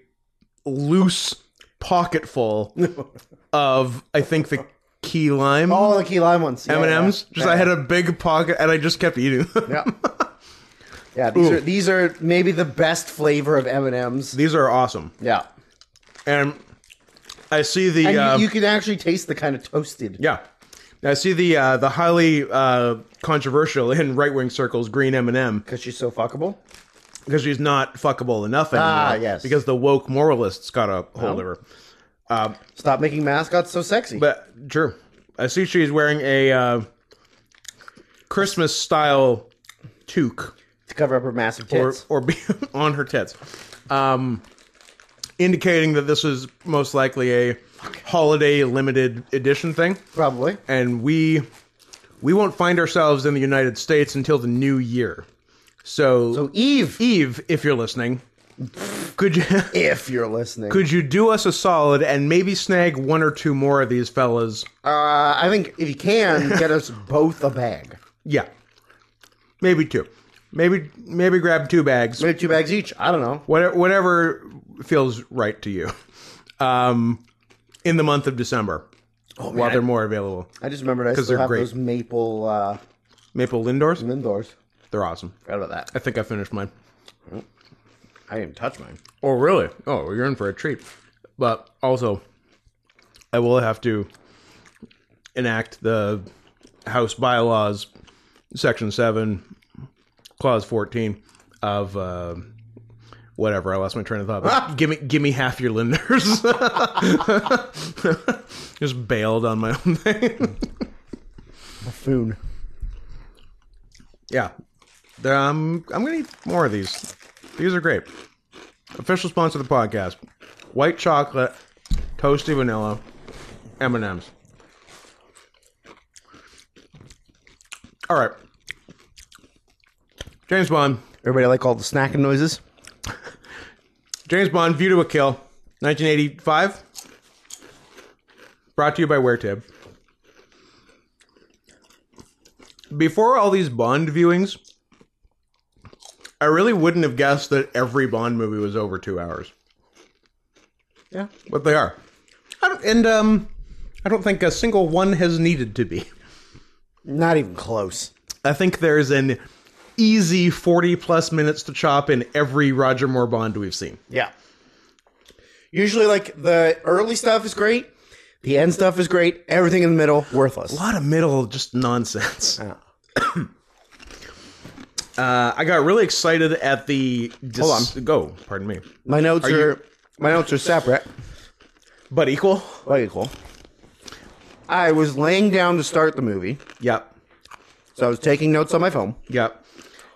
Speaker 3: loose pocketful of I think the key lime
Speaker 2: All the key lime ones. Oh, Yeah,
Speaker 3: M and M's.
Speaker 2: yeah,
Speaker 3: Just
Speaker 2: yeah.
Speaker 3: I had a big pocket and I just kept eating.
Speaker 2: Yeah. Yeah, these are these are maybe the best flavor of M and M's.
Speaker 3: These are awesome,
Speaker 2: Yeah,
Speaker 3: and I see the
Speaker 2: and
Speaker 3: uh,
Speaker 2: you, you can actually taste the kind of toasted.
Speaker 3: yeah. I see the uh, the highly uh, controversial in right wing circles green M and m
Speaker 2: because she's so fuckable.
Speaker 3: because she's not fuckable enough anymore.
Speaker 2: Ah, yes.
Speaker 3: Because the woke moralists got a hold of her.
Speaker 2: Stop making mascots so sexy.
Speaker 3: But true. I see she's wearing a uh, Christmas style toque
Speaker 2: to cover up her massive
Speaker 3: or,
Speaker 2: tits.
Speaker 3: or be on her tits, um, indicating that this is most likely a holiday limited edition thing.
Speaker 2: probably.
Speaker 3: And we we won't find ourselves in the United States until the new year. So,
Speaker 2: So Eve,
Speaker 3: Eve, if you're listening, could you
Speaker 2: if you're listening,
Speaker 3: could you do us a solid and maybe snag one or two more of these fellas
Speaker 2: uh, I think if you can get us both a bag,
Speaker 3: Yeah. Maybe two. Maybe maybe grab two bags.
Speaker 2: maybe two bags each. I don't know.
Speaker 3: Whatever whatever feels right to you. Um in the month of December while they're more available.
Speaker 2: Oh, I just remembered I
Speaker 3: 'Cause
Speaker 2: still
Speaker 3: they're
Speaker 2: have
Speaker 3: great.
Speaker 2: those maple uh,
Speaker 3: Maple Lindors,
Speaker 2: Lindors.
Speaker 3: they're awesome.
Speaker 2: Forgot about
Speaker 3: I
Speaker 2: that.
Speaker 3: think I finished mine.
Speaker 2: I didn't touch mine.
Speaker 3: Oh, really? Oh, you're in for a treat. But also, I will have to enact the House bylaws, Section 7, Clause 14 of. Uh, Whatever, I lost my train of thought. but give me, give me half your linders. Just bailed on my own thing.
Speaker 2: Buffoon.
Speaker 3: yeah, They're- um, I'm gonna eat more of these. These are great. Official sponsor of the podcast: white chocolate, toasty vanilla, M and M's. All right, James Bond.
Speaker 2: Everybody like all the snacking noises?
Speaker 3: James Bond: View to a Kill, 1985. Brought to you by WearTib. Before all these Bond viewings, I really wouldn't have guessed that every Bond movie was over two hours.
Speaker 2: Yeah.
Speaker 3: but they are. I don't, and um, I don't think a single one has needed to be.
Speaker 2: Not even close.
Speaker 3: I think there's an easy 40 plus minutes to chop in every Roger Moore Bond we've seen.
Speaker 2: Yeah. Usually, like the early stuff is great, the end stuff is great, everything in the middle worthless.
Speaker 3: lot of middle just nonsense. uh, I got really excited at the. Dis-
Speaker 2: Hold
Speaker 3: on, go. Pardon me,
Speaker 2: My notes are,
Speaker 3: you-
Speaker 2: my notes are separate.
Speaker 3: but equal.
Speaker 2: Okay, cool. I was laying down to start the movie,
Speaker 3: Yep,
Speaker 2: so I was taking notes on my phone.
Speaker 3: yep.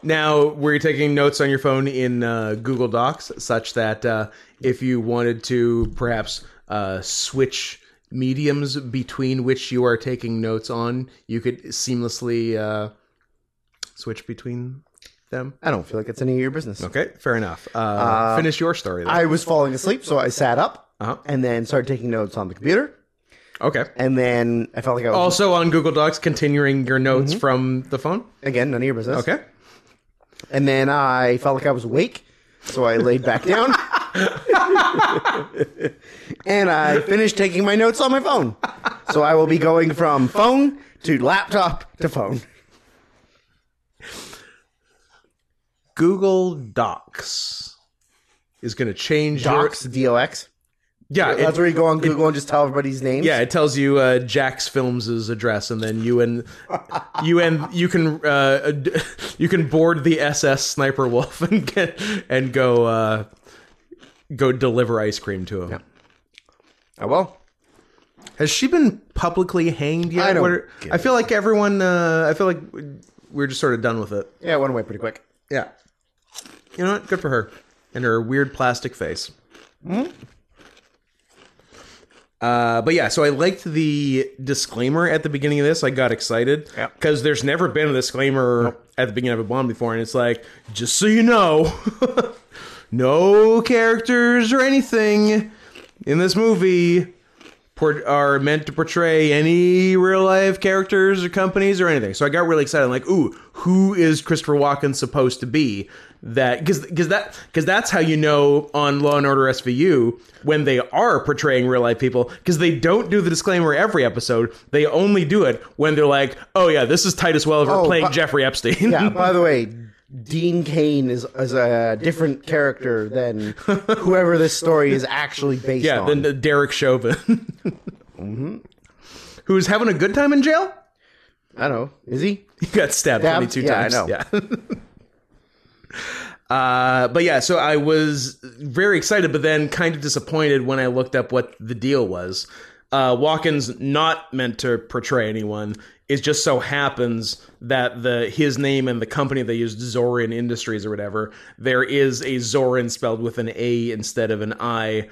Speaker 3: Now were you taking notes on your phone in uh, Google Docs, such that uh, if you wanted to perhaps uh, switch mediums between which you are taking notes on, you could seamlessly uh, switch between them.
Speaker 2: I don't feel like it's any of your business.
Speaker 3: Okay, fair enough. Uh, finish your story. Then.
Speaker 2: I was falling asleep, so I sat up
Speaker 3: Uh-huh.
Speaker 2: and then started taking notes on the computer.
Speaker 3: okay.
Speaker 2: And then I felt like I was
Speaker 3: Also on Google Docs, continuing your notes
Speaker 2: Mm-hmm.
Speaker 3: from the phone.
Speaker 2: again none of your business.
Speaker 3: Okay.
Speaker 2: And then I felt like I was awake, so I laid back down. and I finished taking my notes on my phone. So I will be going from phone to laptop to phone.
Speaker 3: Google Docs is going to change
Speaker 2: Docs, D-O-X.
Speaker 3: your. Yeah, it-
Speaker 2: That's where you go on Google and just tell everybody's names.
Speaker 3: yeah. It tells you uh, Jack's Films' address, and then you and you and you can uh, d- you can board the SS Sniper Wolf and get and go uh, go deliver ice cream to him.
Speaker 2: Oh, well.
Speaker 3: Has she been publicly hanged yet?
Speaker 2: I don't
Speaker 3: What are-
Speaker 2: get
Speaker 3: I feel like everyone. Uh, I feel like we're just sort of done with it.
Speaker 2: Yeah, it went away pretty quick.
Speaker 3: Yeah. You know what? Good for her and her weird plastic face. Uh, but yeah, so I liked the disclaimer at the beginning of this. I got excited because there's never been a disclaimer at the beginning of a bomb before, and it's like, just so you know, no characters or anything in this movie port- are meant to portray any real life characters or companies or anything. So I got really excited. I'm like, ooh, who is Christopher Walken supposed to be? That because because that because that's how you know on Law and Order SVU when they are portraying real life people because they don't do the disclaimer every episode. They only do it when they're like, oh yeah, this is Titus Welliver
Speaker 2: Oh,
Speaker 3: playing
Speaker 2: but-
Speaker 3: Jeffrey Epstein.
Speaker 2: Yeah, by the way, Dean Kane is, is a different character than whoever this story is actually based
Speaker 3: yeah.
Speaker 2: on.
Speaker 3: Then the Derek Chauvin,
Speaker 2: Mm-hmm.
Speaker 3: who's having a good time in jail.
Speaker 2: I don't know. Is he?
Speaker 3: He got stabbed
Speaker 2: Yeah,
Speaker 3: 22
Speaker 2: yeah, I
Speaker 3: times.
Speaker 2: know.
Speaker 3: Yeah. uh, but yeah, so I was very excited, but then kind of disappointed when I looked up what the deal was. Uh, Walken's not meant to portray anyone. It just so happens that the his name and the company they used, Zorin Industries or whatever, there is a Zorin spelled with an A instead of an I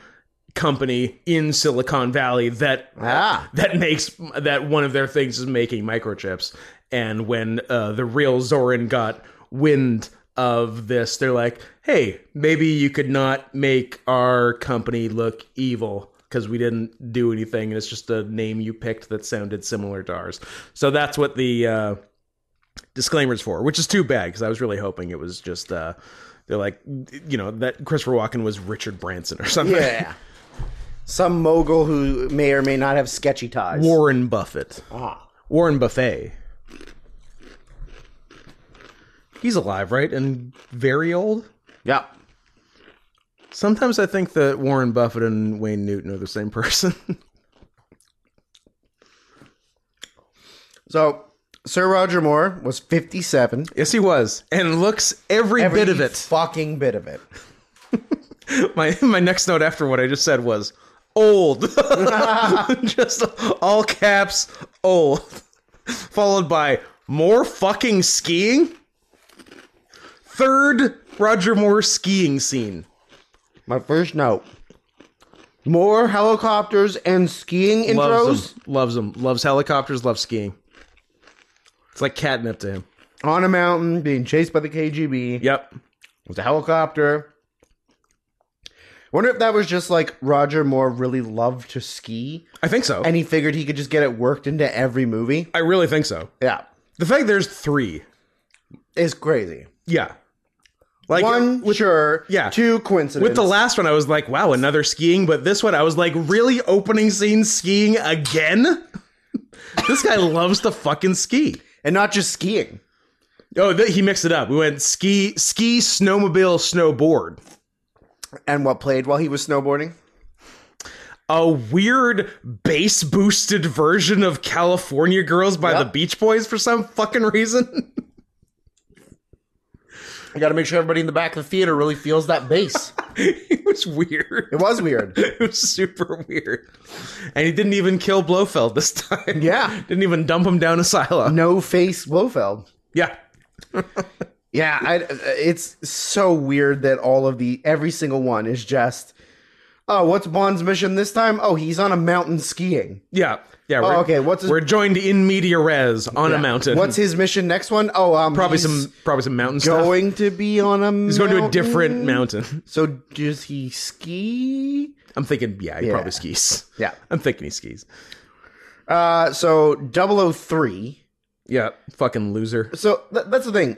Speaker 3: company in Silicon Valley that
Speaker 2: Ah.
Speaker 3: that makes that one of their things is making microchips. And when uh, the real Zorin got wind of this, they're like, "Hey, maybe you could not make our company look evil because we didn't do anything, and it's just a name you picked that sounded similar to ours." So that's what the uh, disclaimers for, which is too bad because I was really hoping it was just. Uh, they're like, you know, that Christopher Walken was Richard Branson or something.
Speaker 2: Yeah. some mogul who may or may not have sketchy ties.
Speaker 3: Warren Buffett.
Speaker 2: Ah.
Speaker 3: Warren Buffet. He's alive, right? And very old?
Speaker 2: Yeah.
Speaker 3: Sometimes I think that Warren Buffett and Wayne Newton are the same person.
Speaker 2: So Sir Roger Moore was 57.
Speaker 3: yes, he was. And looks every,
Speaker 2: Every
Speaker 3: bit of it.
Speaker 2: Fucking bit of it.
Speaker 3: My my next note after what I just said was old. just all caps old. Followed by more fucking skiing. Third Roger Moore skiing scene.
Speaker 2: My first note. More helicopters and skiing
Speaker 3: Loves
Speaker 2: intros
Speaker 3: them. Loves them. Loves helicopters. Loves skiing. It's like catnip to him.
Speaker 2: on a mountain, being chased by the KGB.
Speaker 3: Yep.
Speaker 2: With a helicopter. Wonder if that was just like Roger Moore really loved to ski
Speaker 3: I think so.
Speaker 2: and he figured he could just get it worked into every movie.
Speaker 3: I really think so.
Speaker 2: Yeah.
Speaker 3: The fact there's three.
Speaker 2: It's crazy.
Speaker 3: Yeah. Like uh,
Speaker 2: One, sure.
Speaker 3: yeah.
Speaker 2: Two, coincidence.
Speaker 3: With the last one, I was like, wow, another skiing. But this one, I was like, really opening scene skiing again? this guy loves to fucking ski.
Speaker 2: and not just skiing.
Speaker 3: Oh, th- he mixed it up. We went ski, ski, snowmobile, snowboard.
Speaker 2: And what played while he was snowboarding?
Speaker 3: A weird bass boosted version of California Girls by
Speaker 2: Yep.
Speaker 3: the Beach Boys for some fucking reason.
Speaker 2: I got to make sure everybody in the back of the theater really feels that bass.
Speaker 3: it was weird.
Speaker 2: it was weird.
Speaker 3: It was super weird. And he didn't even kill Blofeld this time.
Speaker 2: Yeah.
Speaker 3: Didn't even dump him down a silo.
Speaker 2: No face Blofeld.
Speaker 3: Yeah.
Speaker 2: Yeah, I, uh, it's so weird that all of the every single one is just. Oh, what's Bond's mission this time? Oh, he's on a mountain skiing.
Speaker 3: Yeah. Yeah.
Speaker 2: Oh,
Speaker 3: we're-
Speaker 2: okay. What's his,
Speaker 3: We're joined in media res on a
Speaker 2: yeah.
Speaker 3: mountain.
Speaker 2: What's his mission next one? Oh, um,
Speaker 3: probably
Speaker 2: he's
Speaker 3: some probably some mountain stuff.
Speaker 2: going to be on a.
Speaker 3: He's going to a different mountain.
Speaker 2: So does he ski?
Speaker 3: I'm thinking, yeah, he
Speaker 2: Yeah.
Speaker 3: probably skis.
Speaker 2: Yeah.
Speaker 3: I'm thinking he skis.
Speaker 2: Uh, so 003.
Speaker 3: Yeah, fucking loser.
Speaker 2: So th- that's the thing.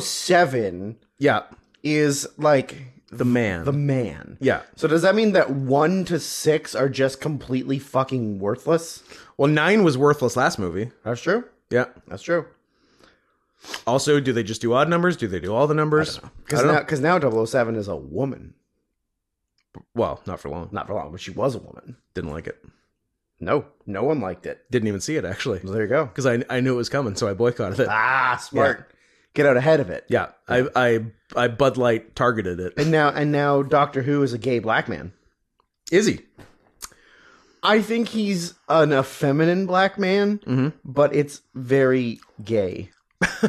Speaker 2: 007
Speaker 3: Yeah,
Speaker 2: is like
Speaker 3: the man.
Speaker 2: the man.
Speaker 3: yeah.
Speaker 2: So does that mean that 1 to 6 are just completely fucking worthless?
Speaker 3: Well, nine was worthless last movie.
Speaker 2: That's true.
Speaker 3: Yeah.
Speaker 2: That's true.
Speaker 3: Also, do they just do odd numbers? Do they do all the numbers? I
Speaker 2: Because
Speaker 3: don't
Speaker 2: now,
Speaker 3: know.
Speaker 2: because now 007 is a woman.
Speaker 3: Well, not for long.
Speaker 2: Not for long, but she was a woman.
Speaker 3: Didn't like it.
Speaker 2: No, no one liked it.
Speaker 3: Didn't even see it actually
Speaker 2: So there you go.
Speaker 3: because I I knew it was coming, so I boycotted it.
Speaker 2: Ah, smart. Get out ahead of it.
Speaker 3: Yeah, I I I Bud Light targeted it.
Speaker 2: And now, and now, Doctor Who is a gay black man.
Speaker 3: Is he?
Speaker 2: I think he's an effeminate black man,
Speaker 3: Mm-hmm.
Speaker 2: but it's very gay.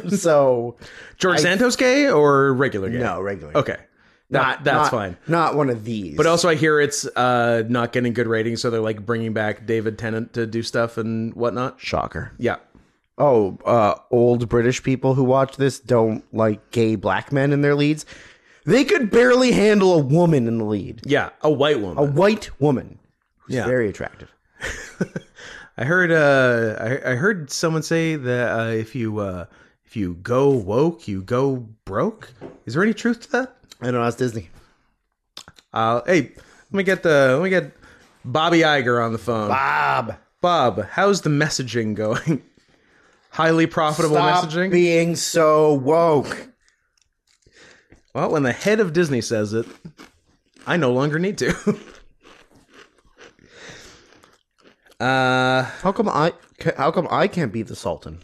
Speaker 2: so
Speaker 3: George Santos gay or regular gay?
Speaker 2: no, regular.
Speaker 3: Okay. Not,
Speaker 2: not-
Speaker 3: that's fine.
Speaker 2: Not one of these.
Speaker 3: But also, I hear it's uh, not getting good ratings, so they're like bringing back David Tennant to do stuff and whatnot.
Speaker 2: shocker.
Speaker 3: Yeah.
Speaker 2: Oh, uh, old British people who watch this don't like gay black men in their leads. They could barely handle a woman in the lead,
Speaker 3: Yeah. A white woman.
Speaker 2: a white woman who's
Speaker 3: Oh, Yeah.
Speaker 2: very attractive.
Speaker 3: I heard. Uh, I, I heard someone say that uh, if you uh, if you go woke, you go broke. Is there any truth to that?
Speaker 2: I don't know. That's Disney.
Speaker 3: Uh, hey, let me get the let me get Bobby Iger on the phone.
Speaker 2: Bob,
Speaker 3: Bob, how's the messaging going? Highly profitable
Speaker 2: stop
Speaker 3: messaging.
Speaker 2: being so woke.
Speaker 3: Well, when the head of Disney says it, I no longer need to. uh,
Speaker 2: How come I? ca- How come I can't be the Sultan?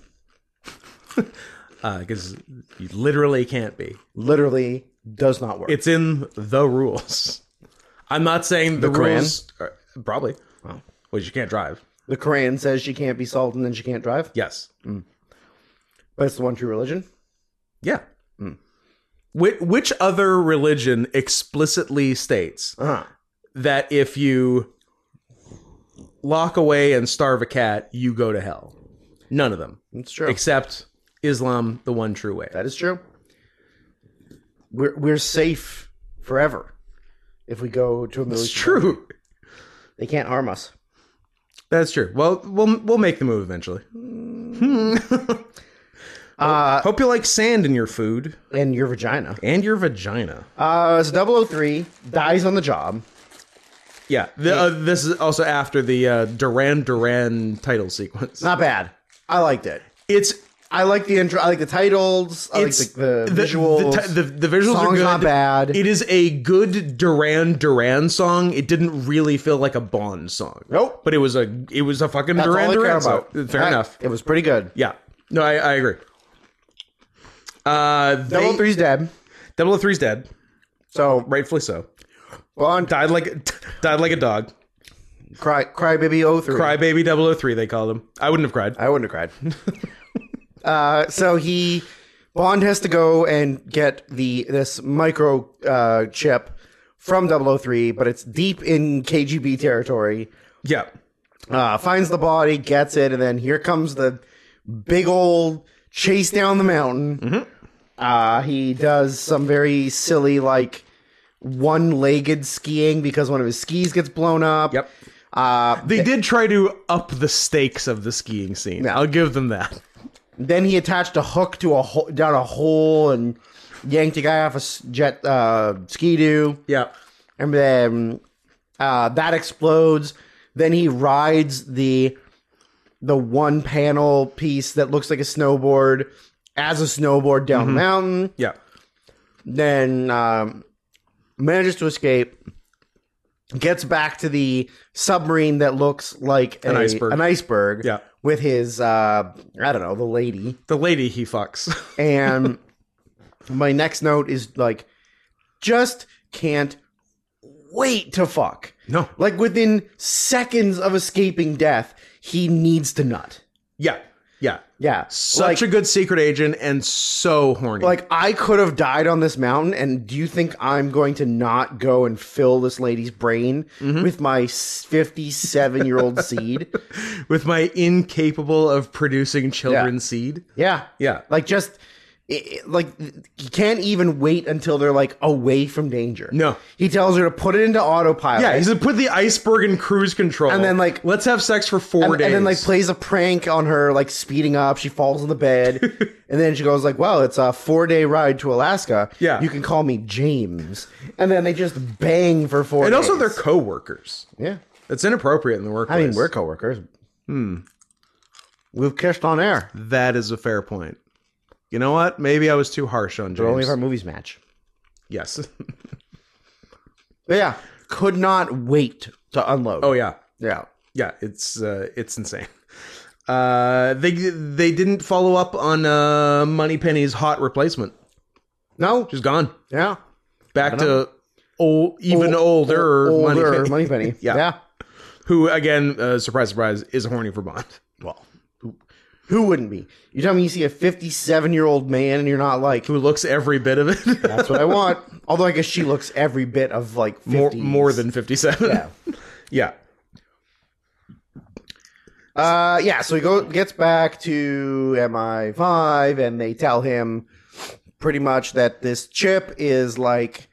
Speaker 3: because uh, you literally can't be.
Speaker 2: Literally does not work.
Speaker 3: It's in the rules. I'm not saying the,
Speaker 2: The Quran?
Speaker 3: rules. Are, probably. Well, you can't drive.
Speaker 2: the Koran says she can't be Sultan and she can't drive,
Speaker 3: Yes.
Speaker 2: but it's the one true religion.
Speaker 3: Yeah. Which, which other religion explicitly states
Speaker 2: Uh-huh.
Speaker 3: that if you lock away and starve a cat, you go to hell? None of them.
Speaker 2: It's true.
Speaker 3: except Islam, the one true way.
Speaker 2: That is true. We're we're safe forever if we go to a military.
Speaker 3: That's true.
Speaker 2: They can't harm us.
Speaker 3: That's true. Well, we'll we'll make the move eventually.
Speaker 2: Hmm. Uh,
Speaker 3: Hope you like sand in your food
Speaker 2: and your vagina.
Speaker 3: Uh, and your vagina.
Speaker 2: Uh, so 003 dies on the job.
Speaker 3: Yeah, the, uh, this is also after the uh, Duran Duran title sequence.
Speaker 2: Not bad. I liked it.
Speaker 3: It's
Speaker 2: I like the intro. I like the titles. I oh, like
Speaker 3: it's
Speaker 2: the, the, visuals.
Speaker 3: The, ti- the, the visuals are
Speaker 2: Song's
Speaker 3: good.
Speaker 2: not bad.
Speaker 3: It is a good Duran Duran song. It didn't really feel like a Bond song.
Speaker 2: Nope.
Speaker 3: but it was a it was a fucking
Speaker 2: That's
Speaker 3: Duran
Speaker 2: all I care
Speaker 3: Duran song.
Speaker 2: about.
Speaker 3: Fair
Speaker 2: I-
Speaker 3: enough.
Speaker 2: It was pretty good.
Speaker 3: Yeah. No, I, I agree. Uh,
Speaker 2: Double
Speaker 3: they,
Speaker 2: three's dead.
Speaker 3: 003's dead,
Speaker 2: So
Speaker 3: rightfully so.
Speaker 2: Bond
Speaker 3: Died like died like a dog.
Speaker 2: cry cry baby oh three.
Speaker 3: Crybaby 003, they called him. I wouldn't have cried.
Speaker 2: I wouldn't have cried. uh, so he Bond has to go and get the this micro uh, chip from 003, but it's deep in KGB territory.
Speaker 3: Yeah.
Speaker 2: Uh, finds the body, gets it, and then here comes the big old chase down the mountain. Uh, he does some very silly like one-legged skiing because one of his skis gets blown up.
Speaker 3: Yep.
Speaker 2: Uh,
Speaker 3: They did try to up the stakes of the skiing scene.
Speaker 2: Yeah.
Speaker 3: I'll give them that.
Speaker 2: Then he attached a hook to a ho- down a hole and yanked a guy off a s- jet uh, ski doo,
Speaker 3: Yeah.
Speaker 2: and then uh, that explodes. Then he rides the the one panel piece that looks like a snowboard as a snowboard down
Speaker 3: Mm-hmm.
Speaker 2: the mountain.
Speaker 3: Yeah.
Speaker 2: Then um, manages to escape. Gets back to the submarine that looks like
Speaker 3: An
Speaker 2: a-
Speaker 3: iceberg.
Speaker 2: An iceberg.
Speaker 3: Yeah.
Speaker 2: With his, uh, I don't know, the lady.
Speaker 3: The lady he fucks.
Speaker 2: And my next note is like, just can't wait to fuck.
Speaker 3: No.
Speaker 2: Like within seconds of escaping death, he needs to nut.
Speaker 3: Yeah. Yeah.
Speaker 2: Yeah.
Speaker 3: Such
Speaker 2: like,
Speaker 3: a good secret agent and so horny.
Speaker 2: like I could have died on this mountain, and do you think I'm going to not go and fill this lady's brain with my 57 year old seed?
Speaker 3: with my incapable of producing children
Speaker 2: Yeah.
Speaker 3: seed.
Speaker 2: Yeah,
Speaker 3: Yeah.
Speaker 2: like just i i- like you can't even wait until they're like away from danger.
Speaker 3: No.
Speaker 2: he tells her to put it into autopilot.
Speaker 3: Yeah, he's like, put the iceberg in cruise control.
Speaker 2: And then, like-
Speaker 3: let's have sex for four
Speaker 2: and,
Speaker 3: days.
Speaker 2: and then like plays a prank on her, like speeding up. She falls in the bed, and then she goes like, "Well, it's a four day ride to Alaska.
Speaker 3: Yeah.
Speaker 2: you can call me James." And then they just bang for four.
Speaker 3: and also
Speaker 2: days.
Speaker 3: they're coworkers.
Speaker 2: yeah.
Speaker 3: That's inappropriate in the workplace.
Speaker 2: I mean, we're coworkers. Hmm. We've kissed on air,
Speaker 3: That is a fair point. You know what? Maybe I was too harsh on
Speaker 2: but only
Speaker 3: James.
Speaker 2: if our movies match.
Speaker 3: yes.
Speaker 2: But yeah, could not wait to unload.
Speaker 3: oh yeah.
Speaker 2: yeah.
Speaker 3: Yeah, it's uh, it's insane. Uh, they they didn't follow up on uh, Moneypenny's hot replacement.
Speaker 2: No.
Speaker 3: She's gone
Speaker 2: Yeah.
Speaker 3: back to old, even older,
Speaker 2: older
Speaker 3: Moneypenny,
Speaker 2: money penny.
Speaker 3: Yeah. who again, uh, surprise, surprise, is horny for Bond.
Speaker 2: Well, who, who wouldn't be? You tell me you see a 57 year old man and you're not like,
Speaker 3: Who looks every bit of it
Speaker 2: that's what I want. Although I guess she looks every bit of like 50s.
Speaker 3: more more than fifty seven.
Speaker 2: Yeah.
Speaker 3: yeah,
Speaker 2: Uh, yeah. So he go, gets back to MI5 and they tell him pretty much that this chip is like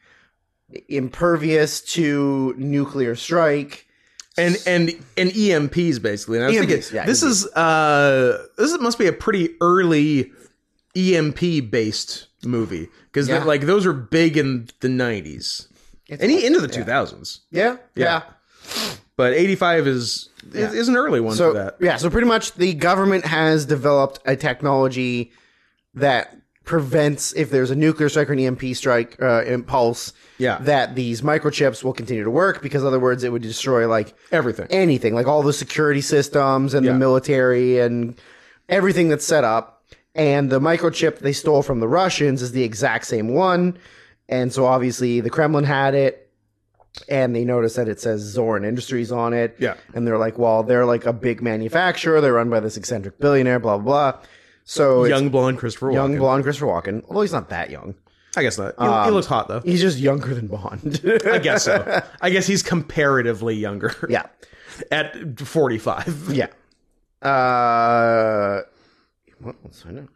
Speaker 2: impervious to nuclear strike.
Speaker 3: and and and
Speaker 2: E
Speaker 3: EMPs basically. And I was
Speaker 2: EMPs,
Speaker 3: thinking,
Speaker 2: yeah,
Speaker 3: E
Speaker 2: E
Speaker 3: this is uh, this must be a pretty early EMP based movie because
Speaker 2: Yeah.
Speaker 3: like those were big in the nineties
Speaker 2: It's-
Speaker 3: and e- into the two thousands.
Speaker 2: Yeah. Yeah.
Speaker 3: But eighty five is is is an early one
Speaker 2: so
Speaker 3: for that.
Speaker 2: yeah so pretty much the government has developed a technology that prevents if there's a nuclear strike or an emp strike uh, impulse
Speaker 3: Yeah.
Speaker 2: that these microchips will continue to work because other words it would destroy like
Speaker 3: Everything.
Speaker 2: anything like all the security systems and
Speaker 3: Yeah.
Speaker 2: the military and everything that's set up and the microchip they stole from the russians is the exact same one and so obviously the kremlin had it and they notice that it says Zoran Industries on it.
Speaker 3: Yeah.
Speaker 2: And they're like, well, they're like a big manufacturer. They're run by this eccentric billionaire, blah, blah, blah. So it's
Speaker 3: young blonde Christopher
Speaker 2: young
Speaker 3: Walken.
Speaker 2: blonde Um, Christopher Walken. Although he's not that young.
Speaker 3: I guess not. He, he looks hot though.
Speaker 2: He's just younger than Bond.
Speaker 3: I guess so. I guess he's comparatively younger.
Speaker 2: yeah.
Speaker 3: At forty five.
Speaker 2: Yeah. Uh, well, let's find out.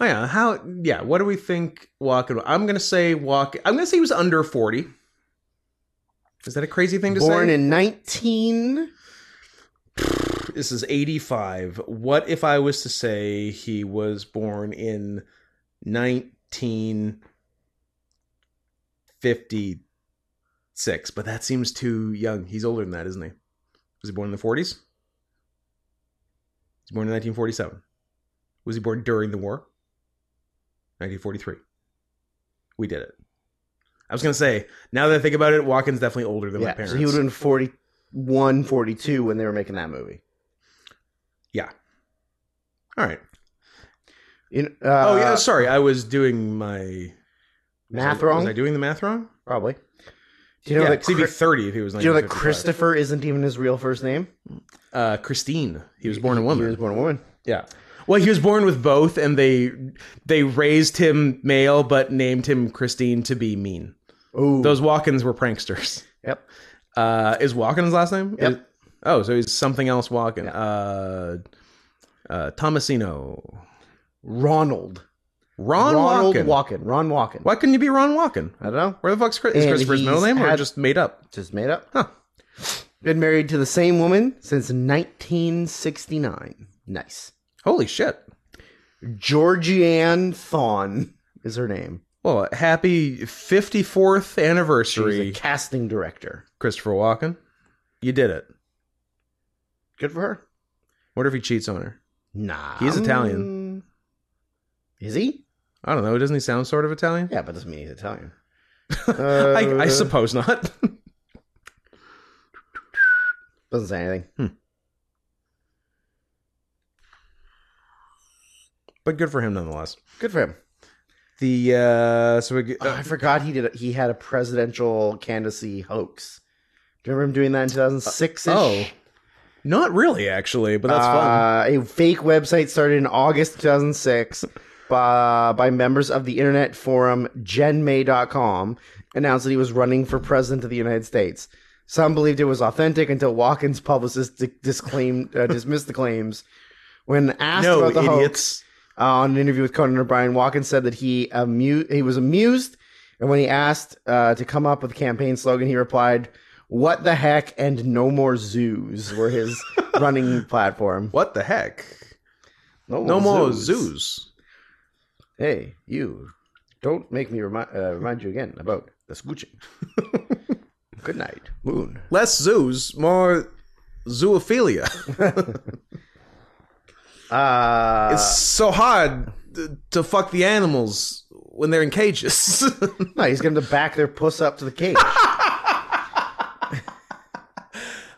Speaker 3: Oh, yeah. How? Yeah. What do we think? Walken. I'm gonna say walk. I'm gonna say he was under forty. Is that a crazy thing to
Speaker 2: Born
Speaker 3: say?
Speaker 2: in 19.
Speaker 3: this is 85. What if I was to say he was born in 1952? six, but that seems too young. He's older than that, isn't he? Was he born in the forties? He's born in 1947. Was he born during the war? 1943. We did it. I was gonna say. Now that I think about it, Watkins definitely older than my
Speaker 2: yeah,
Speaker 3: parents.
Speaker 2: so he would have been 41, 42 when they were making that movie.
Speaker 3: yeah. All right.
Speaker 2: In, uh,
Speaker 3: oh yeah. Sorry, I was doing my
Speaker 2: math
Speaker 3: was I-
Speaker 2: wrong.
Speaker 3: Was I doing the math wrong?
Speaker 2: Probably. Do you know
Speaker 3: yeah,
Speaker 2: that?
Speaker 3: he'd be
Speaker 2: Chris-
Speaker 3: thirty if he was.
Speaker 2: do you know that
Speaker 3: 1955.
Speaker 2: Christopher isn't even his real first name?
Speaker 3: Uh, Christine. He was born a woman.
Speaker 2: He was born a woman.
Speaker 3: yeah. Well, he was born with both, and they they raised him male, but named him Christine to be mean.
Speaker 2: Ooh.
Speaker 3: Those Walkins were pranksters.
Speaker 2: Yep.
Speaker 3: Uh, is Walkins last name?
Speaker 2: Yep.
Speaker 3: Is- oh, so he's something else. Walken. Uh, uh, Tomasino.
Speaker 2: Ronald.
Speaker 3: Ron
Speaker 2: Ronald
Speaker 3: Walken.
Speaker 2: Walken. Ron Walken.
Speaker 3: Why couldn't you be Ron Walken?
Speaker 2: I don't know.
Speaker 3: Where the fuck's Chris? Is
Speaker 2: And
Speaker 3: Christopher's
Speaker 2: he's
Speaker 3: middle name or
Speaker 2: had-
Speaker 3: just made up?
Speaker 2: Just made up.
Speaker 3: Huh.
Speaker 2: Been married to the same woman since 1969. Nice.
Speaker 3: Holy shit!
Speaker 2: Georgianne Thon is her name.
Speaker 3: Well, happy fifty fourth
Speaker 2: She's a
Speaker 3: anniversary,
Speaker 2: casting director.
Speaker 3: Christopher Walken. You did it.
Speaker 2: Good for her.
Speaker 3: Wonder if he cheats on her.
Speaker 2: Nah. Mm.
Speaker 3: He's Italian.
Speaker 2: Is he?
Speaker 3: I don't know. Doesn't he sound sort of Italian?
Speaker 2: Yeah, but doesn't mean he's Italian.
Speaker 3: I, I
Speaker 2: Uh,
Speaker 3: suppose not.
Speaker 2: Doesn't say anything.
Speaker 3: Hmm. but good for him nonetheless.
Speaker 2: Good for him.
Speaker 3: The uh, so we,
Speaker 2: Oh, I forgot he did. A, he had a presidential candidacy hoax. Do you remember him doing that in
Speaker 3: Uh,
Speaker 2: 2006?
Speaker 3: oh, not really actually, but that's fun.
Speaker 2: Uh, a fake website started in August 2006 uh, by, by members of the internet forum genmay.com announced that he was running for president of the United States. Some believed it was authentic until Watkins' publicist di- disclaimed, uh, dismissed the claims. When asked
Speaker 3: No
Speaker 2: Uh, about the hoax
Speaker 3: idiots.
Speaker 2: uh, on an interview with Conan O'Brien, Watkins said that he amu- he was amused, and when he asked uh, to come up with a campaign slogan, he replied, "What the heck?" and "No more zoos" were his running platform.
Speaker 3: What the heck?
Speaker 2: Oh,
Speaker 3: No more zoos.
Speaker 2: Hey, you! Don't make me remind uh, remind you again about the scooching. Good night, Moon.
Speaker 3: Less zoos, more zoophilia.
Speaker 2: Uh,
Speaker 3: it's so hard t- to fuck the animals when they're in cages.
Speaker 2: no, he's going to back their puss up to the cage.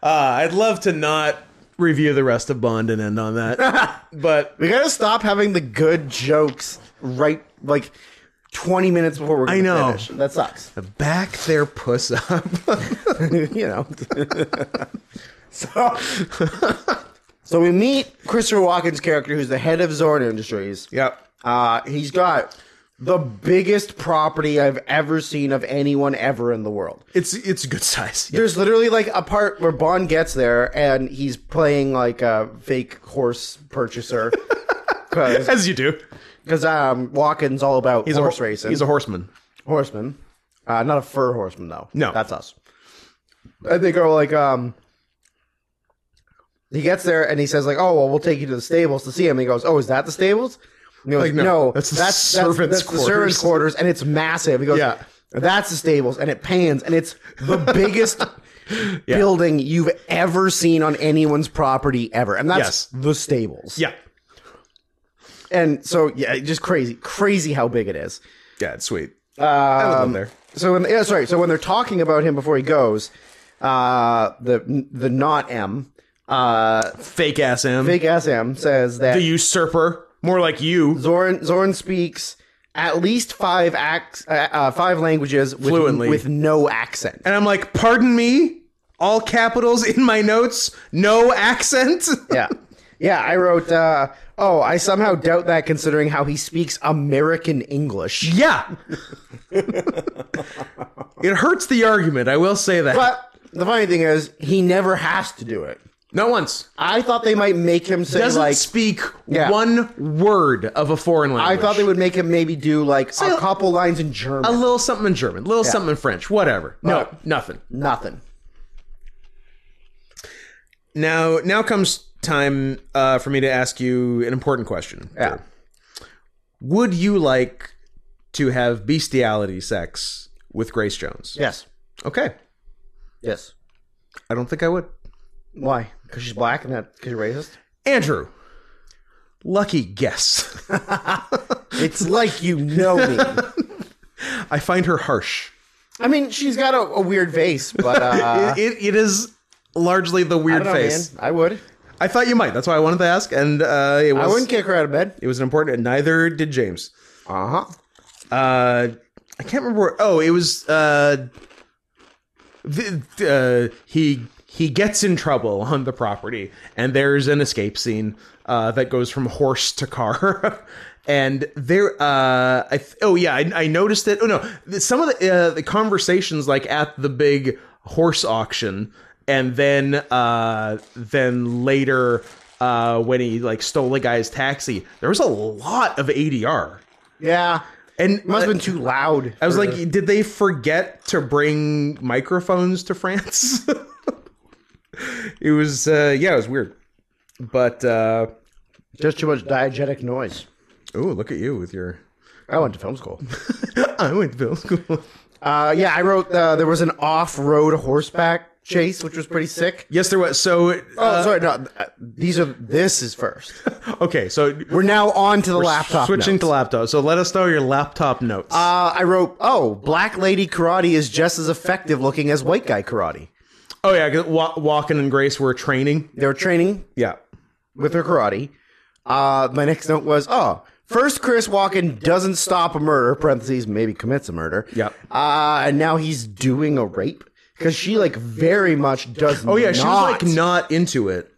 Speaker 3: Uh, I'd love to not review the rest of Bond and end on that. but
Speaker 2: we gotta stop having the good jokes right like twenty minutes before we're. Gonna
Speaker 3: I know.
Speaker 2: finish. that sucks.
Speaker 3: back their puss up.
Speaker 2: you know. so, so we meet Christopher Walken's character, who's the head of Zorn Industries.
Speaker 3: yep.
Speaker 2: Uh, he's got the biggest property I've ever seen of anyone ever in the world.
Speaker 3: It's it's a good size. Yeah.
Speaker 2: There's literally like a part where Bond gets there and he's playing like a fake horse purchaser. Because
Speaker 3: As you do.
Speaker 2: um, Walken's all about
Speaker 3: He's
Speaker 2: horse
Speaker 3: a, ho-
Speaker 2: racing.
Speaker 3: He's a horseman.
Speaker 2: horseman. Uh, not a fur horseman though.
Speaker 3: No.
Speaker 2: that's us. And they go like, um, he gets there and he says like, oh well, we'll take you to the stables to see him. And he goes, oh, is that the stables? And he goes,
Speaker 3: Like,
Speaker 2: no,
Speaker 3: no, that's the
Speaker 2: that's,
Speaker 3: servants'
Speaker 2: the servants'
Speaker 3: quarters."
Speaker 2: quarters, and it's massive. He goes,
Speaker 3: Yeah.
Speaker 2: that's the stables, and it pans, and it's the biggest. Building you've ever seen on anyone's property ever, and that's
Speaker 3: Yes.
Speaker 2: the stables.
Speaker 3: Yeah.
Speaker 2: and so yeah, just crazy, crazy how big it is.
Speaker 3: Yeah, it's sweet. Um, I love him there.
Speaker 2: So when yeah, sorry, so when they're talking about him before he goes, uh, the the not M, uh,
Speaker 3: Fake ass M.
Speaker 2: big ass M says that
Speaker 3: the usurper. More like you.
Speaker 2: Zorn Zorn speaks at least five acts, uh, uh, five languages with,
Speaker 3: Fluently.
Speaker 2: with no accent.
Speaker 3: And I'm like, pardon me? All capitals in my notes, no accent.
Speaker 2: yeah, yeah. I wrote. Uh, oh, I somehow doubt that considering how he speaks American English.
Speaker 3: yeah. it hurts the argument, I will say that.
Speaker 2: But the funny thing is, he never has to do it.
Speaker 3: Not once.
Speaker 2: I thought they might make him say
Speaker 3: doesn't
Speaker 2: like
Speaker 3: speak
Speaker 2: Yeah.
Speaker 3: one word of a foreign
Speaker 2: I
Speaker 3: language.
Speaker 2: thought they would make him maybe do like a
Speaker 3: So-
Speaker 2: couple lines in German.
Speaker 3: a little something in German, a little something in French, whatever. No,
Speaker 2: Uh,
Speaker 3: nothing.
Speaker 2: Nothing.
Speaker 3: Now, now comes time uh, for me to ask you an important question.
Speaker 2: Yeah.
Speaker 3: Would you like to have bestiality sex with Grace Jones?
Speaker 2: Yes.
Speaker 3: Okay.
Speaker 2: Yes.
Speaker 3: I don't think I would.
Speaker 2: Why? Because she's black and not because you're racist.
Speaker 3: Andrew, lucky guess.
Speaker 2: It's like you know me.
Speaker 3: I find her harsh.
Speaker 2: I mean, she's got a, a weird face, but uh,
Speaker 3: it, it is largely the
Speaker 2: I
Speaker 3: weird
Speaker 2: don't know,
Speaker 3: face.
Speaker 2: man. I would.
Speaker 3: I thought you might. That's why I wanted to ask, and uh, it was
Speaker 2: I wouldn't kick her out of bed.
Speaker 3: it was an important. And neither did James.
Speaker 2: Uh huh.
Speaker 3: Uh, I can't remember. Where, oh, it was. Uh, th- uh, he he gets in trouble on the property, and there's an escape scene uh, that goes from horse to car. And there, uh, I th- oh yeah, I, I noticed it. Oh no, th- some of the uh, the conversations like at the big horse auction, and then uh, then later uh, when he like stole a guy's taxi, there was a lot of ADR,
Speaker 2: Yeah.
Speaker 3: and
Speaker 2: It must
Speaker 3: uh,
Speaker 2: have been too loud.
Speaker 3: I was
Speaker 2: for-
Speaker 3: like, did they forget to bring microphones to France? it was, uh, yeah, it was weird. But uh,
Speaker 2: just too much diegetic noise.
Speaker 3: oh, look at you with your.
Speaker 2: I went to film school.
Speaker 3: I went to film school.
Speaker 2: Uh, yeah, I wrote. Uh, there was an off-road horseback chase, which was pretty sick.
Speaker 3: yes, there was. So,
Speaker 2: Oh,
Speaker 3: uh,
Speaker 2: sorry. No, th- these are. This is first.
Speaker 3: okay, so
Speaker 2: We're now on to the laptop.
Speaker 3: switching to
Speaker 2: notes.
Speaker 3: laptop. So let us know your laptop notes.
Speaker 2: Uh, I wrote. Oh, black lady karate is just as effective looking as white guy karate.
Speaker 3: oh yeah, 'cause Wa- Walken and Grace were training.
Speaker 2: They were training
Speaker 3: Yeah,
Speaker 2: with her karate. Uh, my next note was, oh, first Chris Walken doesn't stop a murder, parentheses, maybe commits a murder.
Speaker 3: Yep.
Speaker 2: Uh, and now he's doing a rape because she like very much does.
Speaker 3: Oh yeah, she was like
Speaker 2: not.
Speaker 3: not into it.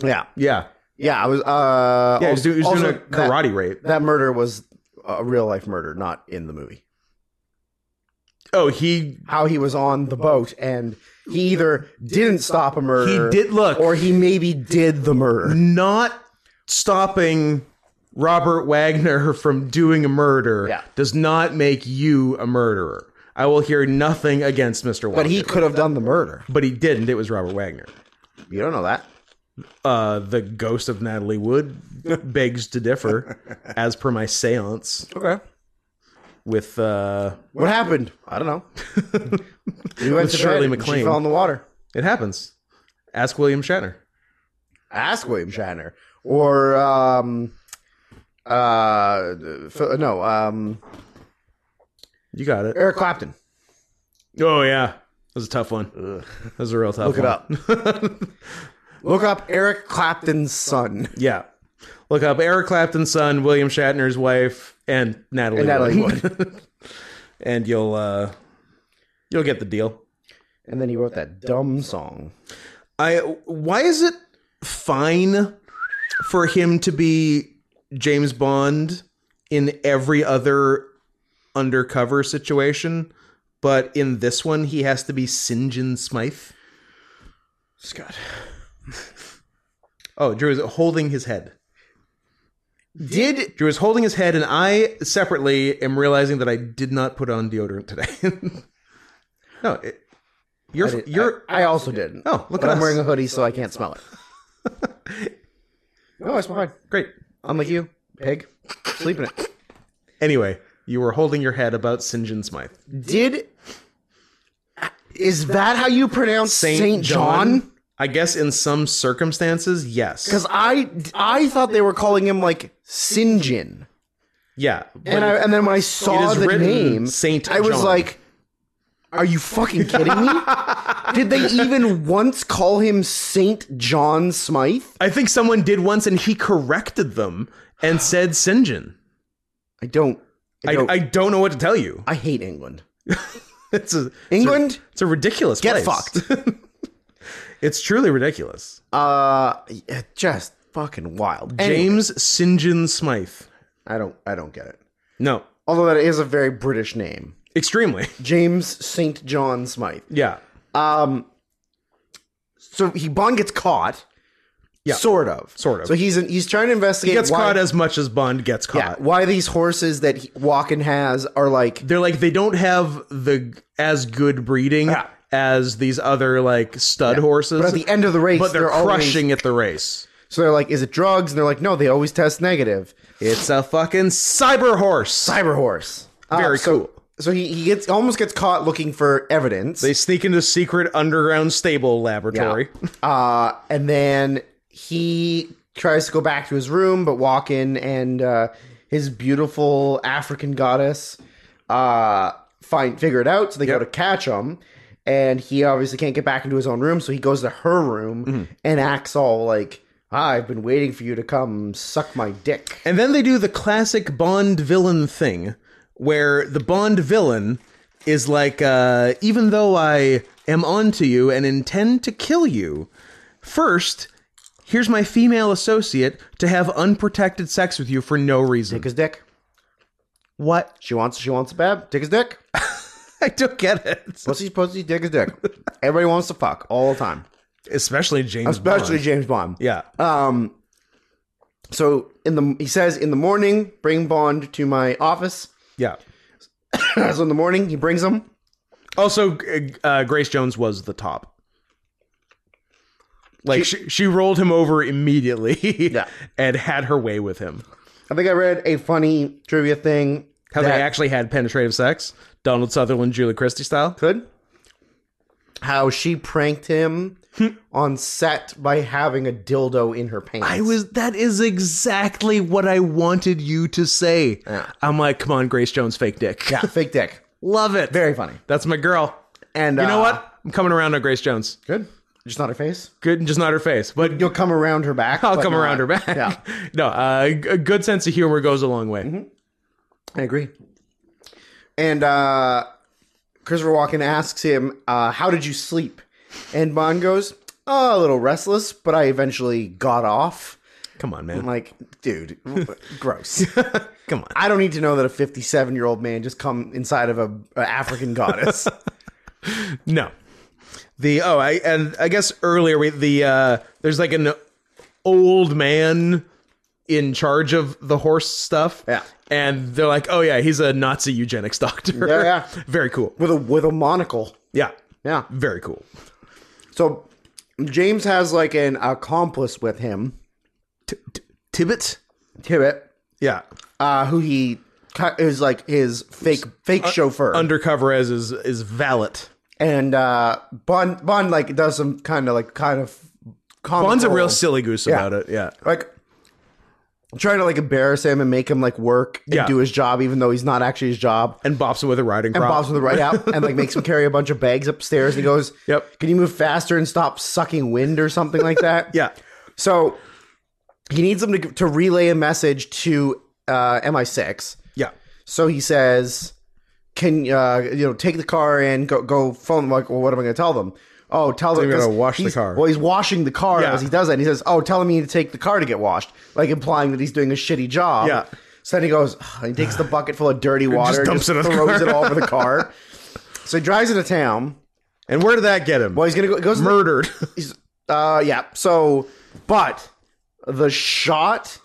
Speaker 2: Yeah.
Speaker 3: Yeah,
Speaker 2: Yeah. I was, uh,
Speaker 3: yeah, he was, do- he was
Speaker 2: also
Speaker 3: doing a karate rape.
Speaker 2: That, that murder was a real life murder, not in the movie.
Speaker 3: Oh, he
Speaker 2: How he was on the boat and he either didn't stop a murder.
Speaker 3: He did- look.
Speaker 2: Or he maybe did the murder.
Speaker 3: not stopping Robert Wagner from doing a murder
Speaker 2: Yeah.
Speaker 3: does not make you a murderer. I will hear nothing against Mr. Wagner.
Speaker 2: But he could have done the murder.
Speaker 3: but he didn't. It was Robert Wagner.
Speaker 2: You don't know that.
Speaker 3: Uh, the ghost of Natalie Wood begs to differ, as per my seance
Speaker 2: Okay.
Speaker 3: with uh,
Speaker 2: What happened? I don't know. we went
Speaker 3: With
Speaker 2: to
Speaker 3: Shirley
Speaker 2: Shirley bed MacLaine.
Speaker 3: MacLaine.
Speaker 2: she fell in the water.
Speaker 3: it happens. Ask William Shatner.
Speaker 2: Ask William Shatner or um, uh, Phil- no, um,
Speaker 3: You got it.
Speaker 2: Eric Clapton.
Speaker 3: Oh yeah, that was a tough one. That was a real tough.
Speaker 2: Look it
Speaker 3: one.
Speaker 2: up. Look up Eric Clapton's son.
Speaker 3: Yeah. Look up Eric Clapton's son, William Shatner's wife, and Natalie.
Speaker 2: And Natalie
Speaker 3: and you'll uh you'll get the deal.
Speaker 2: And then he wrote that dumb song.
Speaker 3: I why is it fine for him to be James Bond in every other undercover situation, but in this one he has to be St. John Smythe?
Speaker 2: Scott.
Speaker 3: Oh, Drew is holding his head.
Speaker 2: Did
Speaker 3: Drew is holding his head, and I separately am realizing that I did not put on deodorant today. no, it, you're you're.
Speaker 2: I also didn't.
Speaker 3: oh, look
Speaker 2: but
Speaker 3: at
Speaker 2: I'm
Speaker 3: us.
Speaker 2: wearing a hoodie so I can't smell it. no, it's fine.
Speaker 3: Great.
Speaker 2: I'm like you, pig. Sleep in it.
Speaker 3: Anyway, you were holding your head about St. John Smythe.
Speaker 2: Did is that how you pronounce Saint John?
Speaker 3: I guess in some circumstances, yes.
Speaker 2: Because I I thought they were calling him like Sinjin,
Speaker 3: yeah,
Speaker 2: and I, and then when I saw
Speaker 3: is
Speaker 2: the
Speaker 3: written
Speaker 2: name
Speaker 3: Saint
Speaker 2: I was
Speaker 3: John.
Speaker 2: like, "Are you fucking kidding me? Did they even once call him Saint John Smythe?
Speaker 3: I think someone did once, and he corrected them and said St. John.
Speaker 2: I don't. I
Speaker 3: I,
Speaker 2: don't.
Speaker 3: I
Speaker 2: I,
Speaker 3: don't know what to tell you.
Speaker 2: hate England.
Speaker 3: It's a
Speaker 2: England,
Speaker 3: it's a ridiculous.
Speaker 2: Get
Speaker 3: place. it's truly ridiculous.
Speaker 2: uh, yeah, just fucking wild. Anyway,
Speaker 3: James St. John Smythe.
Speaker 2: I don't. I don't get it.
Speaker 3: No,
Speaker 2: Although that is a very British name,
Speaker 3: extremely.
Speaker 2: James Saint John Smythe.
Speaker 3: Yeah.
Speaker 2: Um, so he Bond gets caught.
Speaker 3: Yeah.
Speaker 2: Sort of.
Speaker 3: Sort of.
Speaker 2: So he's he's trying to investigate.
Speaker 3: He gets
Speaker 2: why,
Speaker 3: caught as much as Bond gets
Speaker 2: yeah,
Speaker 3: caught.
Speaker 2: why these horses that he, Walken has are like
Speaker 3: They're like they don't have the g- as good breeding
Speaker 2: Yeah.
Speaker 3: as these other like stud horses.
Speaker 2: but at the end of the race
Speaker 3: But they're,
Speaker 2: always-
Speaker 3: crushing at the race.
Speaker 2: so they're like, is it drugs? And they're like, no, they always test negative.
Speaker 3: It's a fucking cyber horse.
Speaker 2: Cyber horse. Ah,
Speaker 3: Very
Speaker 2: so,
Speaker 3: cool.
Speaker 2: so he, he gets almost gets caught looking for evidence.
Speaker 3: They sneak into secret underground stable laboratory.
Speaker 2: Uh, and then he tries to go back to his room, but walk in, and uh, his beautiful African goddess uh, find figure it out. So they go to catch him, and he obviously can't get back into his own room, so he goes to her room and acts all like, "Ah, "I've been waiting for you to come suck my dick."
Speaker 3: And then they do the classic Bond villain thing where the Bond villain is like, uh, even though I am onto you and intend to kill you, first, here's my female associate to have unprotected sex with you for no reason.
Speaker 2: Dick his dick.
Speaker 3: What?
Speaker 2: She wants. She wants a bab. Dick his dick.
Speaker 3: I don't get it.
Speaker 2: Pussy, pussy, dick his dick. Everybody wants to fuck all the time,
Speaker 3: Especially James
Speaker 2: especially
Speaker 3: Bond.
Speaker 2: James Bond.
Speaker 3: Yeah.
Speaker 2: Um, so in the he says in the morning, bring Bond to my office.
Speaker 3: Yeah.
Speaker 2: so in the morning, he brings him.
Speaker 3: Also, uh, Grace Jones was the top. Like she, she, rolled him over immediately
Speaker 2: Yeah.
Speaker 3: and had her way with him.
Speaker 2: I think I read a funny trivia thing.
Speaker 3: How
Speaker 2: that
Speaker 3: they actually had penetrative sex, Donald Sutherland, Julia Christie style.
Speaker 2: could. How she pranked him on set by having a dildo in her pants.
Speaker 3: I was. That is exactly what I wanted you to say. I'm like, come on, Grace Jones, fake dick.
Speaker 2: yeah, fake dick.
Speaker 3: Love it.
Speaker 2: Very funny.
Speaker 3: That's my girl.
Speaker 2: And uh,
Speaker 3: You know what? I'm coming around on Grace Jones.
Speaker 2: Good. Just not her face.
Speaker 3: Good, and just not her face, but
Speaker 2: You'll come around her back.
Speaker 3: I'll
Speaker 2: but
Speaker 3: come
Speaker 2: not-
Speaker 3: around her back.
Speaker 2: Yeah, Mm-hmm.
Speaker 3: No, uh, a good sense of humor goes a long way.
Speaker 2: I agree. And uh, Christopher Walken asks him, uh, "How did you sleep?" And Bond goes, "Oh, a little restless, but I eventually got off."
Speaker 3: Come on, man.
Speaker 2: I'm like, dude, gross.
Speaker 3: Come on.
Speaker 2: I don't need to know that a 57 year old man just come inside of a, a African goddess.
Speaker 3: No. The oh, I and I guess earlier we the uh there's like an old man in charge of the horse stuff.
Speaker 2: Yeah.
Speaker 3: And they're like, "Oh yeah, he's a Nazi eugenics doctor."
Speaker 2: Yeah, yeah.
Speaker 3: Very cool.
Speaker 2: with a with a monocle.
Speaker 3: Yeah.
Speaker 2: Yeah.
Speaker 3: Very cool.
Speaker 2: So James has like an accomplice with him,
Speaker 3: Tibbet?
Speaker 2: Tibbet,
Speaker 3: Yeah.
Speaker 2: uh, who he cu- is like his fake fake chauffeur.
Speaker 3: Undercover as is is valet.
Speaker 2: and uh, Bond Bond like does some kind of like kind of comical,
Speaker 3: Bond's a real silly goose
Speaker 2: Yeah.
Speaker 3: about it. Yeah.
Speaker 2: like trying to like embarrass him and make him like work and
Speaker 3: Yeah.
Speaker 2: do his job even though he's not actually his job.
Speaker 3: And bops him with a riding
Speaker 2: and
Speaker 3: crop.
Speaker 2: Bob's with the right out and like makes him carry a bunch of bags upstairs. And he goes,
Speaker 3: Yep.
Speaker 2: Can you move faster and stop sucking wind or something like that?
Speaker 3: Yeah.
Speaker 2: So he needs them to to relay a message to uh, MI6.
Speaker 3: Yeah.
Speaker 2: So he says, "Can uh, you know take the car and go go phone?" them." Like, well, what am I going to tell them? Oh, tell them
Speaker 3: you gotta
Speaker 2: 'cause
Speaker 3: wash the
Speaker 2: he's-
Speaker 3: car.
Speaker 2: Well, he's washing the car
Speaker 3: Yeah.
Speaker 2: as he does that. And he says, "Oh, tell him you need to take the car to get washed," like implying that he's doing a shitty job.
Speaker 3: Yeah.
Speaker 2: So then he goes, "Ugh," and he takes the bucket full of dirty water,
Speaker 3: dumps
Speaker 2: and
Speaker 3: it
Speaker 2: just
Speaker 3: on the
Speaker 2: throws
Speaker 3: car.
Speaker 2: it all over the car. So he drives into town.
Speaker 3: And where did that get him?
Speaker 2: Well, he's gonna go. He goes to the-
Speaker 3: Murdered.
Speaker 2: He's, uh, yeah. So, but the shot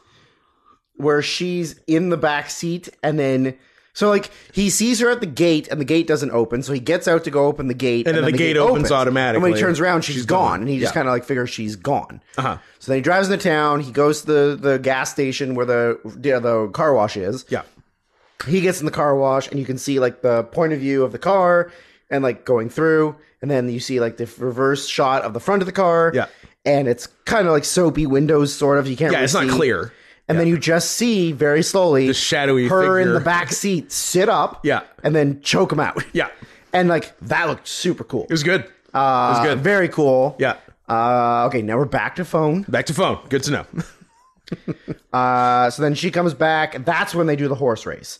Speaker 2: where she's in the back seat and then. So like he sees her at the gate and the gate doesn't open, so he gets out to go open the gate,
Speaker 3: And then the gate opens
Speaker 2: And when
Speaker 3: automatically.
Speaker 2: he turns around, she's gone,
Speaker 3: gone.
Speaker 2: and he just
Speaker 3: Yeah.
Speaker 2: kind of like figures she's gone. Uh-huh. So then he drives into town. He goes to the, the gas station where the the car wash is.
Speaker 3: yeah.
Speaker 2: He gets in the car wash, and you can see like the point of view of the car and like going through, and then you see like the reverse shot of the front of the car.
Speaker 3: Yeah.
Speaker 2: and it's kind of like soapy windows, sort of. You can't.
Speaker 3: Yeah,
Speaker 2: really
Speaker 3: it's not
Speaker 2: see.
Speaker 3: clear.
Speaker 2: And then you just see very slowly
Speaker 3: The shadowy
Speaker 2: her in
Speaker 3: figure.
Speaker 2: the back seat sit up.
Speaker 3: Yeah.
Speaker 2: and then choke him out.
Speaker 3: Yeah.
Speaker 2: and like that looked super cool.
Speaker 3: It was good. Uh, it was good.
Speaker 2: Very cool.
Speaker 3: yeah.
Speaker 2: Uh, okay, now we're back to phone.
Speaker 3: Back to phone. Good to know.
Speaker 2: Uh, so then she comes back. and That's when they do the horse race.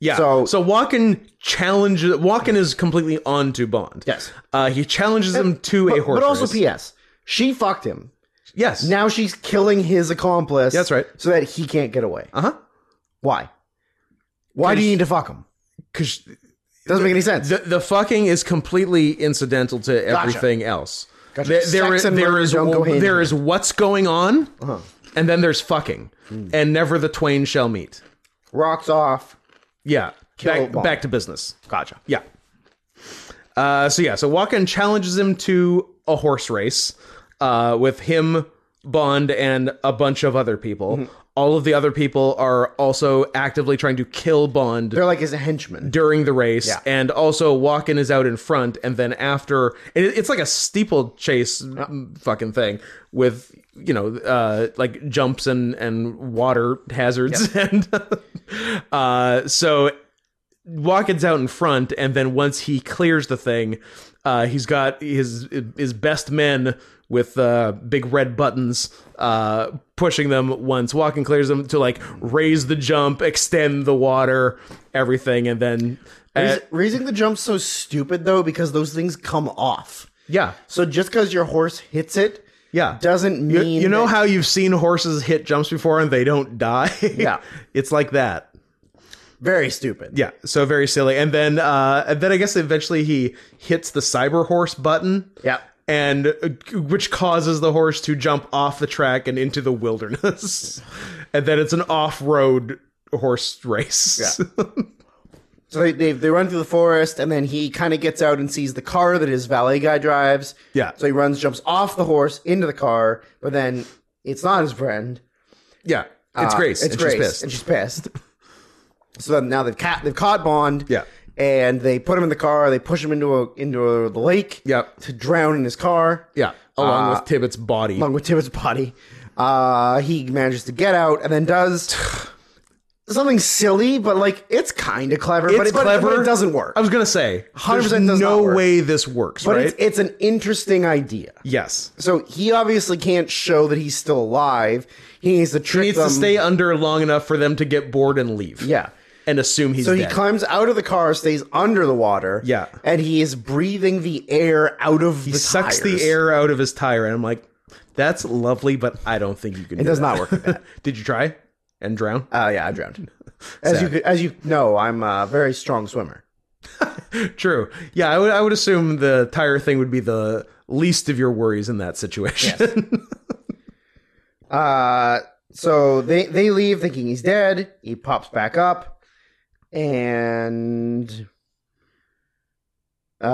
Speaker 3: Yeah.
Speaker 2: So-
Speaker 3: So so Walken challenges Walken is completely on to Bond.
Speaker 2: Yes.
Speaker 3: Uh, he challenges him to a
Speaker 2: But,
Speaker 3: horse
Speaker 2: but also,
Speaker 3: race.
Speaker 2: P.S. She fucked him.
Speaker 3: Yes.
Speaker 2: Now she's killing his accomplice.
Speaker 3: That's right.
Speaker 2: So that he can't get away.
Speaker 3: Uh huh.
Speaker 2: Why? Why do you need to fuck him?
Speaker 3: Because
Speaker 2: Doesn't make any sense.
Speaker 3: the the fucking is completely incidental to everything else.
Speaker 2: Gotcha.
Speaker 3: There, there
Speaker 2: Sex
Speaker 3: is
Speaker 2: and
Speaker 3: there
Speaker 2: murder
Speaker 3: is
Speaker 2: don't go hand in hand.
Speaker 3: there
Speaker 2: Uh-huh.
Speaker 3: is what's going on, and then there's fucking,
Speaker 2: Hmm.
Speaker 3: and never the twain shall meet.
Speaker 2: Rocks off.
Speaker 3: Yeah.
Speaker 2: Kill
Speaker 3: Back,
Speaker 2: Bond.
Speaker 3: back to business.
Speaker 2: Gotcha.
Speaker 3: Yeah. Uh, so yeah, so Walken challenges him to a horse race uh, with him Bond and a bunch of other people.
Speaker 2: Mm-hmm.
Speaker 3: All of the other people are also actively trying to kill Bond
Speaker 2: They're like his henchmen.
Speaker 3: during the race,
Speaker 2: Yeah.
Speaker 3: and also Walken is out in front, and then after and it- it's like a steeplechase m fucking thing with you know uh, like jumps and and water hazards, and uh, so Walken's out in front, and then once he clears the thing, uh, he's got his his best men with uh, big red buttons uh, pushing them. Once Walken clears them to like raise the jump, extend the water, everything, and then uh,
Speaker 2: Rais- raising the jump's so stupid though because those things come off.
Speaker 3: yeah,
Speaker 2: So just because your horse hits it,
Speaker 3: yeah.
Speaker 2: doesn't
Speaker 3: You,
Speaker 2: mean
Speaker 3: you know
Speaker 2: that-
Speaker 3: how you've seen horses hit jumps before and they don't die?
Speaker 2: Yeah.
Speaker 3: it's like that.
Speaker 2: very stupid.
Speaker 3: Yeah, so very silly. And then uh and then I guess eventually he hits the cyber horse button.
Speaker 2: Yeah.
Speaker 3: And uh, which causes the horse to jump off the track and into the wilderness. and then it's an off-road horse race. Yeah.
Speaker 2: So they, they they run through the forest and then he kind of gets out and sees the car that his valet guy drives.
Speaker 3: Yeah.
Speaker 2: So he runs, jumps off the horse into the car, but then it's not his friend.
Speaker 3: It's
Speaker 2: Uh,
Speaker 3: Grace.
Speaker 2: It's
Speaker 3: and
Speaker 2: Grace.
Speaker 3: She's pissed.
Speaker 2: And she's pissed. so then now they've ca- they've caught Bond.
Speaker 3: Yeah.
Speaker 2: And they put him in the car. They push him into a into a, the lake.
Speaker 3: Yep.
Speaker 2: To drown in his car.
Speaker 3: yeah. Uh, Along with Tibbet's body.
Speaker 2: along with Tibbet's body. Uh, he manages to get out and then does something silly, but like it's kind of clever. but
Speaker 3: It's
Speaker 2: it, but it- but
Speaker 3: clever.
Speaker 2: it doesn't work.
Speaker 3: I was gonna say
Speaker 2: 100%
Speaker 3: there's
Speaker 2: does
Speaker 3: no
Speaker 2: not work.
Speaker 3: way this works,
Speaker 2: but
Speaker 3: right?
Speaker 2: it's, it's an interesting idea.
Speaker 3: yes.
Speaker 2: So he obviously can't show that he's still alive. He needs to trick
Speaker 3: He needs
Speaker 2: them.
Speaker 3: to stay under long enough for them to get bored and leave.
Speaker 2: Yeah.
Speaker 3: And assume he's
Speaker 2: So he
Speaker 3: dead.
Speaker 2: climbs out of the car, stays under the water.
Speaker 3: Yeah.
Speaker 2: And he is breathing the air out of
Speaker 3: he
Speaker 2: the
Speaker 3: sucks
Speaker 2: tires.
Speaker 3: the air out of his tire, and I'm like, that's lovely, but I don't think you can.
Speaker 2: It does not work like that.
Speaker 3: Did you try and drown?
Speaker 2: Oh, yeah, I drowned. As you, could, as you know, I'm a very strong swimmer.
Speaker 3: True. Yeah, I would. I would assume the tire thing would be the least of your worries in that situation.
Speaker 2: Uh, so they they leave thinking he's dead. He pops back up, and uh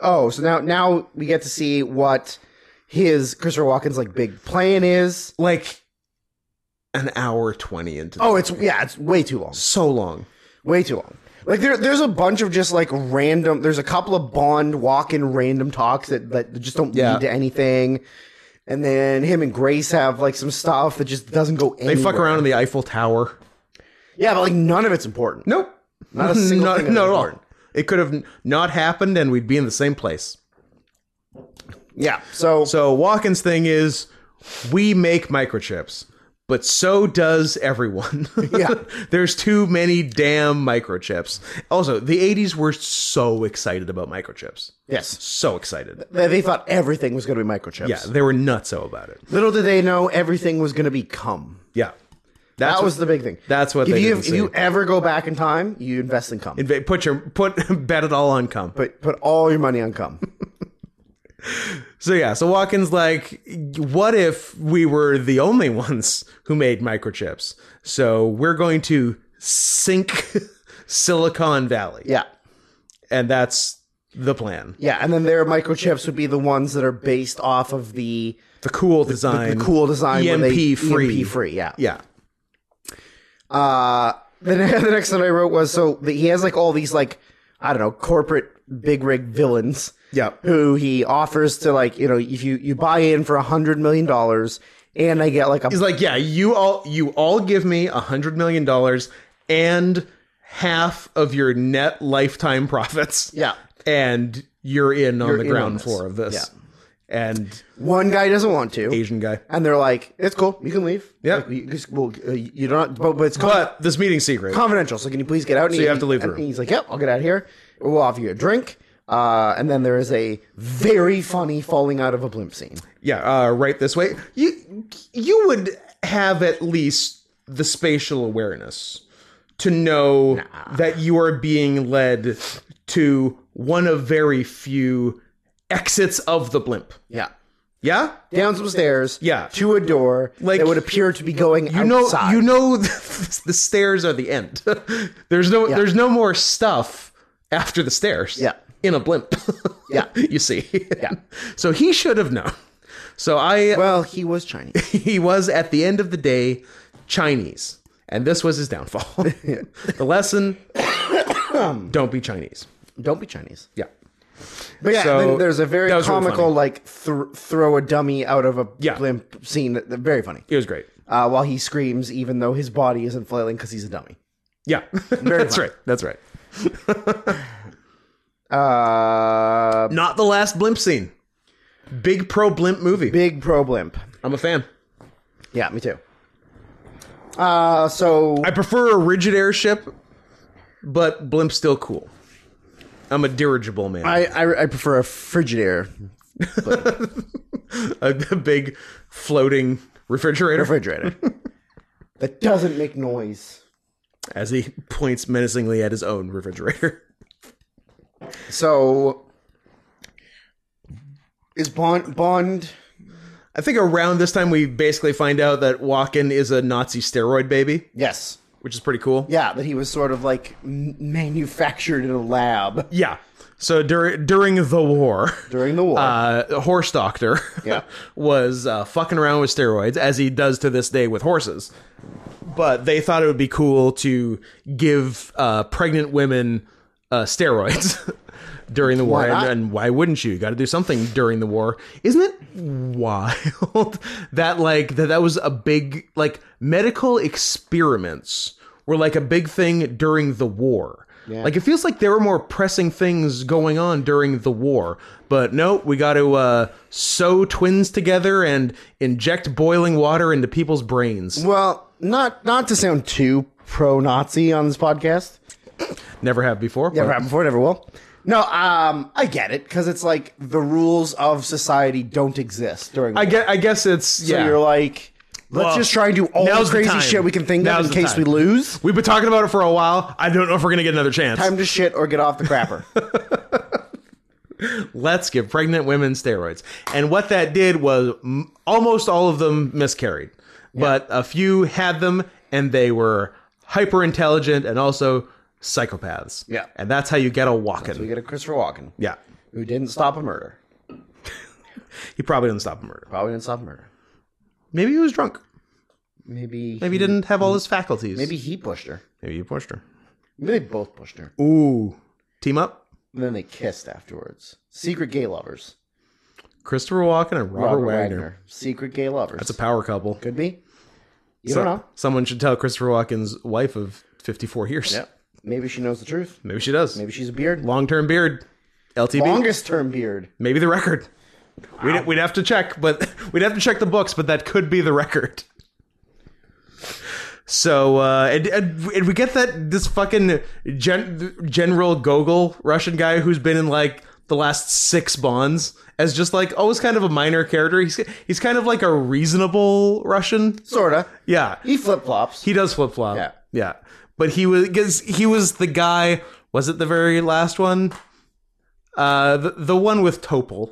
Speaker 2: oh, so now now we get to see what his Christopher Walken's like big plan is.
Speaker 3: like an hour twenty into.
Speaker 2: Oh, it's yeah, it's way too long,
Speaker 3: so long.
Speaker 2: way too long. Like there, there's a bunch of just like random. There's a couple of Bond Walken random talks that that just don't
Speaker 3: Yeah.
Speaker 2: lead to anything. And then him and Grace have like some stuff that just doesn't go anywhere.
Speaker 3: They fuck around in the Eiffel Tower.
Speaker 2: Yeah, but like none of it's important.
Speaker 3: Nope.
Speaker 2: Not a single
Speaker 3: not,
Speaker 2: thing of
Speaker 3: not at all.
Speaker 2: important.
Speaker 3: It could have not happened, and we'd be in the same place.
Speaker 2: Yeah. So,
Speaker 3: So Walken's thing is we make microchips, but so does everyone.
Speaker 2: Yeah.
Speaker 3: There's too many damn microchips. Also, the 80s were so excited about microchips.
Speaker 2: yes,
Speaker 3: So excited.
Speaker 2: they, they thought everything was going to be microchips.
Speaker 3: Yeah, they were nutso about it.
Speaker 2: Little did they know everything was going to become.
Speaker 3: Yeah.
Speaker 2: That
Speaker 3: That's
Speaker 2: was the
Speaker 3: what-
Speaker 2: big thing.
Speaker 3: that's what
Speaker 2: if
Speaker 3: they
Speaker 2: you,
Speaker 3: didn't
Speaker 2: if
Speaker 3: see.
Speaker 2: you ever go back in time, you invest in cum.
Speaker 3: Inva- put your put bet it all on comp.
Speaker 2: but put all your money on cum.
Speaker 3: So yeah, so Watkins like, what if we were the only ones who made microchips? So we're going to sink Silicon Valley,
Speaker 2: yeah.
Speaker 3: and that's the plan.
Speaker 2: Yeah, and then their microchips would be the ones that are based off of the
Speaker 3: The cool
Speaker 2: the
Speaker 3: design, E
Speaker 2: cool design where they- E
Speaker 3: EMP free,
Speaker 2: EMP free, yeah.
Speaker 3: Yeah,
Speaker 2: Uh, the, the next one I wrote was so that he has like all these like I don't know corporate big rig villains.
Speaker 3: Yep.
Speaker 2: Who he offers to like you know if you you buy in for a hundred million dollars and I get like a
Speaker 3: he's like, yeah, you all you all give me a hundred million dollars and half of your net lifetime profits.
Speaker 2: Yeah.
Speaker 3: and you're in on
Speaker 2: You're
Speaker 3: the
Speaker 2: in on
Speaker 3: ground
Speaker 2: this.
Speaker 3: floor of this. And
Speaker 2: one guy doesn't want to
Speaker 3: Asian guy.
Speaker 2: and they're like it's cool you can leave
Speaker 3: Yeah.
Speaker 2: Like, you, just, well, uh, you don't but, but it's con-
Speaker 3: But this meeting's secret.
Speaker 2: confidential so can you please get out and
Speaker 3: So you have to leave the
Speaker 2: and
Speaker 3: room.
Speaker 2: he's like yep I'll get out of here we'll offer you a drink uh and then there is a very funny falling out of a blimp scene
Speaker 3: yeah, uh, right this way. You you would have at least the spatial awareness to know that you are being led to one of very few exits of the blimp.
Speaker 2: yeah.
Speaker 3: Yeah,
Speaker 2: down some stairs,
Speaker 3: Yeah.
Speaker 2: to a door
Speaker 3: Like,
Speaker 2: that would appear to be going
Speaker 3: you know
Speaker 2: outside.
Speaker 3: you know the stairs are the end. there's no there's no more stuff after the stairs.
Speaker 2: Yeah.
Speaker 3: in a blimp.
Speaker 2: Yeah.
Speaker 3: you see. Yeah, so he should have known. So I
Speaker 2: Well, he was Chinese.
Speaker 3: he was at the end of the day Chinese, and this was his downfall. the lesson: don't be Chinese.
Speaker 2: Don't be Chinese.
Speaker 3: Yeah,
Speaker 2: But yeah,
Speaker 3: So,
Speaker 2: then there's a very
Speaker 3: that was really
Speaker 2: comical,
Speaker 3: funny.
Speaker 2: like th- throw a dummy out of a
Speaker 3: Yeah.
Speaker 2: blimp scene. that- that- Very funny.
Speaker 3: it was great.
Speaker 2: Uh, while he screams, even though his body isn't flailing because he's a dummy.
Speaker 3: Yeah, that's right. That's right.
Speaker 2: Uh,
Speaker 3: Not the last blimp scene. Big pro blimp movie.
Speaker 2: big pro blimp.
Speaker 3: I'm a fan.
Speaker 2: Yeah, me too. Uh, so
Speaker 3: I prefer a rigid airship, but blimp's still cool. I'm a dirigible man.
Speaker 2: I, I I prefer a Frigidaire
Speaker 3: a, a big floating refrigerator.
Speaker 2: refrigerator that doesn't make noise.
Speaker 3: As he points menacingly at his own refrigerator.
Speaker 2: So is Bond Bond?
Speaker 3: I think around this time we basically find out that Walken is a Nazi steroid baby,
Speaker 2: Yes.
Speaker 3: which is pretty cool.
Speaker 2: Yeah, that he was sort of like m- manufactured in a lab
Speaker 3: Yeah. So dur- during the war,
Speaker 2: during the war.
Speaker 3: uh, a horse doctor
Speaker 2: Yeah.
Speaker 3: was uh, fucking around with steroids as he does to this day with horses. But they thought it would be cool to give uh, pregnant women uh, steroids during the war.
Speaker 2: Why
Speaker 3: And,
Speaker 2: not?
Speaker 3: and why wouldn't you? You got to do something during the war. Isn't it wild that like that that was a big like medical experiments were like a big thing during the war. Like it feels like there were more pressing things going on during the war, but no, we got to uh, sew twins together and inject boiling water into people's brains.
Speaker 2: well, not not to sound too pro-Nazi on this podcast.
Speaker 3: Never have before.
Speaker 2: Never
Speaker 3: but-
Speaker 2: happened before. Never will. No, um, I get it because it's like the rules of society don't exist during.
Speaker 3: I guess, I guess it's
Speaker 2: So
Speaker 3: yeah.
Speaker 2: you're like, let's
Speaker 3: Well,
Speaker 2: just try and do all the
Speaker 3: now's the
Speaker 2: crazy
Speaker 3: time.
Speaker 2: shit we can think
Speaker 3: Now's
Speaker 2: of in
Speaker 3: the
Speaker 2: case
Speaker 3: time.
Speaker 2: we lose.
Speaker 3: We've been talking about it for a while. I don't know if we're gonna get another chance.
Speaker 2: Time to shit or get off the crapper.
Speaker 3: Let's give pregnant women steroids. And what that did was m- almost all of them miscarried, but a few had them and they were hyper intelligent and also psychopaths.
Speaker 2: Yeah.
Speaker 3: And that's how you get a
Speaker 2: we
Speaker 3: walking.
Speaker 2: get a Christopher Walken
Speaker 3: Yeah.
Speaker 2: who didn't stop a murder.
Speaker 3: He probably didn't stop a murder.
Speaker 2: Probably didn't stop a murder.
Speaker 3: Maybe he was drunk.
Speaker 2: Maybe
Speaker 3: Maybe he didn't have all his faculties.
Speaker 2: Hmm. maybe he pushed her.
Speaker 3: Maybe you pushed her.
Speaker 2: Maybe they both pushed her.
Speaker 3: Ooh. Team up.
Speaker 2: And then they kissed afterwards. Secret gay lovers.
Speaker 3: Christopher Walken and Robert,
Speaker 2: Robert
Speaker 3: Wagner.
Speaker 2: Wagner. Secret gay lovers.
Speaker 3: That's a power couple.
Speaker 2: Could be. You
Speaker 3: So-
Speaker 2: don't know.
Speaker 3: Someone should tell Christopher Walken's wife of 54 years.
Speaker 2: Yep. Maybe she knows the truth.
Speaker 3: Maybe she does.
Speaker 2: Maybe she's a beard.
Speaker 3: Long term beard. LTB.
Speaker 2: Longest term beard.
Speaker 3: Maybe the record. We'd, we'd have to check, but we'd have to check the books, but that could be the record. So, uh, and, and, and we get that this fucking gen, General Gogol Russian guy who's been in like the last six Bonds as just like always kind of a minor character. He's he's kind of like a reasonable Russian.
Speaker 2: Sorta.
Speaker 3: Yeah,
Speaker 2: He flip flops.
Speaker 3: he does flip flop.
Speaker 2: Yeah.
Speaker 3: yeah. But he was because he was the guy. Was it the very last one? Uh, the, the one with Topol.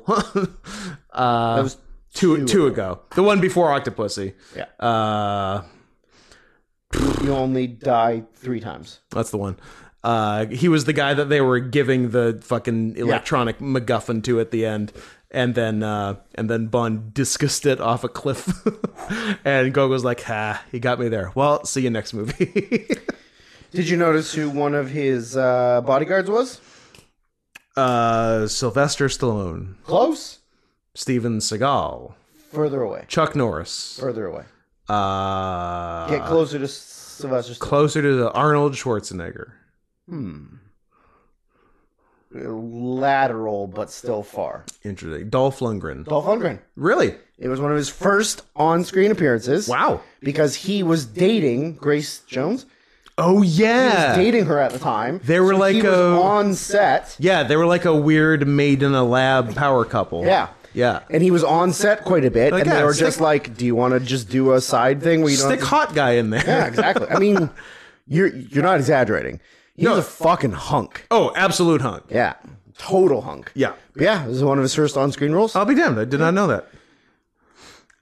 Speaker 3: uh,
Speaker 2: That was
Speaker 3: two two, ago. The one before Octopussy.
Speaker 2: Yeah.
Speaker 3: Uh,
Speaker 2: You only die three times.
Speaker 3: that's the one. Uh, he was the guy that they were giving the fucking electronic MacGuffin to at the end, and then uh, and then Bond discussed it off a cliff, and Gogo's like, "Ha, he got me there." Well, see you next movie.
Speaker 2: Did you notice who one of his uh, bodyguards was?
Speaker 3: uh, Sylvester Stallone,
Speaker 2: Close.
Speaker 3: Steven Seagal,
Speaker 2: Further away.
Speaker 3: Chuck Norris,
Speaker 2: Further away.
Speaker 3: uh,
Speaker 2: Get closer to Sylvester. Stallone.
Speaker 3: closer to the Arnold Schwarzenegger.
Speaker 2: Lateral, but still far.
Speaker 3: Interesting. Dolph Lundgren.
Speaker 2: Dolph Lundgren.
Speaker 3: Really?
Speaker 2: It was one of his first on-screen appearances.
Speaker 3: Wow.
Speaker 2: Because he was dating Grace Jones.
Speaker 3: Oh
Speaker 2: He was
Speaker 3: yeah.
Speaker 2: dating her at the time.
Speaker 3: They were
Speaker 2: So
Speaker 3: like uh,
Speaker 2: he was
Speaker 3: a-
Speaker 2: on set.
Speaker 3: Yeah, they were like a weird made in a lab power couple.
Speaker 2: Yeah.
Speaker 3: Yeah.
Speaker 2: And he was on set quite a bit,
Speaker 3: Like,
Speaker 2: and
Speaker 3: yeah,
Speaker 2: they were
Speaker 3: stick-
Speaker 2: just like, "Do you want to just do a side thing where you don't have
Speaker 3: Stick
Speaker 2: to
Speaker 3: hot guy in there.
Speaker 2: Yeah, exactly. I mean, you're you're not exaggerating. He's
Speaker 3: No.
Speaker 2: a fucking hunk.
Speaker 3: Oh, absolute hunk.
Speaker 2: Yeah, total hunk.
Speaker 3: Yeah.
Speaker 2: But yeah. This is one of his first on-screen roles.
Speaker 3: I'll be damned. I did not know that.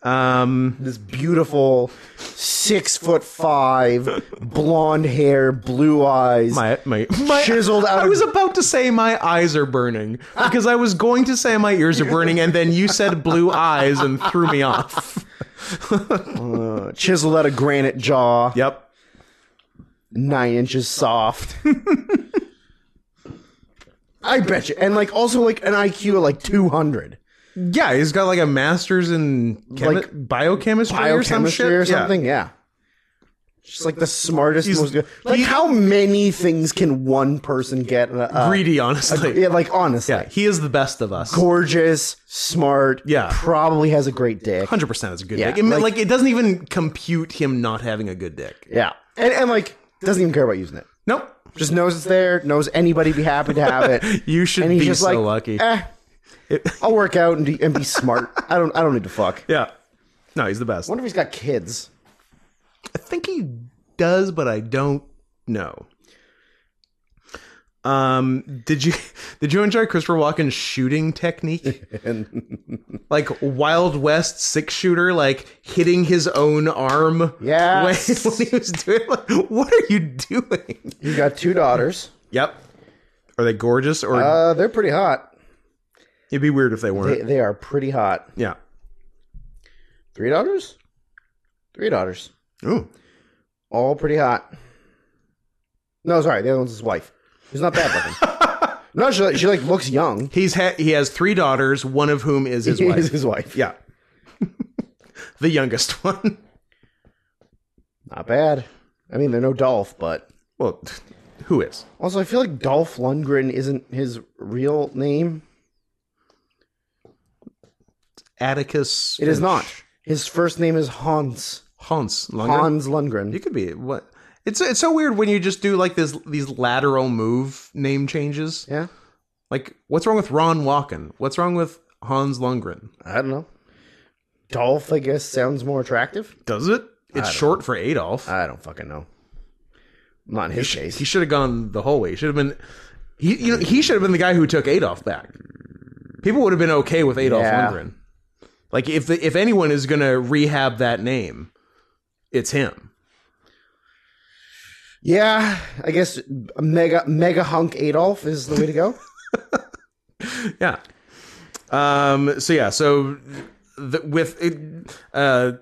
Speaker 3: Um,
Speaker 2: this beautiful six foot five, blonde hair, blue eyes.
Speaker 3: my my my
Speaker 2: Chiseled out
Speaker 3: I
Speaker 2: of-
Speaker 3: was about to say my eyes are burning because I was going to say my ears are burning, and then you said blue eyes and threw me off.
Speaker 2: chiseled out of granite jaw,
Speaker 3: Yep.
Speaker 2: nine inches soft. I bet you, and like also like an IQ of like two hundred
Speaker 3: Yeah, he's got like a master's in chemi-
Speaker 2: Like,
Speaker 3: biochemistry, or some
Speaker 2: biochemistry
Speaker 3: shit.
Speaker 2: or
Speaker 3: Yeah.
Speaker 2: something. Yeah, just like the smartest.
Speaker 3: He's-
Speaker 2: most, like
Speaker 3: he-
Speaker 2: how many things can one person get? uh, Uh,
Speaker 3: Greedy, honestly.
Speaker 2: yeah, like honestly,
Speaker 3: Yeah, he is the best of us.
Speaker 2: gorgeous, smart.
Speaker 3: Yeah.
Speaker 2: probably has a great dick.
Speaker 3: Hundred percent is a good
Speaker 2: Yeah,
Speaker 3: dick. It, like,
Speaker 2: like-
Speaker 3: it doesn't even compute him not having a good dick.
Speaker 2: Yeah, and and like doesn't even care about using it.
Speaker 3: Nope.
Speaker 2: Just knows it's there. Knows anybody'd be happy to have it.
Speaker 3: You should
Speaker 2: and he's
Speaker 3: be
Speaker 2: just
Speaker 3: so
Speaker 2: like,
Speaker 3: lucky.
Speaker 2: Eh, I'll work out and, be- and be smart. I don't. I don't need to fuck.
Speaker 3: Yeah. No, he's the best.
Speaker 2: wonder if he's got kids.
Speaker 3: I think he does, but I don't know. Um, did you did you enjoy Christopher Walken's shooting technique? like Wild West six shooter, like hitting his own arm. when,
Speaker 2: Yes.
Speaker 3: when he was doing. Like, what are you doing?
Speaker 2: He's got two daughters.
Speaker 3: Yep. Are they gorgeous? Or
Speaker 2: Uh, they're pretty hot.
Speaker 3: it'd be weird if they weren't.
Speaker 2: They, they are pretty hot.
Speaker 3: yeah.
Speaker 2: Three daughters. Three daughters.
Speaker 3: Ooh.
Speaker 2: All pretty hot. No, sorry, the other one's his wife. She's not that looking. no, she she like looks young.
Speaker 3: He's ha- he has three daughters, one of whom is his
Speaker 2: He is
Speaker 3: wife.
Speaker 2: his wife.
Speaker 3: Yeah. the youngest one.
Speaker 2: Not bad. I mean, they're no Dolph, but
Speaker 3: Well, who is?
Speaker 2: also I feel like Dolph Lundgren isn't his real name.
Speaker 3: Atticus.
Speaker 2: It is
Speaker 3: Finch.
Speaker 2: not. His first name is Hans.
Speaker 3: Hans Lundgren.
Speaker 2: Hans
Speaker 3: You
Speaker 2: Lundgren.
Speaker 3: could be what? It's it's so weird when you just do like this these lateral move name changes.
Speaker 2: Yeah.
Speaker 3: Like, what's wrong with Ron Walken? What's wrong with Hans Lundgren?
Speaker 2: I don't know. Dolph, I guess, sounds more attractive.
Speaker 3: Does it? It's short for Adolf.
Speaker 2: I don't fucking know. Not in his case.
Speaker 3: he should have gone the whole way. He should have been. He you know he should have been the guy who took Adolf back. People would have been okay with Adolf
Speaker 2: Yeah.
Speaker 3: Lundgren. Like if the, if anyone is gonna rehab that name, it's him.
Speaker 2: Yeah, I guess mega mega hunk Adolf is the way to go.
Speaker 3: Yeah. Um. So yeah. So the, with it, uh,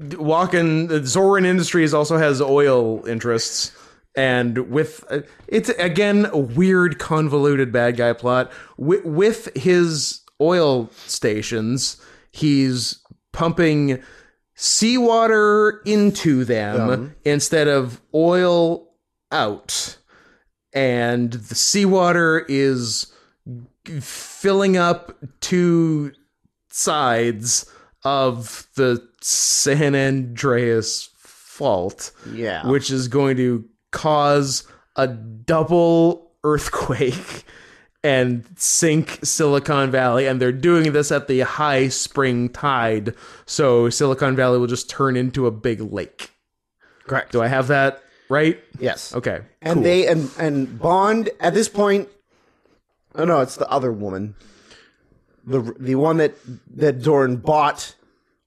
Speaker 3: Walken Zoran Industries also has oil interests, and with uh, it's again a weird convoluted bad guy plot with, with his oil stations. He's pumping seawater into them instead of oil out and the seawater is filling up two sides of the San Andreas fault,
Speaker 2: Yeah.
Speaker 3: which is going to cause a double earthquake and sink Silicon Valley. And they're doing this at the high spring tide, so Silicon Valley will just turn into a big lake.
Speaker 2: Correct.
Speaker 3: Do I have that right?
Speaker 2: Yes.
Speaker 3: Okay.
Speaker 2: And
Speaker 3: cool.
Speaker 2: they and and Bond at this point. Oh no, it's the other woman, the the one that that Doran bought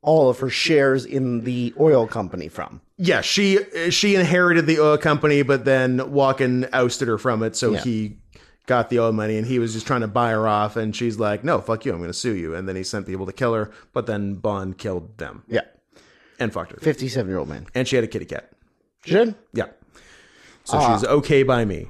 Speaker 2: all of her shares in the oil company from.
Speaker 3: yeah, she she inherited the oil company, but then Walken ousted her from it, so
Speaker 2: Yeah.
Speaker 3: he got the oil money, and he was just trying to buy her off, and she's like, "No, fuck you, I'm going to sue you." And then he sent people to kill her, but then Bond killed them
Speaker 2: Yeah,
Speaker 3: and fucked her,
Speaker 2: fifty seven year old man.
Speaker 3: and she had a kitty cat.
Speaker 2: Jen.
Speaker 3: Yeah, so
Speaker 2: Ah.
Speaker 3: she's okay by me.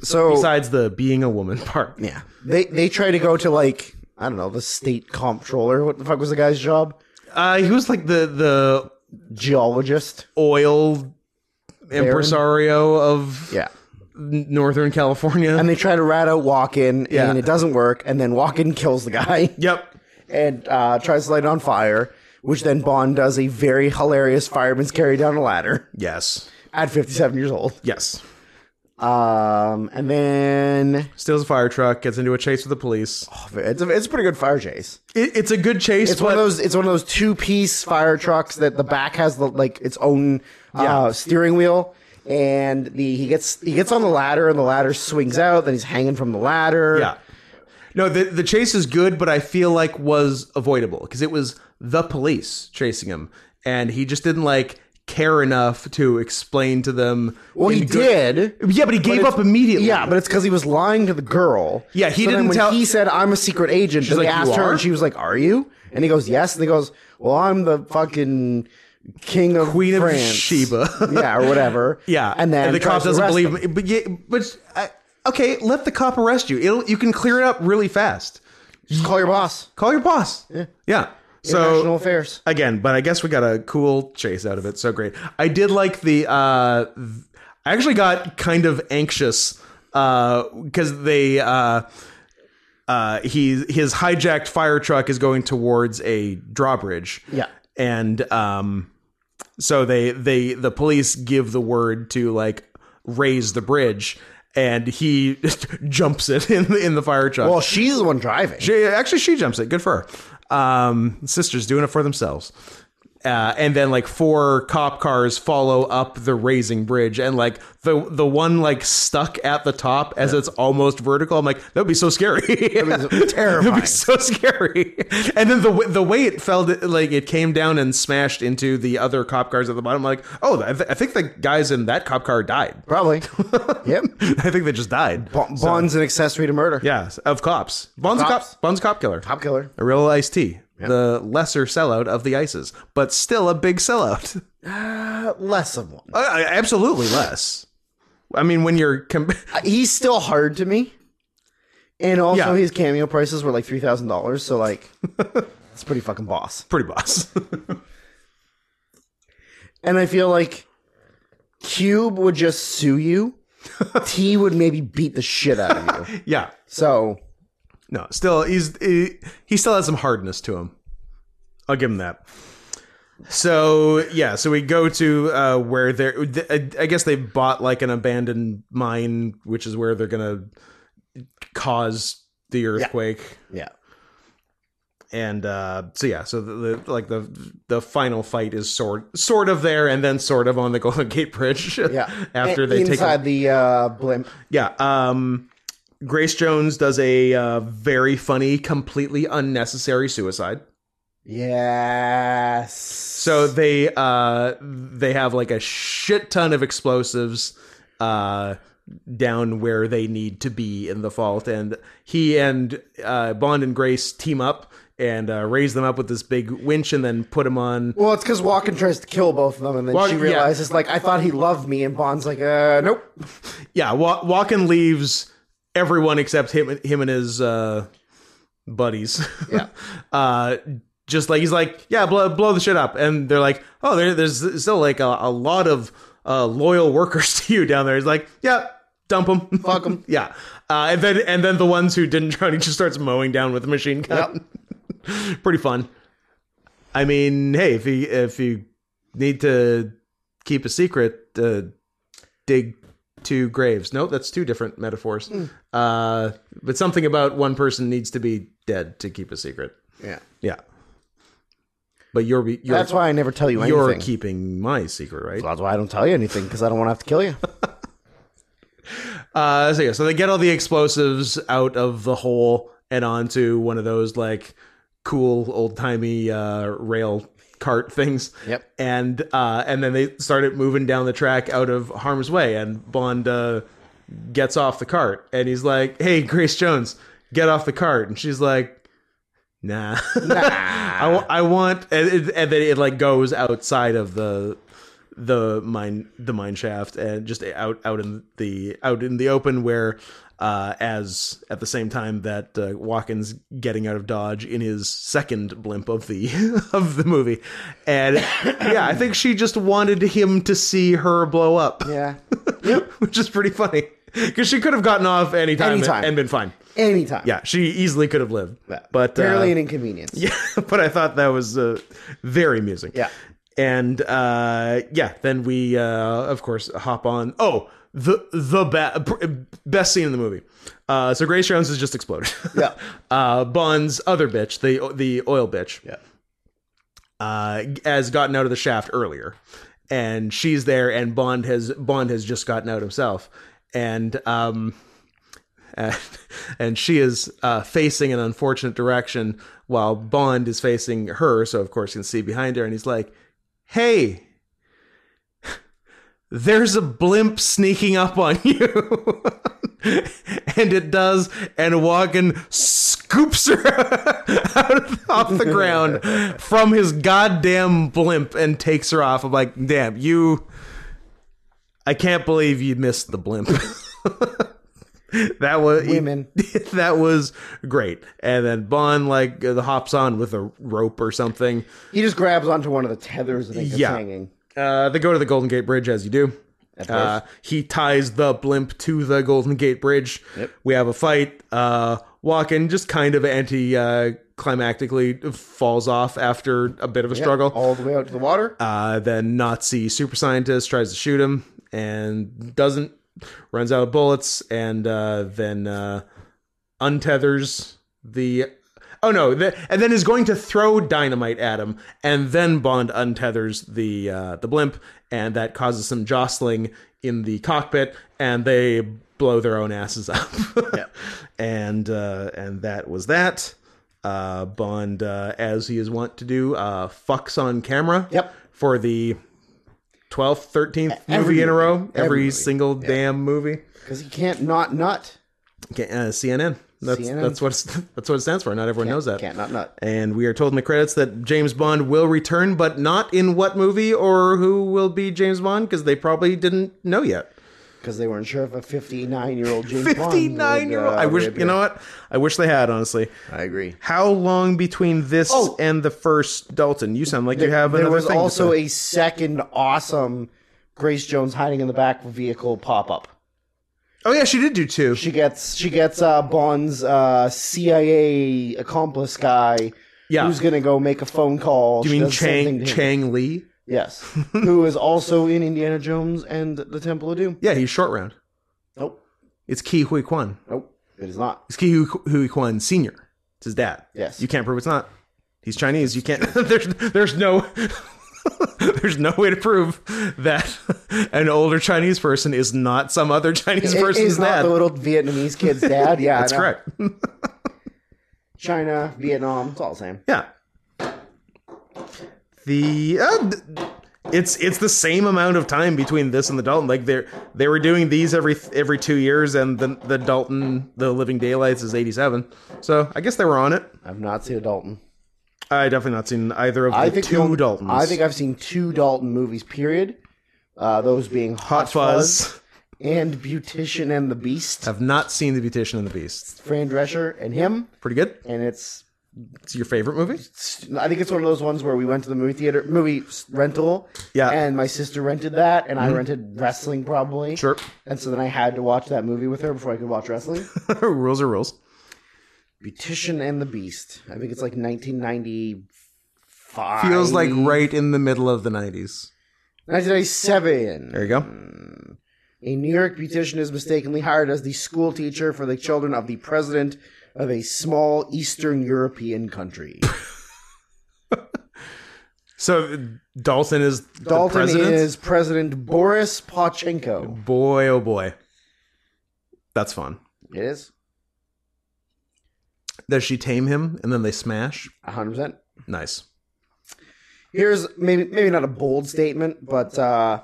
Speaker 2: So
Speaker 3: Besides the being a woman part,
Speaker 2: Oh. yeah, they they try to go to like I don't know the state comptroller. What the fuck was the guy's job?
Speaker 3: uh, he was like the the
Speaker 2: Geologist.
Speaker 3: oil impresario of
Speaker 2: Yeah.
Speaker 3: Northern California.
Speaker 2: and they try to rat out Walken,
Speaker 3: Yeah.
Speaker 2: and it doesn't work. And then Walken kills the guy
Speaker 3: yep,
Speaker 2: and uh, tries to light it on fire, which then Bond does a very hilarious fireman's carry down a ladder
Speaker 3: yes,
Speaker 2: at 57 years old.
Speaker 3: yes.
Speaker 2: Um, and then
Speaker 3: Steals a fire truck, gets into a chase with the police.
Speaker 2: it's a, it's a pretty good fire chase.
Speaker 3: It, it's a good chase.
Speaker 2: It's one of
Speaker 3: but-
Speaker 2: those it's one of those two piece fire trucks that the back has the, like its own uh, steering wheel. And the he gets he gets on the ladder and the ladder swings out. Then he's hanging from the ladder.
Speaker 3: Yeah. No, the the chase is good, but I feel like was avoidable because it was the police chasing him, and he just didn't like care enough to explain to them.
Speaker 2: Well, he
Speaker 3: in good-
Speaker 2: did.
Speaker 3: Yeah, but he gave
Speaker 2: it's-
Speaker 3: up immediately.
Speaker 2: Yeah, but it's because he was lying to the girl.
Speaker 3: Yeah, he
Speaker 2: So then
Speaker 3: didn't
Speaker 2: when
Speaker 3: tell-
Speaker 2: He said, "I'm a secret agent." She's they
Speaker 3: like, "You
Speaker 2: asked her,
Speaker 3: are?"
Speaker 2: and she was like, "Are you?" And he goes, "Yes." And he goes, "Well, I'm the fucking king of
Speaker 3: Queen of
Speaker 2: France.
Speaker 3: Sheba.
Speaker 2: yeah, or whatever."
Speaker 3: Yeah,
Speaker 2: and then
Speaker 3: the
Speaker 2: tries
Speaker 3: cop
Speaker 2: to
Speaker 3: doesn't
Speaker 2: arrest
Speaker 3: believe
Speaker 2: him.
Speaker 3: me. But yeah, but I, okay, let the cop arrest you. It'll you can clear it up really fast.
Speaker 2: Just call your boss.
Speaker 3: Call your boss. Yeah.
Speaker 2: International
Speaker 3: So
Speaker 2: affairs.
Speaker 3: again, but I guess we got a cool chase out of it. So great. I did like the. Uh, th- I actually got kind of anxious because they. Uh, uh, he his hijacked fire truck is going towards a drawbridge.
Speaker 2: Yeah.
Speaker 3: and um, so they they the police give the word to like raise the bridge, and he jumps it in the, in the fire truck.
Speaker 2: Well, she's the one driving.
Speaker 3: She actually she jumps it. Good for her. Um, sisters doing it for themselves. Uh, and then like four cop cars follow up the raising bridge, and like the the one like stuck at the top as it's almost vertical. I'm like, that would be so scary. That
Speaker 2: be terrifying.
Speaker 3: would be so scary. And then the w- the way it fell, to- like it came down and smashed into the other cop cars at the bottom. I'm like, oh, I, th- I think the guys in that cop car died.
Speaker 2: Probably. yep.
Speaker 3: I think they just died.
Speaker 2: Bon- Bond's an accessory to murder.
Speaker 3: Yeah, of cops. Bond's a
Speaker 2: Cops.
Speaker 3: cop. Bond's a cop killer.
Speaker 2: Cop killer.
Speaker 3: A real iced tea. The lesser sellout of the ices, but still a big sellout.
Speaker 2: Less of one.
Speaker 3: Uh, uh, absolutely less. I mean, when you're com-
Speaker 2: He's still hard to me. And also
Speaker 3: Yeah.
Speaker 2: his cameo prices were like three thousand dollars, so like it's pretty fucking boss.
Speaker 3: pretty boss.
Speaker 2: And I feel like Cube would just sue you. T would maybe beat the shit out of you.
Speaker 3: yeah.
Speaker 2: So
Speaker 3: No, still he's he, he still has some hardness to him. I'll give him that. So yeah, so we go to uh, where they're. th- I guess they bought like an abandoned mine, which is where they're gonna cause the earthquake.
Speaker 2: yeah.
Speaker 3: and uh so yeah so the, the like the the final fight is sort sort of there and then sort of on the golden gate bridge
Speaker 2: Yeah.
Speaker 3: after
Speaker 2: And
Speaker 3: they take
Speaker 2: inside
Speaker 3: a,
Speaker 2: the uh blimp.
Speaker 3: yeah um grace jones does a uh, very funny completely unnecessary suicide
Speaker 2: Yes.
Speaker 3: so they uh they have like a shit ton of explosives uh down where they need to be in the fault and he and uh bond and grace team up and uh, raise them up with this big winch and then put them on
Speaker 2: Well, it's because Walken tries to kill both of them, and then
Speaker 3: Walken-
Speaker 2: she
Speaker 3: yeah.
Speaker 2: realizes, like, I thought he loved me, and Bond's like, uh, nope.
Speaker 3: yeah, Wa- Walken leaves everyone except him, him and his uh, buddies.
Speaker 2: Yeah.
Speaker 3: uh, just like he's like, yeah, blow, blow the shit up, and they're like, oh, there, there's still like a, a lot of uh, loyal workers to you down there. He's like, yeah, dump them,
Speaker 2: Fuck 'em.
Speaker 3: yeah, uh, and then and then the ones who didn't drown, he just starts mowing down with a machine gun. Pretty fun. I mean, hey, if you if you need to keep a secret, uh, dig two graves. No, that's two different metaphors.
Speaker 2: Hmm.
Speaker 3: Uh, but something about one person needs to be dead to keep a secret.
Speaker 2: Yeah.
Speaker 3: Yeah. But you're you're
Speaker 2: That's why I never tell you
Speaker 3: you're
Speaker 2: anything.
Speaker 3: keeping my secret, right?
Speaker 2: That's why I don't tell you anything, because I don't want to have to kill you.
Speaker 3: Uh, so yeah, so they get all the explosives out of the hole and onto one of those like cool old timey uh, rail cart things.
Speaker 2: Yep.
Speaker 3: And uh, and then they started moving down the track out of harm's way, and Bond uh, gets off the cart, and he's like, "Hey, Grace Jones, get off the cart," and she's like, "Nah, I, wa- I want," and, it- and then it like goes outside of the the mine the mine shaft and just out out in the out in the open where uh as at the same time that uh, Walken's getting out of dodge in his second blimp of the of the movie and yeah I think she just wanted him to see her blow up
Speaker 2: yeah.
Speaker 3: which is pretty funny cuz she could have gotten off anytime,
Speaker 2: Anytime.
Speaker 3: and been fine
Speaker 2: Anytime.
Speaker 3: yeah she easily could have lived but
Speaker 2: barely
Speaker 3: uh,
Speaker 2: an inconvenience.
Speaker 3: yeah, but I thought that was uh, very amusing.
Speaker 2: Yeah.
Speaker 3: and uh, yeah, then we uh, of course hop on. Oh, the the ba- best scene in the movie. Uh, so Grace Jones has just exploded.
Speaker 2: Yeah.
Speaker 3: uh, Bond's other bitch, the the oil bitch,
Speaker 2: Yeah.
Speaker 3: uh, has gotten out of the shaft earlier, and she's there, and Bond has Bond has just gotten out himself, and um, and, and she is uh, facing an unfortunate direction while Bond is facing her, so of course you can see behind her, and he's like, "Hey, there's a blimp sneaking up on you." and it does, and Wagon scoops her out of, off the ground from his goddamn blimp and takes her off. I'm like, "Damn, you I can't believe you missed the blimp." that was
Speaker 2: Women.
Speaker 3: that was great. And then Bond like uh, hops on with a rope or something.
Speaker 2: He just grabs onto one of the tethers and it's
Speaker 3: Yeah.
Speaker 2: hanging.
Speaker 3: Uh, they go to the Golden Gate Bridge as you do. Uh, he ties the blimp to the Golden Gate Bridge. We have a fight. Uh, Walken just kind of anti uh, climactically falls off after a bit of a struggle.
Speaker 2: all the way out to the water.
Speaker 3: Uh, then Nazi super scientist tries to shoot him and doesn't, runs out of bullets, and uh, then uh, untethers the. Oh no! The, and then is going to throw dynamite at him, and then Bond untethers the uh, the blimp, and that causes some jostling in the cockpit, and they blow their own asses up. And uh, and that was that. Uh, Bond, uh, as he is wont to do, uh, fucks on camera
Speaker 2: Yep. E-,
Speaker 3: for the 12th, 13th
Speaker 2: every
Speaker 3: movie in a row.
Speaker 2: movie.
Speaker 3: Every,
Speaker 2: Every movie.
Speaker 3: single damn movie.
Speaker 2: Because he can't not nut.
Speaker 3: Okay, uh, CNN. That's
Speaker 2: CNN.
Speaker 3: that's what it's, that's what it stands for. Not everyone knows that.
Speaker 2: Can't not nut.
Speaker 3: And we are told in the credits that James Bond will return, but not in what movie or who will be James Bond because they probably didn't know yet.
Speaker 2: Because they weren't sure if a 59 year old James Bond would,
Speaker 3: 59 year old.
Speaker 2: uh,
Speaker 3: I wish you
Speaker 2: reappear.
Speaker 3: know what? I wish they had honestly.
Speaker 2: I agree.
Speaker 3: How long between this
Speaker 2: Oh.
Speaker 3: and the first Dalton? You sound like you have another
Speaker 2: There was
Speaker 3: thing to
Speaker 2: also
Speaker 3: say.
Speaker 2: a second awesome Grace Jones hiding in the back vehicle pop up.
Speaker 3: Oh yeah, she did do two.
Speaker 2: She gets she gets uh, Bond's uh, CIA accomplice guy
Speaker 3: yeah.
Speaker 2: who's gonna go make a phone call.
Speaker 3: Do
Speaker 2: She
Speaker 3: you mean
Speaker 2: does the same thing
Speaker 3: Chang
Speaker 2: to him.
Speaker 3: Chang Lee?
Speaker 2: Yes, who is also in Indiana Jones and the Temple of Doom.
Speaker 3: Yeah, he's short round.
Speaker 2: Nope,
Speaker 3: It's Ki Hui Kwan.
Speaker 2: nope, it is not.
Speaker 3: It's Ki Hui- Hui Kwan Senior. It's his dad.
Speaker 2: Yes.
Speaker 3: you can't prove it's not. He's Chinese. You can't. there's there's no there's no way to prove that an older Chinese person is not some other Chinese
Speaker 2: It
Speaker 3: person's
Speaker 2: is not
Speaker 3: dad.
Speaker 2: the little Vietnamese kid's dad. Yeah, I
Speaker 3: That's
Speaker 2: know.
Speaker 3: correct.
Speaker 2: China, Vietnam, it's all the same.
Speaker 3: Yeah. The uh, th- it's it's the same amount of time between this and the Dalton. Like they are they were doing these every every two years, and the the Dalton, the Living Daylights, is eighty seven. So I guess they were on it.
Speaker 2: I've not seen a Dalton.
Speaker 3: I definitely not seen either of the
Speaker 2: I think
Speaker 3: two
Speaker 2: the only-
Speaker 3: Daltons.
Speaker 2: I think I've seen two Dalton movies. Period. Uh, those being Hot,
Speaker 3: Hot Fuzz.
Speaker 2: and Beautician and the Beast.
Speaker 3: Have not seen The Beautician and the Beast.
Speaker 2: Fran Drescher and him,
Speaker 3: Pretty good.
Speaker 2: and it's
Speaker 3: It's your favorite movie.
Speaker 2: I think it's one of those ones where we went to the movie theater, movie s- rental.
Speaker 3: Yeah. Mm-hmm.
Speaker 2: And my sister rented that, and I rented wrestling probably.
Speaker 3: Sure.
Speaker 2: And so then I had to watch that movie with her before I could watch wrestling.
Speaker 3: rules are rules.
Speaker 2: Beautician and the Beast. I think it's like 1995.
Speaker 3: Feels like right in the middle of the nineties.
Speaker 2: 1997.
Speaker 3: There you go.
Speaker 2: A New York beautician is mistakenly hired as the school teacher for the children of the president of a small Eastern European country.
Speaker 3: So Dalton is the
Speaker 2: Dalton
Speaker 3: president.
Speaker 2: is President Boris Pachenko.
Speaker 3: Boy, oh boy. That's fun.
Speaker 2: It is
Speaker 3: Does she tame him and then they smash?
Speaker 2: 100%.
Speaker 3: Nice.
Speaker 2: Here's maybe maybe not a bold statement, but uh,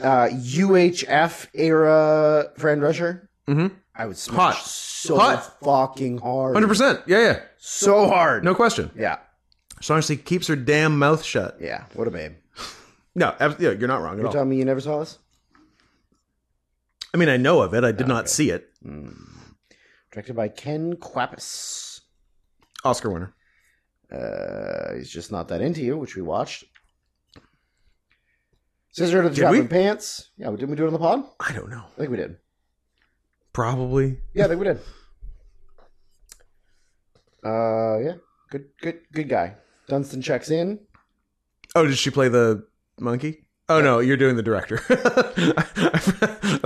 Speaker 2: uh, UHF era friend rusher.
Speaker 3: Mhm.
Speaker 2: I would
Speaker 3: Hot.
Speaker 2: smash so
Speaker 3: Hot.
Speaker 2: fucking hard,
Speaker 3: 100%. Yeah, yeah.
Speaker 2: so hard.
Speaker 3: No question.
Speaker 2: Yeah,
Speaker 3: As long as she keeps her damn mouth shut.
Speaker 2: yeah. What a babe.
Speaker 3: No, ab- yeah, you're not wrong at
Speaker 2: You're
Speaker 3: all.
Speaker 2: telling me you never saw this?
Speaker 3: I mean, I know of it. I did not see it.
Speaker 2: Directed by Ken Quapis.
Speaker 3: Oscar winner.
Speaker 2: Uh, he's just not that into you, which we watched. Scissor to the
Speaker 3: Did
Speaker 2: drop
Speaker 3: we?
Speaker 2: in pants. Yeah, didn't we do it on the pod?
Speaker 3: I don't know.
Speaker 2: I think we did.
Speaker 3: Probably.
Speaker 2: Yeah, I think we did. Uh, yeah, good, good, good guy. Dunstan checks in.
Speaker 3: Oh, did she play the monkey? Oh, no, you're doing the director. I,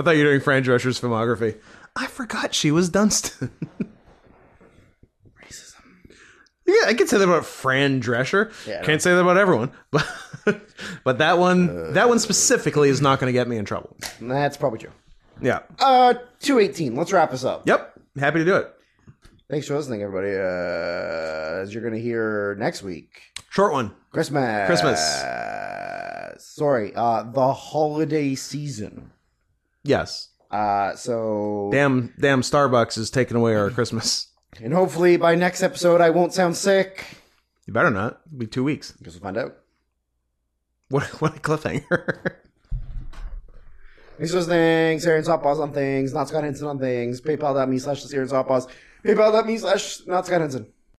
Speaker 3: thought you were doing Fran Drescher's filmography. I forgot she was Dunstan.
Speaker 2: Racism.
Speaker 3: Yeah, I can say that about Fran Drescher.
Speaker 2: Yeah, I know.
Speaker 3: Can't say that about everyone, but but that one that one specifically is not going to get me in trouble.
Speaker 2: That's probably true.
Speaker 3: Yeah.
Speaker 2: Uh, two eighteen. Let's wrap this up.
Speaker 3: Yep. Happy to do it.
Speaker 2: Thanks for listening, everybody. Uh, as you're going to hear next week,
Speaker 3: Short one.
Speaker 2: Christmas.
Speaker 3: Christmas.
Speaker 2: Uh. Sorry, uh, the holiday season.
Speaker 3: Yes.
Speaker 2: Uh, so,
Speaker 3: Damn, damn Starbucks is taking away our Christmas.
Speaker 2: and hopefully by next episode, I won't sound sick.
Speaker 3: You better not. It'll be two weeks.
Speaker 2: Guess we'll find out.
Speaker 3: What, what a cliffhanger.
Speaker 2: Thanks for listening. Sarah and Softpaws on things. Not Scott Henson on things. PayPal.me slash the Sarah and Softpaws. PayPal.me slash not Scott Henson.